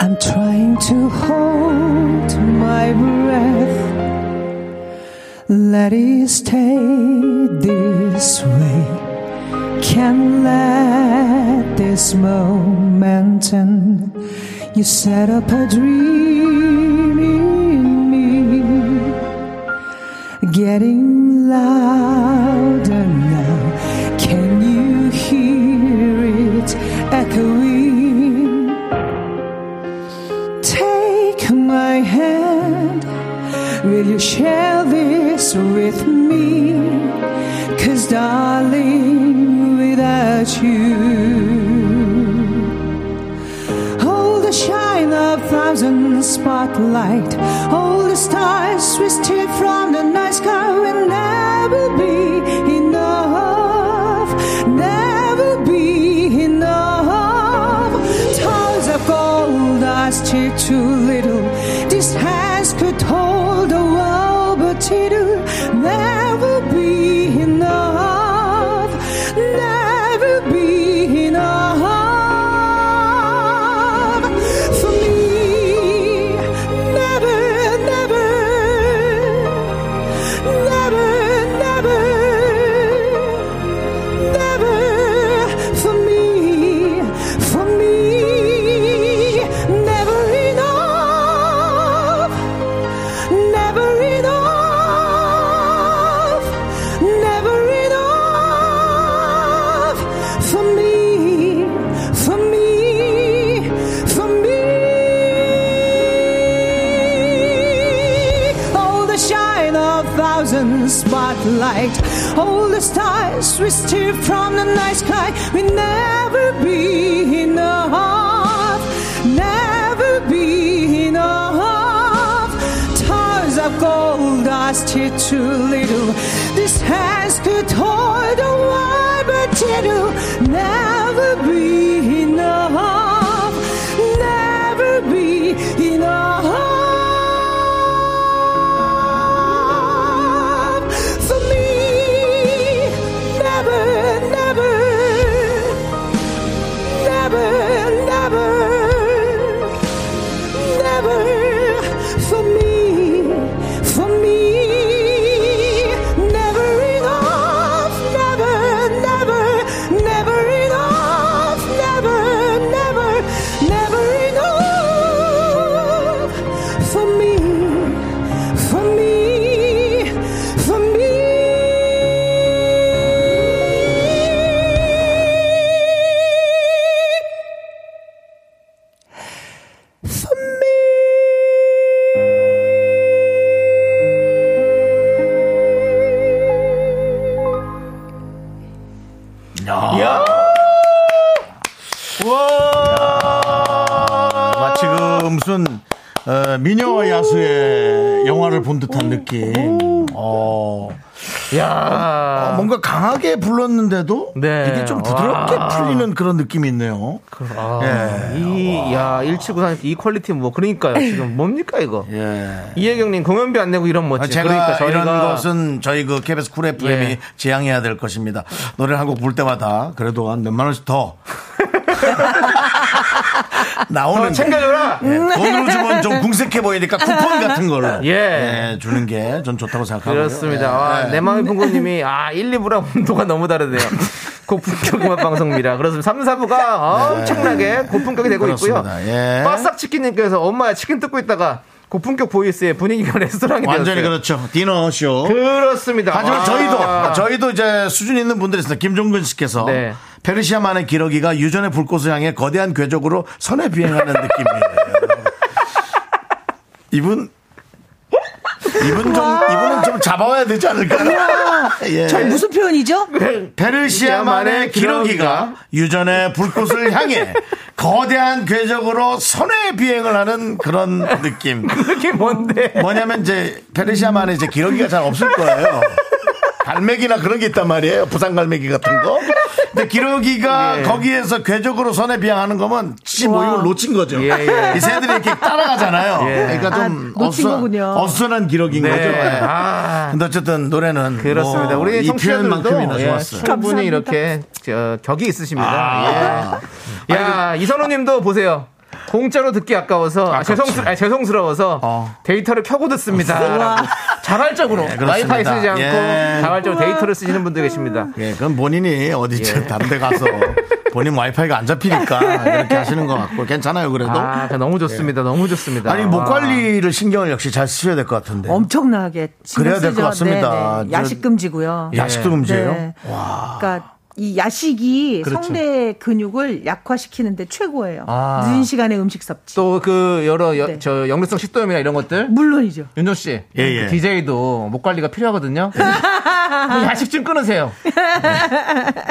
Speaker 8: I'm trying to hold my breath. Let it stay this way. Can't let this moment end. You set up a dream in me, getting louder now. Can you hear it echoing? Take my hand. Will you share this with me? Cause darling, without you, all the shine of thousand spotlight, all the stars we steal from the night sky will never be enough. Never
Speaker 10: last here too little. This house could hold a world, but it'll never be enough. Never be enough for me. Never, never, never, never never for me, for me, never enough, never enough, never enough for me, for me, for me. Oh, the shine of thousand spotlight. All the stars we steal from the night sky will never be enough. Never be enough. Towers of gold are still too little. This hands could hold a wide, but it'll never be enough. Never be enough for me. Never, never, never, never, never for me, for me. Never enough, never, never, never enough, never, never, never enough for me for me, for me.
Speaker 1: 야. 와. 마치 그 무슨 어, 미녀와 야수의 영화를 본 듯한 느낌. 어. 야, 어,
Speaker 2: 아.
Speaker 1: 뭔가 강하게 불렀는데도 이게 좀 부드럽게
Speaker 2: 와.
Speaker 1: 풀리는 그런 느낌이 있네요.
Speaker 2: 아, 이, 야, 1794님 이 퀄리티 뭐, 그러니까요. 지금 뭡니까, 이거? 이혜경님, 공연비 안 내고 이런 멋지.
Speaker 1: 예. 아, 제가
Speaker 2: 그러니까 저희가
Speaker 1: 이런 것은 저희 그 KBS 쿨 FM이
Speaker 2: 예.
Speaker 1: 지향해야 될 것입니다. 노래를 한 곡 부를 때마다 그래도 한 몇만 원씩 더 나오는
Speaker 2: 더 어, 챙겨줘라.
Speaker 1: 예,
Speaker 8: 음.
Speaker 1: 돈으로 주면 좀 궁색해 보이니까 쿠폰 같은 걸로
Speaker 2: 예.
Speaker 1: 예, 주는 게 전 좋다고 생각하고요.
Speaker 2: 그렇습니다.
Speaker 1: 예.
Speaker 2: 아,
Speaker 1: 예.
Speaker 2: 내 마음의 풍고님이, 아, 1, 2부랑 온도가 너무 다르네요. 고품격 음악 방송입니다. 그렇습니다. 3, 4부가 엄청나게 고품격이 되고
Speaker 1: 네. 그렇습니다.
Speaker 2: 있고요.
Speaker 1: 예.
Speaker 2: 바싹치킨님께서 엄마야 치킨 뜯고 있다가 고품격 보이스의 분위기가 레스토랑이
Speaker 1: 완전히
Speaker 2: 되었어요.
Speaker 1: 그렇죠. 디너쇼.
Speaker 2: 그렇습니다.
Speaker 1: 하지만
Speaker 2: 아.
Speaker 1: 저희도 저희도 이제 수준 있는 분들이 있어요. 김종근 씨께서
Speaker 2: 네.
Speaker 1: 페르시아만의 기러기가 유전의 불꽃을 향해 거대한 궤적으로 선에 비행하는 느낌이에요. 이분 이분 좀 이분은 좀 잡아와야 되지 않을까? 예.
Speaker 8: 저 무슨 표현이죠?
Speaker 1: 페르시아만의 기러기가 유전의 불꽃을 향해 거대한 궤적으로 선의 비행을 하는 그런 느낌.
Speaker 2: 그게 뭔데?
Speaker 1: 뭐냐면 이제 페르시아만에 이제 기러기가 잘 없을 거예요. 갈매기나 그런 게 있단 말이에요. 부산 갈매기 같은 거. 근데 기러기가
Speaker 2: 예.
Speaker 1: 거기에서 궤적으로 선에 비행하는 거면 지 모임을
Speaker 8: 와.
Speaker 1: 놓친 거죠.
Speaker 2: 예, 예.
Speaker 1: 이 새들이 이렇게 따라가잖아요.
Speaker 2: 예.
Speaker 1: 그러니까 좀
Speaker 8: 아, 놓친
Speaker 1: 어수,
Speaker 8: 거군요.
Speaker 1: 어수선한 기러기인
Speaker 2: 네.
Speaker 1: 거죠. 예.
Speaker 2: 아.
Speaker 1: 근데 어쨌든 노래는
Speaker 2: 그렇습니다.
Speaker 1: 뭐
Speaker 2: 우리
Speaker 1: 이 표현만큼이나
Speaker 2: 청취자들도 예,
Speaker 1: 좋았어요.
Speaker 2: 충분히
Speaker 8: 감사합니다.
Speaker 2: 이렇게 저, 격이 있으십니다.
Speaker 1: 아.
Speaker 2: 예. 야 이선호님도 보세요. 공짜로 듣기 아까워서 아, 죄송스, 아니, 죄송스러워서
Speaker 1: 어. 네,
Speaker 2: 데이터를 켜고 듣습니다. 라고 자발적으로
Speaker 1: 그렇습니다.
Speaker 2: 와이파이 쓰지 않고
Speaker 1: 예.
Speaker 2: 자발적으로 데이터를 쓰시는 분들 계십니다.
Speaker 1: 예, 그럼 본인이 어디 저 담배 가서 본인 와이파이가 안 잡히니까 그렇게 하시는 것 같고 괜찮아요 그래도
Speaker 2: 아 그거 너무 좋습니다. 너무 좋습니다.
Speaker 1: 예. 아니 목
Speaker 2: 와.
Speaker 1: 관리를 신경을 역시 잘 쓰셔야 될 것 같은데.
Speaker 8: 엄청나게 신경
Speaker 1: 네. 그래야 될것
Speaker 8: 쓰죠.
Speaker 1: 같습니다.
Speaker 8: 네, 네. 야식 금지고요.
Speaker 1: 야식도 문제예요.
Speaker 8: 네. 그러니까 이 야식이
Speaker 1: 그렇죠.
Speaker 8: 성대 근육을 약화시키는데 최고예요.
Speaker 2: 아.
Speaker 8: 늦은 시간에 음식 섭취.
Speaker 2: 또 그 여러 여-
Speaker 8: 네.
Speaker 2: 저 역류성 식도염이나 이런 것들
Speaker 8: 물론이죠.
Speaker 2: 윤종 씨,
Speaker 1: 예, 예.
Speaker 2: DJ도 목 관리가 필요하거든요. 그 야식 좀 끊으세요.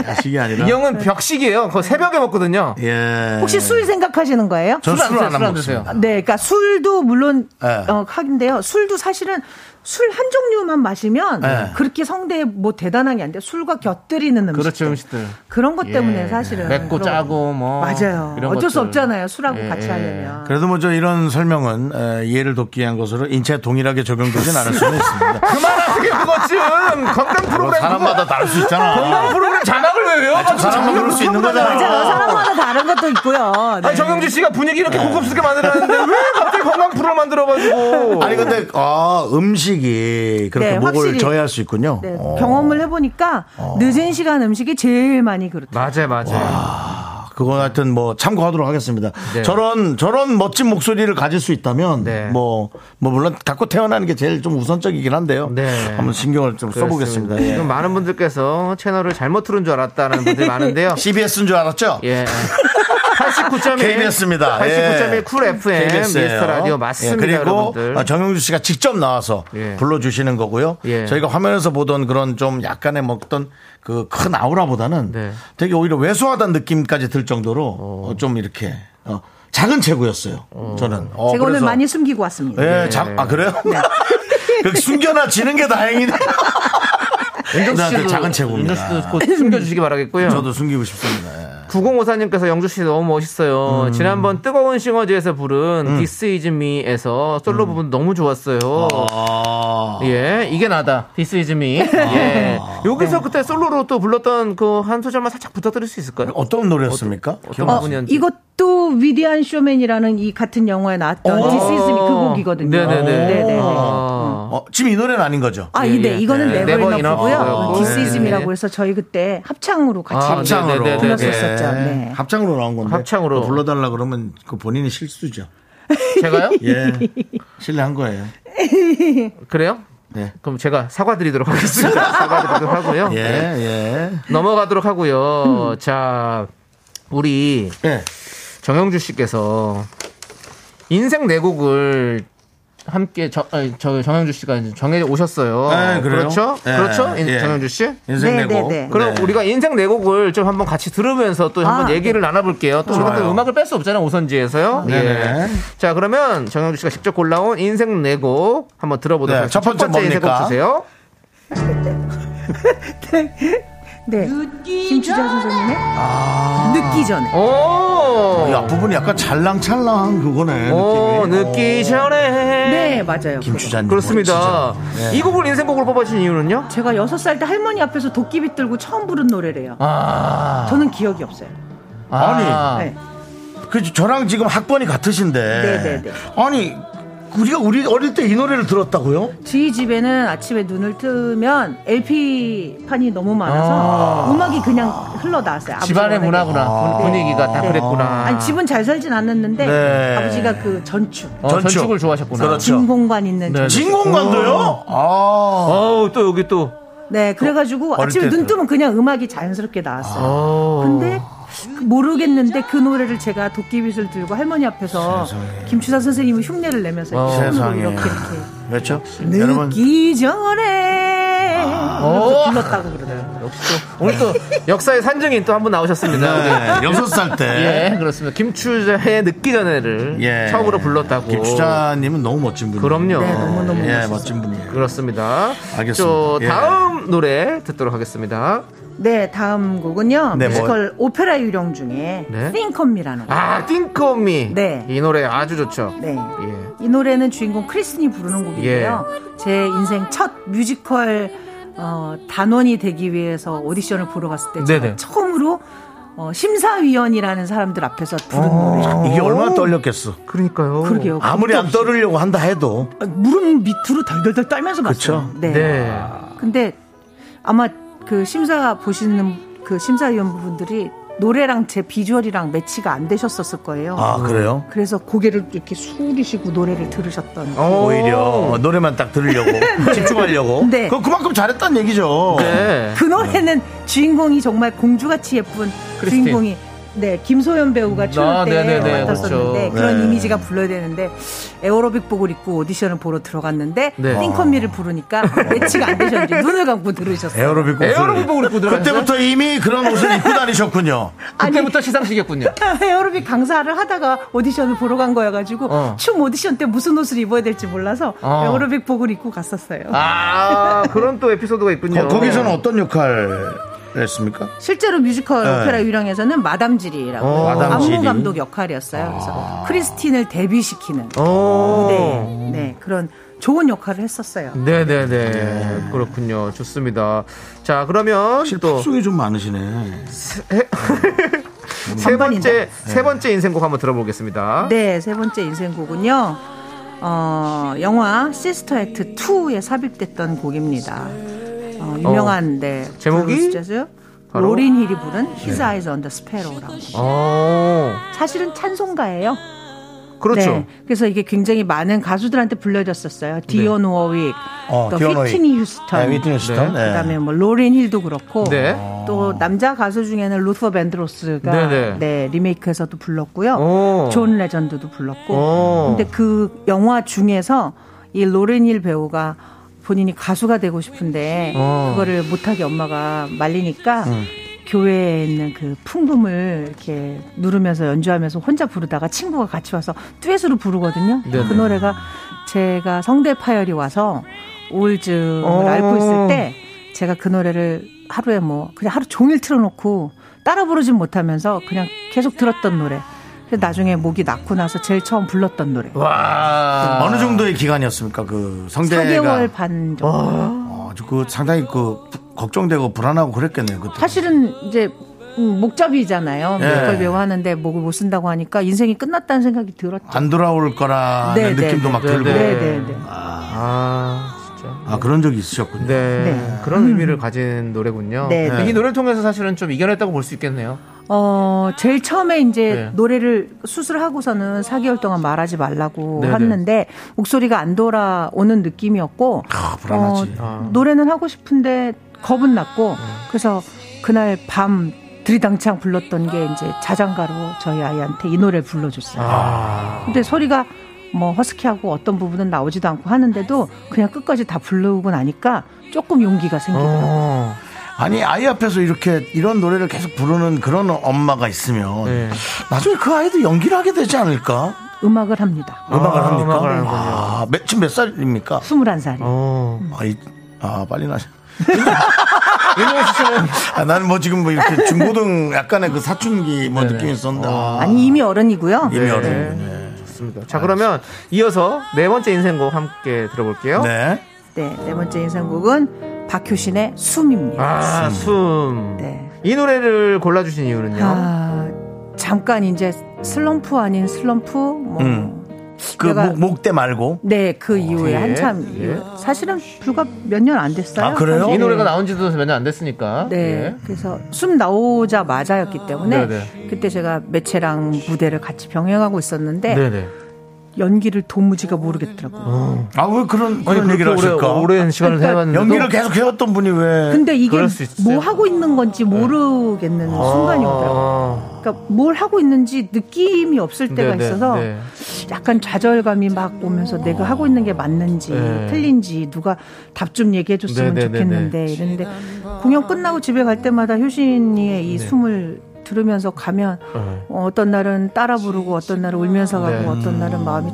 Speaker 1: 야식이 아니라.
Speaker 2: 이 형은 벽식이에요. 그거 새벽에 먹거든요.
Speaker 1: 예.
Speaker 8: 혹시 술 생각하시는 거예요?
Speaker 1: 저
Speaker 2: 술안
Speaker 1: 술을 안,
Speaker 2: 드세요, 술안
Speaker 1: 먹습니다.
Speaker 2: 드세요.
Speaker 8: 네, 그러니까 술도 물론
Speaker 1: 예.
Speaker 8: 어, 하긴데요. 술도 사실은 술 한 종류만 마시면
Speaker 1: 예.
Speaker 8: 그렇게 성대에 뭐 대단한 게 안 돼요. 술과 곁들이는 음식.
Speaker 2: 그렇죠. 음식들.
Speaker 8: 그런 것 때문에
Speaker 1: 예.
Speaker 8: 사실은
Speaker 2: 맵고
Speaker 8: 그런-
Speaker 2: 짜고 뭐
Speaker 8: 맞아요.
Speaker 2: 이런
Speaker 8: 어쩔 수
Speaker 2: 것들.
Speaker 8: 없잖아요. 술하고
Speaker 2: 예,
Speaker 8: 같이
Speaker 2: 예.
Speaker 8: 하려면.
Speaker 1: 그래도 뭐 저 이런 설명은 어, 이해를 돕기 위한 것으로 인체에 동일하게 적용되진 않을 수는 있습니다.
Speaker 2: 그만하세요 그거 지금 건강
Speaker 1: 뭐
Speaker 2: 프로그램
Speaker 1: 사람마다 다를 수 있잖아.
Speaker 2: 건강 프로그램 자막을 왜 외워?
Speaker 1: 아니, 좀 사람만 그럴 수 있는 거잖아.
Speaker 8: 맞아요. 사람마다 다른 것도 있고요. 네.
Speaker 2: 아니 정영진 씨가 분위기 이렇게 고급스럽게 만들었는데 왜 갑자기 건강 프로 만들어가지고?
Speaker 1: 아니 근데 아 음식이 그렇게
Speaker 8: 네,
Speaker 1: 목을
Speaker 8: 확실히.
Speaker 1: 저해할 수 있군요.
Speaker 8: 네,
Speaker 1: 어,
Speaker 8: 경험을 해보니까 늦은 시간 음식이 제일 많이 그렇다.
Speaker 2: 맞아요, 맞아요.
Speaker 1: 그건 하여튼 뭐 참고하도록 하겠습니다.
Speaker 2: 네.
Speaker 1: 저런 저런 멋진 목소리를 가질 수 있다면 뭐 뭐 물론 갖고 태어나는 게 제일 좀 우선적이긴 한데요.
Speaker 2: 네.
Speaker 1: 한번 신경을 좀 써보겠습니다.
Speaker 2: 지금
Speaker 1: 예.
Speaker 2: 많은 분들께서 채널을 잘못 틀은 줄 알았다는 분들이 많은데요.
Speaker 1: CBS인 줄 알았죠?
Speaker 2: 예. 89.1
Speaker 1: KBS입니다. 예.
Speaker 2: 89.1 쿨 FM 미스터 라디오 맞습니다,
Speaker 1: 그리고
Speaker 2: 여러분들.
Speaker 1: 어, 정영주 씨가 직접 나와서
Speaker 2: 예.
Speaker 1: 불러주시는 거고요.
Speaker 2: 예.
Speaker 1: 저희가 화면에서 보던 그런 좀 약간의 먹던 그 큰 아우라보다는
Speaker 2: 네.
Speaker 1: 되게 오히려 왜소하다는 느낌까지 들 정도로 어, 좀 이렇게 어, 작은 체구였어요. 저는. 어,
Speaker 8: 제가 오늘
Speaker 1: 그래서-
Speaker 8: 많이 네. 숨기고 왔습니다.
Speaker 1: 예,
Speaker 2: 네.
Speaker 1: 작- 아 그래요? 그 숨겨놔지는 게 다행이네. 나한테 작은
Speaker 2: 윤정
Speaker 1: 체구입니다.
Speaker 2: 씨도 곧 음. 숨겨주시기 바라겠고요.
Speaker 1: 저도 숨기고 싶습니다. 예.
Speaker 2: 9054님께서 영주 씨 너무 멋있어요.
Speaker 1: 음.
Speaker 2: 지난번 뜨거운 싱어즈에서 부른 This Is Me에서 솔로
Speaker 1: 음.
Speaker 2: 부분 너무 좋았어요.
Speaker 1: 아.
Speaker 2: 예, 이게 나다. This Is Me. 예. 여기서 그때 솔로로 또 불렀던 그 한 소절만 살짝 부탁드릴 수 있을까요?
Speaker 1: 어떤 노래였습니까?
Speaker 2: 어떤
Speaker 8: 어,
Speaker 2: 부분이었는지.
Speaker 8: 이것도 위대한 쇼맨이라는 이 같은 영화에 나왔던
Speaker 2: 어.
Speaker 8: 디스 이즈미 그 곡이거든요.
Speaker 2: 네네네.
Speaker 8: 네네.
Speaker 2: 아.
Speaker 1: 어, 지금 이 노래는 아닌 거죠?
Speaker 8: 아, 이
Speaker 2: 예,
Speaker 8: 네,
Speaker 2: 예.
Speaker 8: 이거는
Speaker 2: 네.
Speaker 8: 네버
Speaker 2: Never Enough고요.
Speaker 8: 이너프고요. 디스
Speaker 2: 네.
Speaker 8: 이즈미라고 해서 저희 그때 합창으로 같이
Speaker 2: 아,
Speaker 1: 합창으로 예.
Speaker 2: 네, 네, 네, 네.
Speaker 8: 불렀었었죠. 네.
Speaker 1: 합창으로 나온 건데
Speaker 2: 합창으로.
Speaker 1: 그거 불러달라 그러면 그 본인이 실수죠.
Speaker 8: 음.
Speaker 2: 제가요?
Speaker 1: 예, 실례한 거예요.
Speaker 2: 그래요?
Speaker 1: 네.
Speaker 2: 그럼 제가 사과드리도록 하겠습니다. 사과드리도록
Speaker 8: 아,
Speaker 2: 하고요. 네.
Speaker 1: 예, 예,
Speaker 2: 넘어가도록 하고요.
Speaker 8: 음.
Speaker 2: 자, 우리
Speaker 1: 예.
Speaker 2: 정영주 씨께서 인생 네 곡을 함께 저, 아니, 저 정영주 씨가 이제 정해 오셨어요.
Speaker 1: 예, 그래요?
Speaker 2: 그렇죠?
Speaker 1: 예,
Speaker 2: 그렇죠? 인-
Speaker 1: 예.
Speaker 2: 정영주 씨?
Speaker 1: 인생
Speaker 8: 네,
Speaker 1: 내고.
Speaker 8: 네, 네.
Speaker 2: 그럼
Speaker 1: 네.
Speaker 2: 우리가 인생 네 곡을 좀 한번 같이 들으면서 또 한번
Speaker 8: 아,
Speaker 2: 얘기를 나눠볼게요. 또 우리가 또
Speaker 1: 좋아요.
Speaker 2: 음악을 뺄 수 없잖아요, 오선지에서요. 예.
Speaker 1: 네, 네.
Speaker 2: 자, 그러면 정영주 씨가 직접 골라온 인생 네 곡 한번 들어보도록
Speaker 1: 네,
Speaker 2: 하겠습니다.
Speaker 1: 첫 번째
Speaker 2: 인생 곡
Speaker 1: 뭡니까?
Speaker 2: 주세요.
Speaker 8: 네. 김추자 선생님의 늦기 전에.
Speaker 1: 아, 이
Speaker 2: 오!
Speaker 1: 앞부분이 약간 찰랑찰랑 그거네.
Speaker 2: 오,
Speaker 1: 느낌이. 어.
Speaker 2: 늦기 전에.
Speaker 8: 네, 맞아요.
Speaker 1: 김추자님.
Speaker 2: 어, 그렇습니다.
Speaker 1: 진짜. 네.
Speaker 2: 이 곡을 인생곡으로 뽑아주신 이유는요?
Speaker 8: 제가 여섯 살 때 할머니 앞에서 도끼비 들고 처음 부른 노래래요.
Speaker 2: 아.
Speaker 8: 저는 기억이 없어요.
Speaker 2: 아니.
Speaker 8: 네.
Speaker 1: 그 저랑 지금 학번이 같으신데.
Speaker 8: 네, 네, 네.
Speaker 1: 아니 우리가 우리 어릴 때 이 노래를 들었다고요?
Speaker 2: 네,
Speaker 8: 저희 집에는 아침에 눈을 뜨면 LP 판이 너무 많아서 음악이 그냥 흘러나왔어요. 아버지
Speaker 2: 집안의
Speaker 8: 워낙에.
Speaker 2: 문화구나. 분- 분위기가 다
Speaker 8: 네.
Speaker 2: 그랬구나.
Speaker 8: 아니 집은 잘 살진 않았는데
Speaker 1: 네.
Speaker 8: 아버지가 그 전축
Speaker 2: 어,
Speaker 1: 전축.
Speaker 2: 전축을 좋아하셨구나.
Speaker 1: 그렇죠.
Speaker 8: 진공관 있는
Speaker 2: 네. 어.
Speaker 8: 전축.
Speaker 1: 진공관도요? 아.
Speaker 2: 어우, 또 여기 또.
Speaker 8: 네 그래가지고
Speaker 1: 어릴 아.
Speaker 8: 아침에
Speaker 1: 때
Speaker 8: 눈 뜨면 그냥 음악이 자연스럽게 나왔어요.
Speaker 2: 어.
Speaker 8: 근데 모르겠는데 그 노래를 제가 도끼빗을 들고 할머니 앞에서 김추사 선생님이 흉내를 내면서 이렇게 손으로
Speaker 1: 어, 세상에.
Speaker 8: 이렇게 이렇게 네,
Speaker 1: 그렇죠. 여러분 어.
Speaker 8: 늦기 전에 이러면서 불렀다고 그러더라고요.
Speaker 2: 오늘 또 역사의 산증인 또 한 분 나오셨습니다. 우리.
Speaker 1: 네, 여섯 살 때.
Speaker 2: 예, 그렇습니다. 김추자의 늦기 전에를
Speaker 1: 예.
Speaker 2: 처음으로 불렀다고.
Speaker 1: 김추자님은 너무 멋진 분이에요.
Speaker 2: 그럼요.
Speaker 8: 네, 너무너무
Speaker 1: 예,
Speaker 8: 멋있어요.
Speaker 1: 멋진 분이에요.
Speaker 2: 그렇습니다.
Speaker 1: 알겠습니다.
Speaker 2: 저
Speaker 1: 예.
Speaker 2: 다음 노래 듣도록 하겠습니다.
Speaker 8: 네, 다음 곡은요.
Speaker 1: 네,
Speaker 8: 뮤지컬 오페라 유령 중에
Speaker 2: 네.
Speaker 8: 띵컴이라는 곡.
Speaker 2: 아, 띵크미.
Speaker 8: 네.
Speaker 2: 이 노래 아주 좋죠.
Speaker 8: 네.
Speaker 2: 예.
Speaker 8: 이 노래는 주인공 크리스틴이 부르는 곡인데요.
Speaker 1: 예.
Speaker 8: 제 인생 첫 뮤지컬 어, 단원이 되기 위해서 오디션을 보러 갔을 때 제가
Speaker 2: 네네.
Speaker 8: 처음으로 어, 심사위원이라는 사람들 앞에서 부른 노래.
Speaker 1: 이게 얼마나 떨렸겠어.
Speaker 2: 그러니까요.
Speaker 8: 그러게요.
Speaker 1: 어. 아무리 안 떨으려고 한다 해도.
Speaker 8: 무릎 밑으로 덜덜덜 떨면서 봤어요. 네.
Speaker 2: 네.
Speaker 8: 근데 아마 그 심사 보시는 그 심사위원분들이 노래랑 제 비주얼이랑 매치가 안 되셨었을 거예요.
Speaker 2: 어.
Speaker 1: 아, 그래요?
Speaker 8: 그래서 고개를 이렇게 숙이시고 노래를 들으셨던.
Speaker 2: 어.
Speaker 1: 오히려 노래만 딱 들으려고 집중하려고.
Speaker 8: 네.
Speaker 1: 그 그만큼 잘했다는 얘기죠.
Speaker 2: 네.
Speaker 8: 그 노래는 주인공이 정말 공주같이 예쁜
Speaker 2: 크리스틴.
Speaker 8: 주인공이 네 김소연 배우가
Speaker 2: 아,
Speaker 8: 초대 때
Speaker 2: 네네네,
Speaker 8: 맡았었는데
Speaker 2: 그렇죠.
Speaker 8: 그런
Speaker 1: 네.
Speaker 8: 이미지가 불러야 되는데 에어로빅복을 입고 오디션을 보러 들어갔는데
Speaker 2: 네.
Speaker 8: 띵컨미를 부르니까 매치가 안 되셨는지 눈을 감고 들으셨어요.
Speaker 1: 에어로빅 옷을.
Speaker 2: 에어로빅복을 입고 들어갔어요?
Speaker 1: 그때부터 이미 그런 옷을 입고 다니셨군요.
Speaker 8: 어.
Speaker 2: 그때부터 시상식이었군요.
Speaker 8: 에어로빅 강사를 하다가 오디션을 보러 간 거여가지고
Speaker 2: 어.
Speaker 8: 춤 오디션 때 무슨 옷을 입어야 될지 몰라서
Speaker 2: 어.
Speaker 8: 에어로빅 복을 입고 갔었어요.
Speaker 2: 아, 그런 또 에피소드가 있군요.
Speaker 1: 거, 기서는 어떤 역할을 했습니까?
Speaker 8: 실제로 뮤지컬
Speaker 1: 네.
Speaker 8: 오페라 유령에서는 마담지리라고
Speaker 1: 어, 아. 마담 지리.
Speaker 8: 안무 감독 역할이었어요. 그래서 크리스틴을 데뷔시키는
Speaker 1: 어.
Speaker 8: 무대에 네, 그런 좋은 역할을 했었어요.
Speaker 2: 어. 네네네
Speaker 1: 예.
Speaker 2: 그렇군요 좋습니다 자 그러면 또
Speaker 1: 팝송이 좀 많으시네
Speaker 2: 세 번째
Speaker 8: 번인데.
Speaker 2: 세 번째 인생곡 한번 들어보겠습니다
Speaker 8: 네, 세 번째 인생곡은요. 어, 영화 시스터 액트 2에 삽입됐던 곡입니다. 어, 유명한 네,
Speaker 2: 제목이?
Speaker 8: 죠
Speaker 2: 바로?
Speaker 8: 로린 힐이 부른 His
Speaker 2: 네.
Speaker 8: Eyes on the Sparrow라고.
Speaker 2: 어
Speaker 8: 사실은 찬송가예요.
Speaker 2: 그렇죠
Speaker 8: 네, 그래서 이게 굉장히 많은 가수들한테 불려졌었어요. 디온 워윅,
Speaker 1: 네. 어,
Speaker 8: 또
Speaker 1: 디온 워윅.
Speaker 8: 휘트니 휴스턴,
Speaker 1: 네, 휘트니 휴스턴. 네.
Speaker 8: 그다음에 뭐 로린 힐도 그렇고,
Speaker 1: 네.
Speaker 8: 또 남자 가수 중에는 루터 밴드로스가
Speaker 1: 네,
Speaker 8: 네, 리메이크해서도 불렀고요.
Speaker 1: 오.
Speaker 8: 존 레전드도 불렀고,
Speaker 1: 오.
Speaker 8: 근데 그 영화 중에서 이 로린 힐 배우가 본인이 가수가 되고 싶은데
Speaker 11: 오.
Speaker 8: 그거를 못하게 엄마가 말리니까
Speaker 11: 음.
Speaker 8: 교회에 있는 그 풍금을 이렇게 누르면서 연주하면서 혼자 부르다가 친구가 같이 와서 듀엣으로 부르거든요.
Speaker 11: 네네.
Speaker 8: 그 노래가 제가 성대 파열이 와서 우울증을
Speaker 11: 어.
Speaker 8: 앓고 있을 때 제가 그 노래를 하루에 뭐 그냥 하루 종일 틀어놓고 따라 부르진 못하면서 그냥 계속 들었던 노래. 그래서 나중에 목이 낫고 나서 제일 처음 불렀던 노래.
Speaker 2: 아.
Speaker 1: 와 어느 정도의 기간이었습니까 그 성대가
Speaker 8: 4개월 반 정도.
Speaker 1: 어, 아주 그 상당히 그 부- 걱정되고 불안하고 그랬겠네요 그때
Speaker 8: 사실은 이제 음, 목잡이잖아요.
Speaker 1: 예.
Speaker 8: 뮤지컬 배우 하는데 목을 못 쓴다고 하니까 인생이 끝났다는 생각이 들었죠.
Speaker 1: 안 돌아올 거라는
Speaker 8: 네,
Speaker 1: 느낌도
Speaker 8: 네,
Speaker 1: 막
Speaker 8: 네,
Speaker 1: 들고
Speaker 8: 네, 네, 네.
Speaker 2: 아 진짜
Speaker 1: 아 그런 적이 있으셨군요
Speaker 2: 네,
Speaker 8: 네.
Speaker 2: 그런 의미를 가진 노래군요
Speaker 8: 네, 네.
Speaker 2: 이 노래를 통해서 사실은 좀 이겨냈다고 볼 수 있겠네요
Speaker 8: 어, 제일 처음에 이제
Speaker 2: 네.
Speaker 8: 노래를 수술하고서는 4개월 동안 말하지 말라고
Speaker 2: 네네.
Speaker 8: 했는데 목소리가 안 돌아오는 느낌이었고
Speaker 1: 불안하지.
Speaker 2: 아.
Speaker 8: 어, 노래는 하고 싶은데 겁은 났고 그래서 그날 밤 들이당창 불렀던 게 이제 자장가로 저희 아이한테 이 노래를 불러줬어요.
Speaker 2: 아.
Speaker 8: 근데 소리가 뭐 허스키하고 어떤 부분은 나오지도 않고 하는데도 그냥 끝까지 다 불러오고 나니까 조금 용기가 생기더라고요.
Speaker 2: 어. 아.
Speaker 1: 아니 아이 앞에서 이렇게 이런 노래를 계속 부르는 그런 엄마가 있으면
Speaker 8: 네.
Speaker 1: 나중에 그 아이도 연기를 하게 되지 않을까?
Speaker 8: 음악을 합니다.
Speaker 2: 아.
Speaker 1: 음악을 합니까?
Speaker 8: 음악을 하는군요.
Speaker 1: 아, 몇, 지금 몇 살입니까?
Speaker 8: 21살이요.
Speaker 2: 어.
Speaker 1: 아, 이- 아, 빨리 나셔. 아, 나는 뭐 지금 뭐 이렇게 중고등 약간의 그 사춘기 뭐 느낌이 있었는데. 아,
Speaker 8: 어. 아니 이미 어른이고요.
Speaker 1: 이미
Speaker 2: 네.
Speaker 1: 어른이군요.
Speaker 2: 좋습니다 자 그러면 이어서 네 번째 인생곡 함께 들어볼게요
Speaker 1: 네
Speaker 8: 네, 네 번째 인상곡은 박효신의 숨입니다.
Speaker 2: 아, 숨. 이 노래를 골라주신 이유는요?
Speaker 8: 네. 아, 잠깐 이제 슬럼프 아닌 슬럼프 뭐
Speaker 1: 음. 그
Speaker 8: 내가-
Speaker 1: 목, 목대 말고.
Speaker 8: 네, 그 이후에
Speaker 1: 예,
Speaker 8: 한참
Speaker 1: 예.
Speaker 8: 이후. 사실은 불과 몇 년 안 됐어요.
Speaker 2: 이
Speaker 8: 사실.
Speaker 2: 노래가 나온 지도 몇 년 안 됐으니까.
Speaker 8: 네.
Speaker 2: 예.
Speaker 8: 그래서 숨 나오자마자였기 때문에
Speaker 2: 네네.
Speaker 8: 그때 제가 매체랑 무대를 같이 병행하고 있었는데
Speaker 2: 네네.
Speaker 8: 연기를 도무지가 모르겠더라고요.
Speaker 1: 아, 왜 그런,
Speaker 2: 아니,
Speaker 1: 그런
Speaker 2: 그렇게
Speaker 1: 얘기를
Speaker 2: 오래-
Speaker 1: 하실까?
Speaker 2: 오랜 시간을 해봤는데도-
Speaker 1: 연기를 계속 해왔던 분이 왜.
Speaker 8: 근데
Speaker 11: 네,
Speaker 8: 이게 뭐 하고 있는 건지 모르겠는
Speaker 11: 아.
Speaker 8: 순간이 오더라고요. 그러니까 뭘 하고 있는지 느낌이 없을 때가
Speaker 11: 네, 네,
Speaker 8: 있어서
Speaker 11: 네.
Speaker 8: 약간 좌절감이 막 오면서 내가 하고 있는 게 맞는지
Speaker 11: 네.
Speaker 8: 틀린지 누가 답 좀 얘기해 줬으면
Speaker 11: 네, 네, 네,
Speaker 8: 좋겠는데 이랬는데 공연 끝나고 집에 갈 때마다 효신이의
Speaker 11: 네.
Speaker 8: 이 숨을 들으면서 가면 어, 떤 날은 따라 부르고 어떤 날은 울면서 가고
Speaker 11: 네.
Speaker 8: 어떤 날은 마음이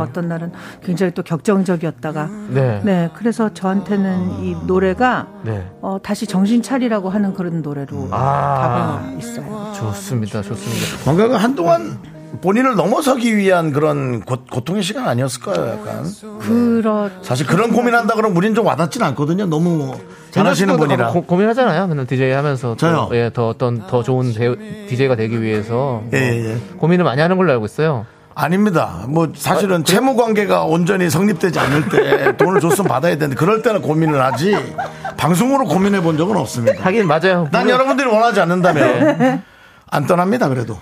Speaker 11: 아.
Speaker 8: 어떤 날은 굉장히 또 격정적이었다가
Speaker 11: 네.
Speaker 8: 네 그래서 저한테는 이 노래가
Speaker 2: 네.
Speaker 8: 어, 다시 정신 차리라고 하는 그런 노래로
Speaker 2: 아.
Speaker 8: 다가와 있어요. 아, 네.
Speaker 2: 좋습니다, 좋습니다.
Speaker 1: 뭔가 그 한동안 본인을 넘어서기 위한 그런 고, 고통의 시간 아니었을까요, 약간?
Speaker 8: 그렇
Speaker 1: 사실 그런 고민한다 그러면 우린 좀 와닿진 않거든요. 너무 잘하시는 분이라.
Speaker 2: 고, 고민하잖아요. 맨날 DJ 하면서.
Speaker 1: 저요?
Speaker 2: 또, 예, 더 어떤, 더 좋은 배우, DJ가 되기 위해서. 뭐
Speaker 1: 예, 예.
Speaker 2: 고민을 많이 하는 걸로 알고 있어요.
Speaker 1: 아닙니다. 뭐 사실은 채무 관계가 온전히 성립되지 않을 때 돈을 줬으면 받아야 되는데 그럴 때는 고민을 하지 방송으로 고민해 본 적은 없습니다.
Speaker 2: 하긴 맞아요.
Speaker 1: 난 여러분들이 원하지 않는다면 안 떠납니다. 그래도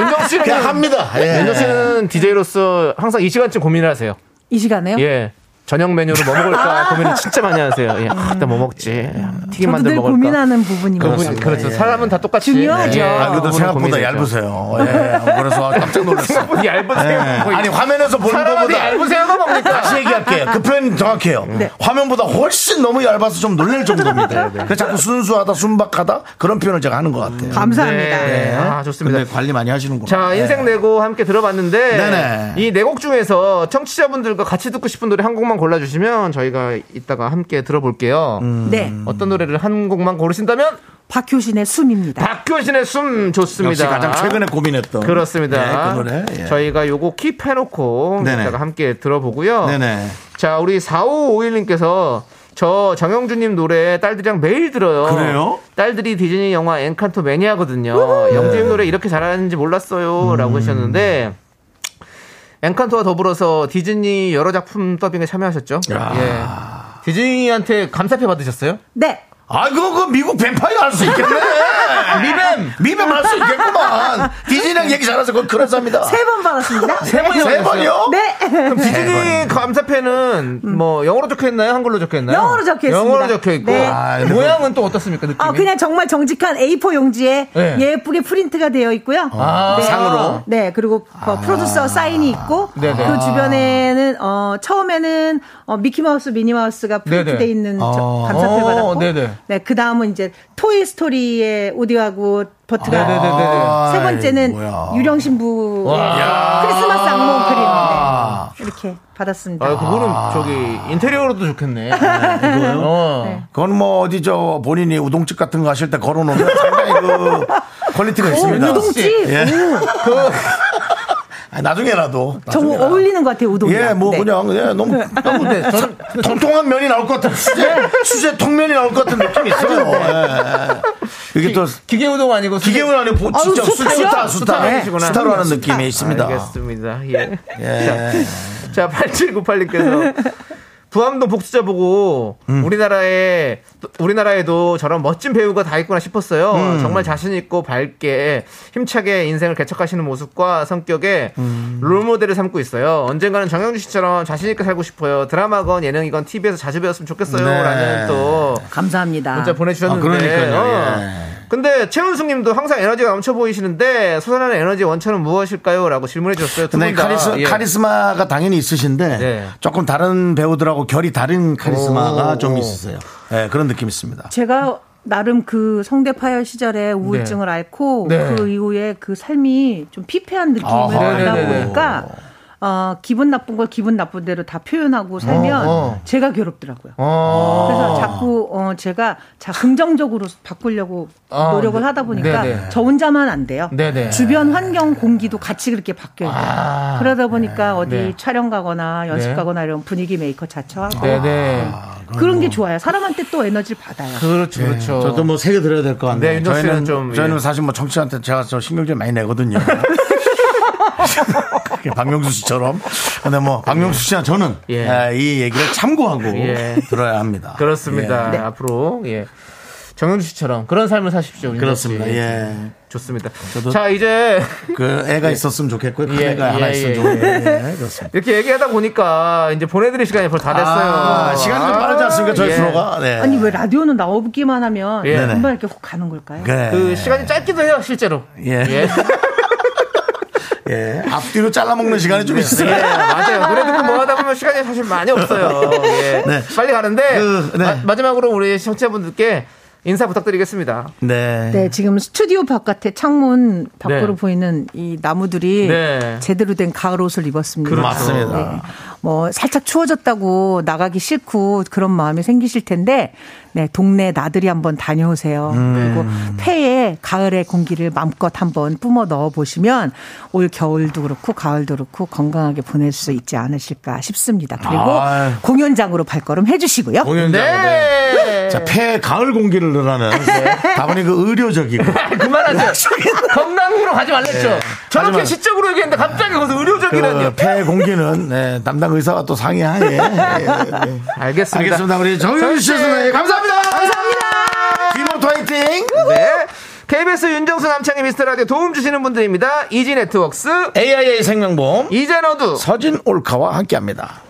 Speaker 2: 윤정 씨는.
Speaker 1: 그냥 합니다. 예.
Speaker 2: 윤정 씨는 DJ로서 항상 이 시간쯤 고민을 하세요.
Speaker 8: 이 시간에요?
Speaker 2: 예. 저녁 메뉴로 뭐 먹을까 고민을 진짜 많이 하세요. 예. 아, 나뭐 먹지? 튀김
Speaker 8: 아. 저도
Speaker 2: 만들
Speaker 8: 늘
Speaker 2: 먹을까?
Speaker 8: 고민하는 부분입니다.
Speaker 2: 그렇죠. 그렇죠. 사람은 다 똑같이
Speaker 8: 중요하죠.
Speaker 1: 예. 아, 그래도 생각보다
Speaker 2: 예. 고민이죠.
Speaker 1: 얇으세요. 예. 그래서 깜짝 놀랐어요.
Speaker 2: 얇은
Speaker 1: 예. 아니 화면에서 보는
Speaker 2: 뭐 사람한테
Speaker 1: 것보다
Speaker 2: 얇은 새우가 뭡니까?
Speaker 1: 다시 얘기할게요. 그 표현이 정확해요. 화면보다 훨씬 너무 얇아서 좀 놀랄 정도입니다.
Speaker 2: 네, 네.
Speaker 1: 그래서 자꾸 순수하다, 순박하다 그런 표현을 제가 하는 것 같아요.
Speaker 2: 감사합니다. 네. 아, 좋습니다.
Speaker 1: 예. 근데 관리 많이 하시는구나.
Speaker 2: 자, 인생 내고 함께 들어봤는데
Speaker 1: 네. 네네.
Speaker 2: 이 네 곡 중에서 청취자분들과 같이 듣고 싶은 노래 한 곡만 골라 주시면 저희가 이따가 함께 들어볼게요.
Speaker 1: 음.
Speaker 8: 네.
Speaker 2: 어떤 노래를 한 곡만 고르신다면
Speaker 8: 박효신의 숨입니다.
Speaker 2: 박효신의 숨
Speaker 1: 네. 역시
Speaker 2: 좋습니다.
Speaker 1: 가장 최근에 고민했던.
Speaker 2: 그렇습니다.
Speaker 1: 네, 그 노래. 예.
Speaker 2: 저희가 요거 킵해놓고
Speaker 1: 네네.
Speaker 2: 이따가 함께 들어보고요.
Speaker 1: 네네.
Speaker 2: 자, 우리 4551님께서 저 정영주님 노래 딸들이랑 매일 들어요.
Speaker 1: 그래요?
Speaker 2: 딸들이 디즈니 영화 엔칸토 매니아거든요.
Speaker 1: 우후. 네. 음.
Speaker 2: 영주님 노래 이렇게 잘하는지 몰랐어요. 라고 하셨는데 엔칸토와 더불어서 디즈니 여러 작품 더빙에 참여하셨죠. 예. 디즈니한테 감사패 받으셨어요?
Speaker 8: 네.
Speaker 1: 아, 그거 그 미국 뱀파이어 할 수 있겠네.
Speaker 2: 미뱀.
Speaker 1: 미뱀 할 수 있겠구만. 디즈니랑 얘기 잘해서 그건 그런 사입니다.
Speaker 8: 세 번 받았습니다.
Speaker 2: 아, 세 번이요?
Speaker 1: 세 번이요?
Speaker 8: 네.
Speaker 2: 그럼 디즈니 감사패는 뭐 영어로 적혀 있나요? 한글로 적혀 있나요?
Speaker 8: 음. 영어로 적혀 있습니다.
Speaker 2: 영어로 적혀 있고
Speaker 8: 네.
Speaker 1: 아, 근데
Speaker 2: 모양은 또 어떻습니까? 느낌이?
Speaker 8: 아, 그냥 정말 정직한 A4 용지에
Speaker 2: 네.
Speaker 8: 예쁘게 프린트가 되어 있고요.
Speaker 2: 아, 상으로? 아.
Speaker 8: 네, 그리고 어, 프로듀서 사인이 있고
Speaker 2: 네네.
Speaker 8: 그 주변에는 어, 처음에는 어, 미키마우스, 미니마우스가
Speaker 2: 네네.
Speaker 8: 프린트돼 있는 저-
Speaker 2: 아.
Speaker 8: 감사패
Speaker 2: 어,
Speaker 8: 받았고
Speaker 2: 네네.
Speaker 8: 네, 그 다음은 이제 토이 스토리의 오디오하고 버트가
Speaker 2: 아,
Speaker 1: 아,
Speaker 2: 네네네네.
Speaker 8: 세 번째는 유령 신부의 네, 크리스마스 악몽 그림
Speaker 2: 아.
Speaker 8: 네, 이렇게 받았습니다.
Speaker 2: 아, 그거는 저기 인테리어로도 좋겠네. 이거요?
Speaker 1: 그건 뭐 어디 저 본인이 우동집 같은 거 하실 때 걸어놓으면 상당히 그 퀄리티가 있습니다.
Speaker 8: 우동집?
Speaker 1: 예.
Speaker 8: 오.
Speaker 1: 그 아니, 나중에라도.
Speaker 8: 좀
Speaker 1: 나중에라도.
Speaker 8: 뭐 어울리는 네. 것 같아요, 우동이.
Speaker 1: 예, 뭐 그냥 예, 너무 너무 네, 저는 통통한 면이 나올 것 같은 수제
Speaker 8: 네.
Speaker 1: 수제 통면이 나올 것 같은 느낌이 있어요. 예. 이게 또
Speaker 2: 기계 우동 아니고 수제-
Speaker 1: 기계는 아니고 보- 진짜
Speaker 8: 아유,
Speaker 1: 수-
Speaker 8: 수타요?
Speaker 1: 수타
Speaker 2: 수타
Speaker 1: 수타
Speaker 2: 아니시구나.
Speaker 1: 수타로 하는
Speaker 8: 네.
Speaker 1: 느낌이 있습니다.
Speaker 2: 알겠습니다. 예.
Speaker 1: 예.
Speaker 2: 자, 8798님께서 부암동 복수자 보고
Speaker 1: 음.
Speaker 2: 우리나라에 우리나라에도 저런 멋진 배우가 다 있구나 싶었어요.
Speaker 1: 음.
Speaker 2: 정말 자신 있고 밝게 힘차게 인생을 개척하시는 모습과 성격에
Speaker 1: 음.
Speaker 2: 롤모델을 삼고 있어요. 언젠가는 정영주 씨처럼 자신 있게 살고 싶어요. 드라마건 예능이건 TV에서 자주 배웠으면
Speaker 1: 네.
Speaker 2: 좋겠어요라는 또
Speaker 8: 감사합니다.
Speaker 2: 문자 보내주셨는데.
Speaker 1: 아, 그러니까요,
Speaker 2: 어.
Speaker 1: 예.
Speaker 2: 근데 최은숙님도 항상 에너지가 넘쳐 보이시는데 솟아나는 에너지 원천은 무엇일까요?라고 질문해 주셨어요. 두
Speaker 1: 근데
Speaker 2: 분 다.
Speaker 1: 카리스,
Speaker 2: 예.
Speaker 1: 카리스마가 당연히 있으신데
Speaker 2: 네.
Speaker 1: 조금 다른 배우들하고 결이 다른 카리스마가
Speaker 2: 오,
Speaker 1: 좀
Speaker 2: 오.
Speaker 1: 있으세요. 예, 그런 느낌 있습니다.
Speaker 8: 제가 나름 그 성대파열 시절에 우울증을 앓고
Speaker 2: 네.
Speaker 8: 그 이후에 그 삶이 좀 피폐한 느낌을
Speaker 1: 아하.
Speaker 8: 받다
Speaker 2: 네네네.
Speaker 8: 보니까 어, 기분 나쁜 걸 기분 나쁜 대로 다 표현하고 살면
Speaker 2: 어, 어.
Speaker 8: 제가 괴롭더라고요.
Speaker 2: 어.
Speaker 8: 그래서 자꾸 어, 제가 자 긍정적으로 바꾸려고
Speaker 2: 아,
Speaker 8: 노력을
Speaker 2: 네.
Speaker 8: 하다 보니까
Speaker 2: 네네.
Speaker 8: 저 혼자만 안 돼요.
Speaker 2: 네네.
Speaker 8: 주변 환경 공기도 같이 그렇게 바뀌어야 돼요.
Speaker 2: 아,
Speaker 8: 그러다 보니까 어디
Speaker 2: 네.
Speaker 8: 촬영 가거나 연습
Speaker 2: 네.
Speaker 8: 가거나 이런 분위기 메이커 자처하고
Speaker 2: 아. 네네.
Speaker 8: 그런 게 좋아요. 사람한테 또 에너지를 받아요.
Speaker 2: 그렇죠, 그렇죠.
Speaker 1: 저도 뭐 새겨 드려야 될 것 같네요.
Speaker 2: 네, 윤정 씨는
Speaker 1: 저희는
Speaker 2: 좀,
Speaker 1: 저희는
Speaker 2: 예.
Speaker 1: 사실 뭐 청취한테 제가 저 신경 좀 많이 내거든요. 박명수 씨처럼. 근데 뭐 박명수 씨나 저는
Speaker 2: 예.
Speaker 1: 예, 이 얘기를 참고하고
Speaker 2: 예.
Speaker 1: 들어야 합니다.
Speaker 2: 그렇습니다. 앞으로 예. 정영주 씨처럼 그런 삶을 사십시오.
Speaker 1: 예.
Speaker 2: 윤정
Speaker 1: 그렇습니다.
Speaker 2: 씨.
Speaker 1: 예.
Speaker 2: 좋습니다.
Speaker 1: 저도-
Speaker 2: 자 이제
Speaker 1: 그 애가 있었으면 좋겠고요. 큰
Speaker 2: 예,
Speaker 1: 애가
Speaker 2: 예,
Speaker 1: 하나 있으면
Speaker 2: 예,
Speaker 1: 좋겠고요. 예, 그렇습니다.
Speaker 2: 이렇게 얘기하다 보니까 이제 보내드릴 시간이 벌써 다 됐어요.
Speaker 1: 아, 시간이 좀 빠르지 않습니까? 저희
Speaker 2: 예.
Speaker 1: 프로가. 네.
Speaker 8: 아니 왜 라디오는 나오기만 하면
Speaker 2: 예.
Speaker 8: 금방 이렇게 훅 가는 걸까요?
Speaker 1: 그래.
Speaker 2: 그 시간이 짧기도 해요, 실제로.
Speaker 1: 네. 예.
Speaker 2: 예.
Speaker 1: 예. 앞뒤로 잘라먹는 시간이 좀
Speaker 2: 예,
Speaker 1: 있어요.
Speaker 2: 맞아요. 노래 듣고 뭐 하다 보면 시간이 사실 많이 없어요. 예.
Speaker 1: 네.
Speaker 2: 빨리 가는데
Speaker 1: 그, 네.
Speaker 2: 마, 마지막으로 우리 청취자분들께 인사 부탁드리겠습니다.
Speaker 1: 네.
Speaker 8: 네, 지금 스튜디오 바깥에 창문
Speaker 2: 네.
Speaker 8: 밖으로 보이는 이 나무들이
Speaker 2: 네.
Speaker 8: 제대로 된 가을 옷을 입었습니다.
Speaker 1: 그렇죠. 맞습니다.
Speaker 8: 뭐 살짝 추워졌다고 나가기 싫고 그런 마음이 생기실 텐데 네, 동네 나들이 한번 다녀오세요.
Speaker 1: 음.
Speaker 8: 그리고 폐에 가을의 공기를 마음껏 한번 뿜어 넣어 보시면 올 겨울도 그렇고 가을도 그렇고 건강하게 보낼 수 있지 않으실까 싶습니다. 그리고
Speaker 1: 아유.
Speaker 8: 공연장으로 발걸음 해 주시고요.
Speaker 1: 공연장. 네.
Speaker 2: 네.
Speaker 1: 자, 폐 가을 공기를 넣으라는 다분히 그 의료적이고
Speaker 2: 그만하죠. 건강으로 가지 말랬죠. 저렇게
Speaker 1: 하지만-
Speaker 2: 시적으로 얘기했는데 갑자기 거기서 의료적이라니.
Speaker 1: 그 폐 공기는 네, 담당 의사와 또 상의하에 예, 예.
Speaker 2: 알겠습니다.
Speaker 1: 알겠습니다. 우리 정윤 씨 선생님 감사합니다. 감사합니다. 김호토 화이팅.
Speaker 2: 네. KBS 윤정수 남창희 미스터 라디오 도움 주시는 분들입니다. 이지 네트웍스,
Speaker 1: AIA 생명보험
Speaker 2: 이젠어두,
Speaker 1: 서진 올카와 함께합니다.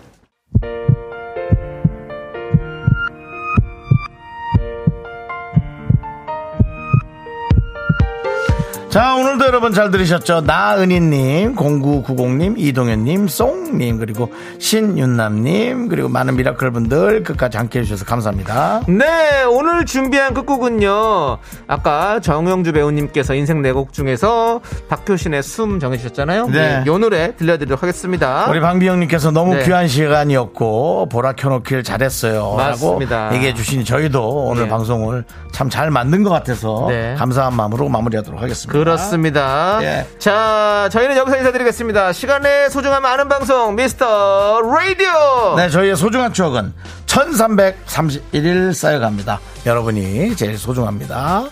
Speaker 1: 자, 오늘도 여러분 잘 들으셨죠? 나은희님, 0990님, 이동현님, 쏭님, 그리고 신윤남님, 그리고 많은 미라클 분들 끝까지 함께 해주셔서 감사합니다.
Speaker 2: 네, 오늘 준비한 끝곡은요. 아까 정영주 배우님께서 인생 네 곡 중에서 박효신의 숨 정해주셨잖아요.
Speaker 1: 네.
Speaker 2: 이 노래 들려드리도록 하겠습니다.
Speaker 1: 우리 방비영님께서 너무
Speaker 2: 어? 네.
Speaker 1: 귀한 시간이었고 보라 켜놓길 잘했어요.
Speaker 2: 맞습니다.
Speaker 1: 라고 얘기해 주시니 저희도 오늘
Speaker 2: 네.
Speaker 1: 방송을 참 잘 만든 것 같아서
Speaker 2: 네.
Speaker 1: 감사한 마음으로 마무리하도록 하겠습니다.
Speaker 2: 그렇습니다.
Speaker 1: 예.
Speaker 2: 자, 저희는 여기서 인사드리겠습니다. 시간의 소중함 아는 방송, 미스터 라디오!
Speaker 1: 네, 저희의 소중한 추억은 1331일 쌓여갑니다. 여러분이 제일 소중합니다.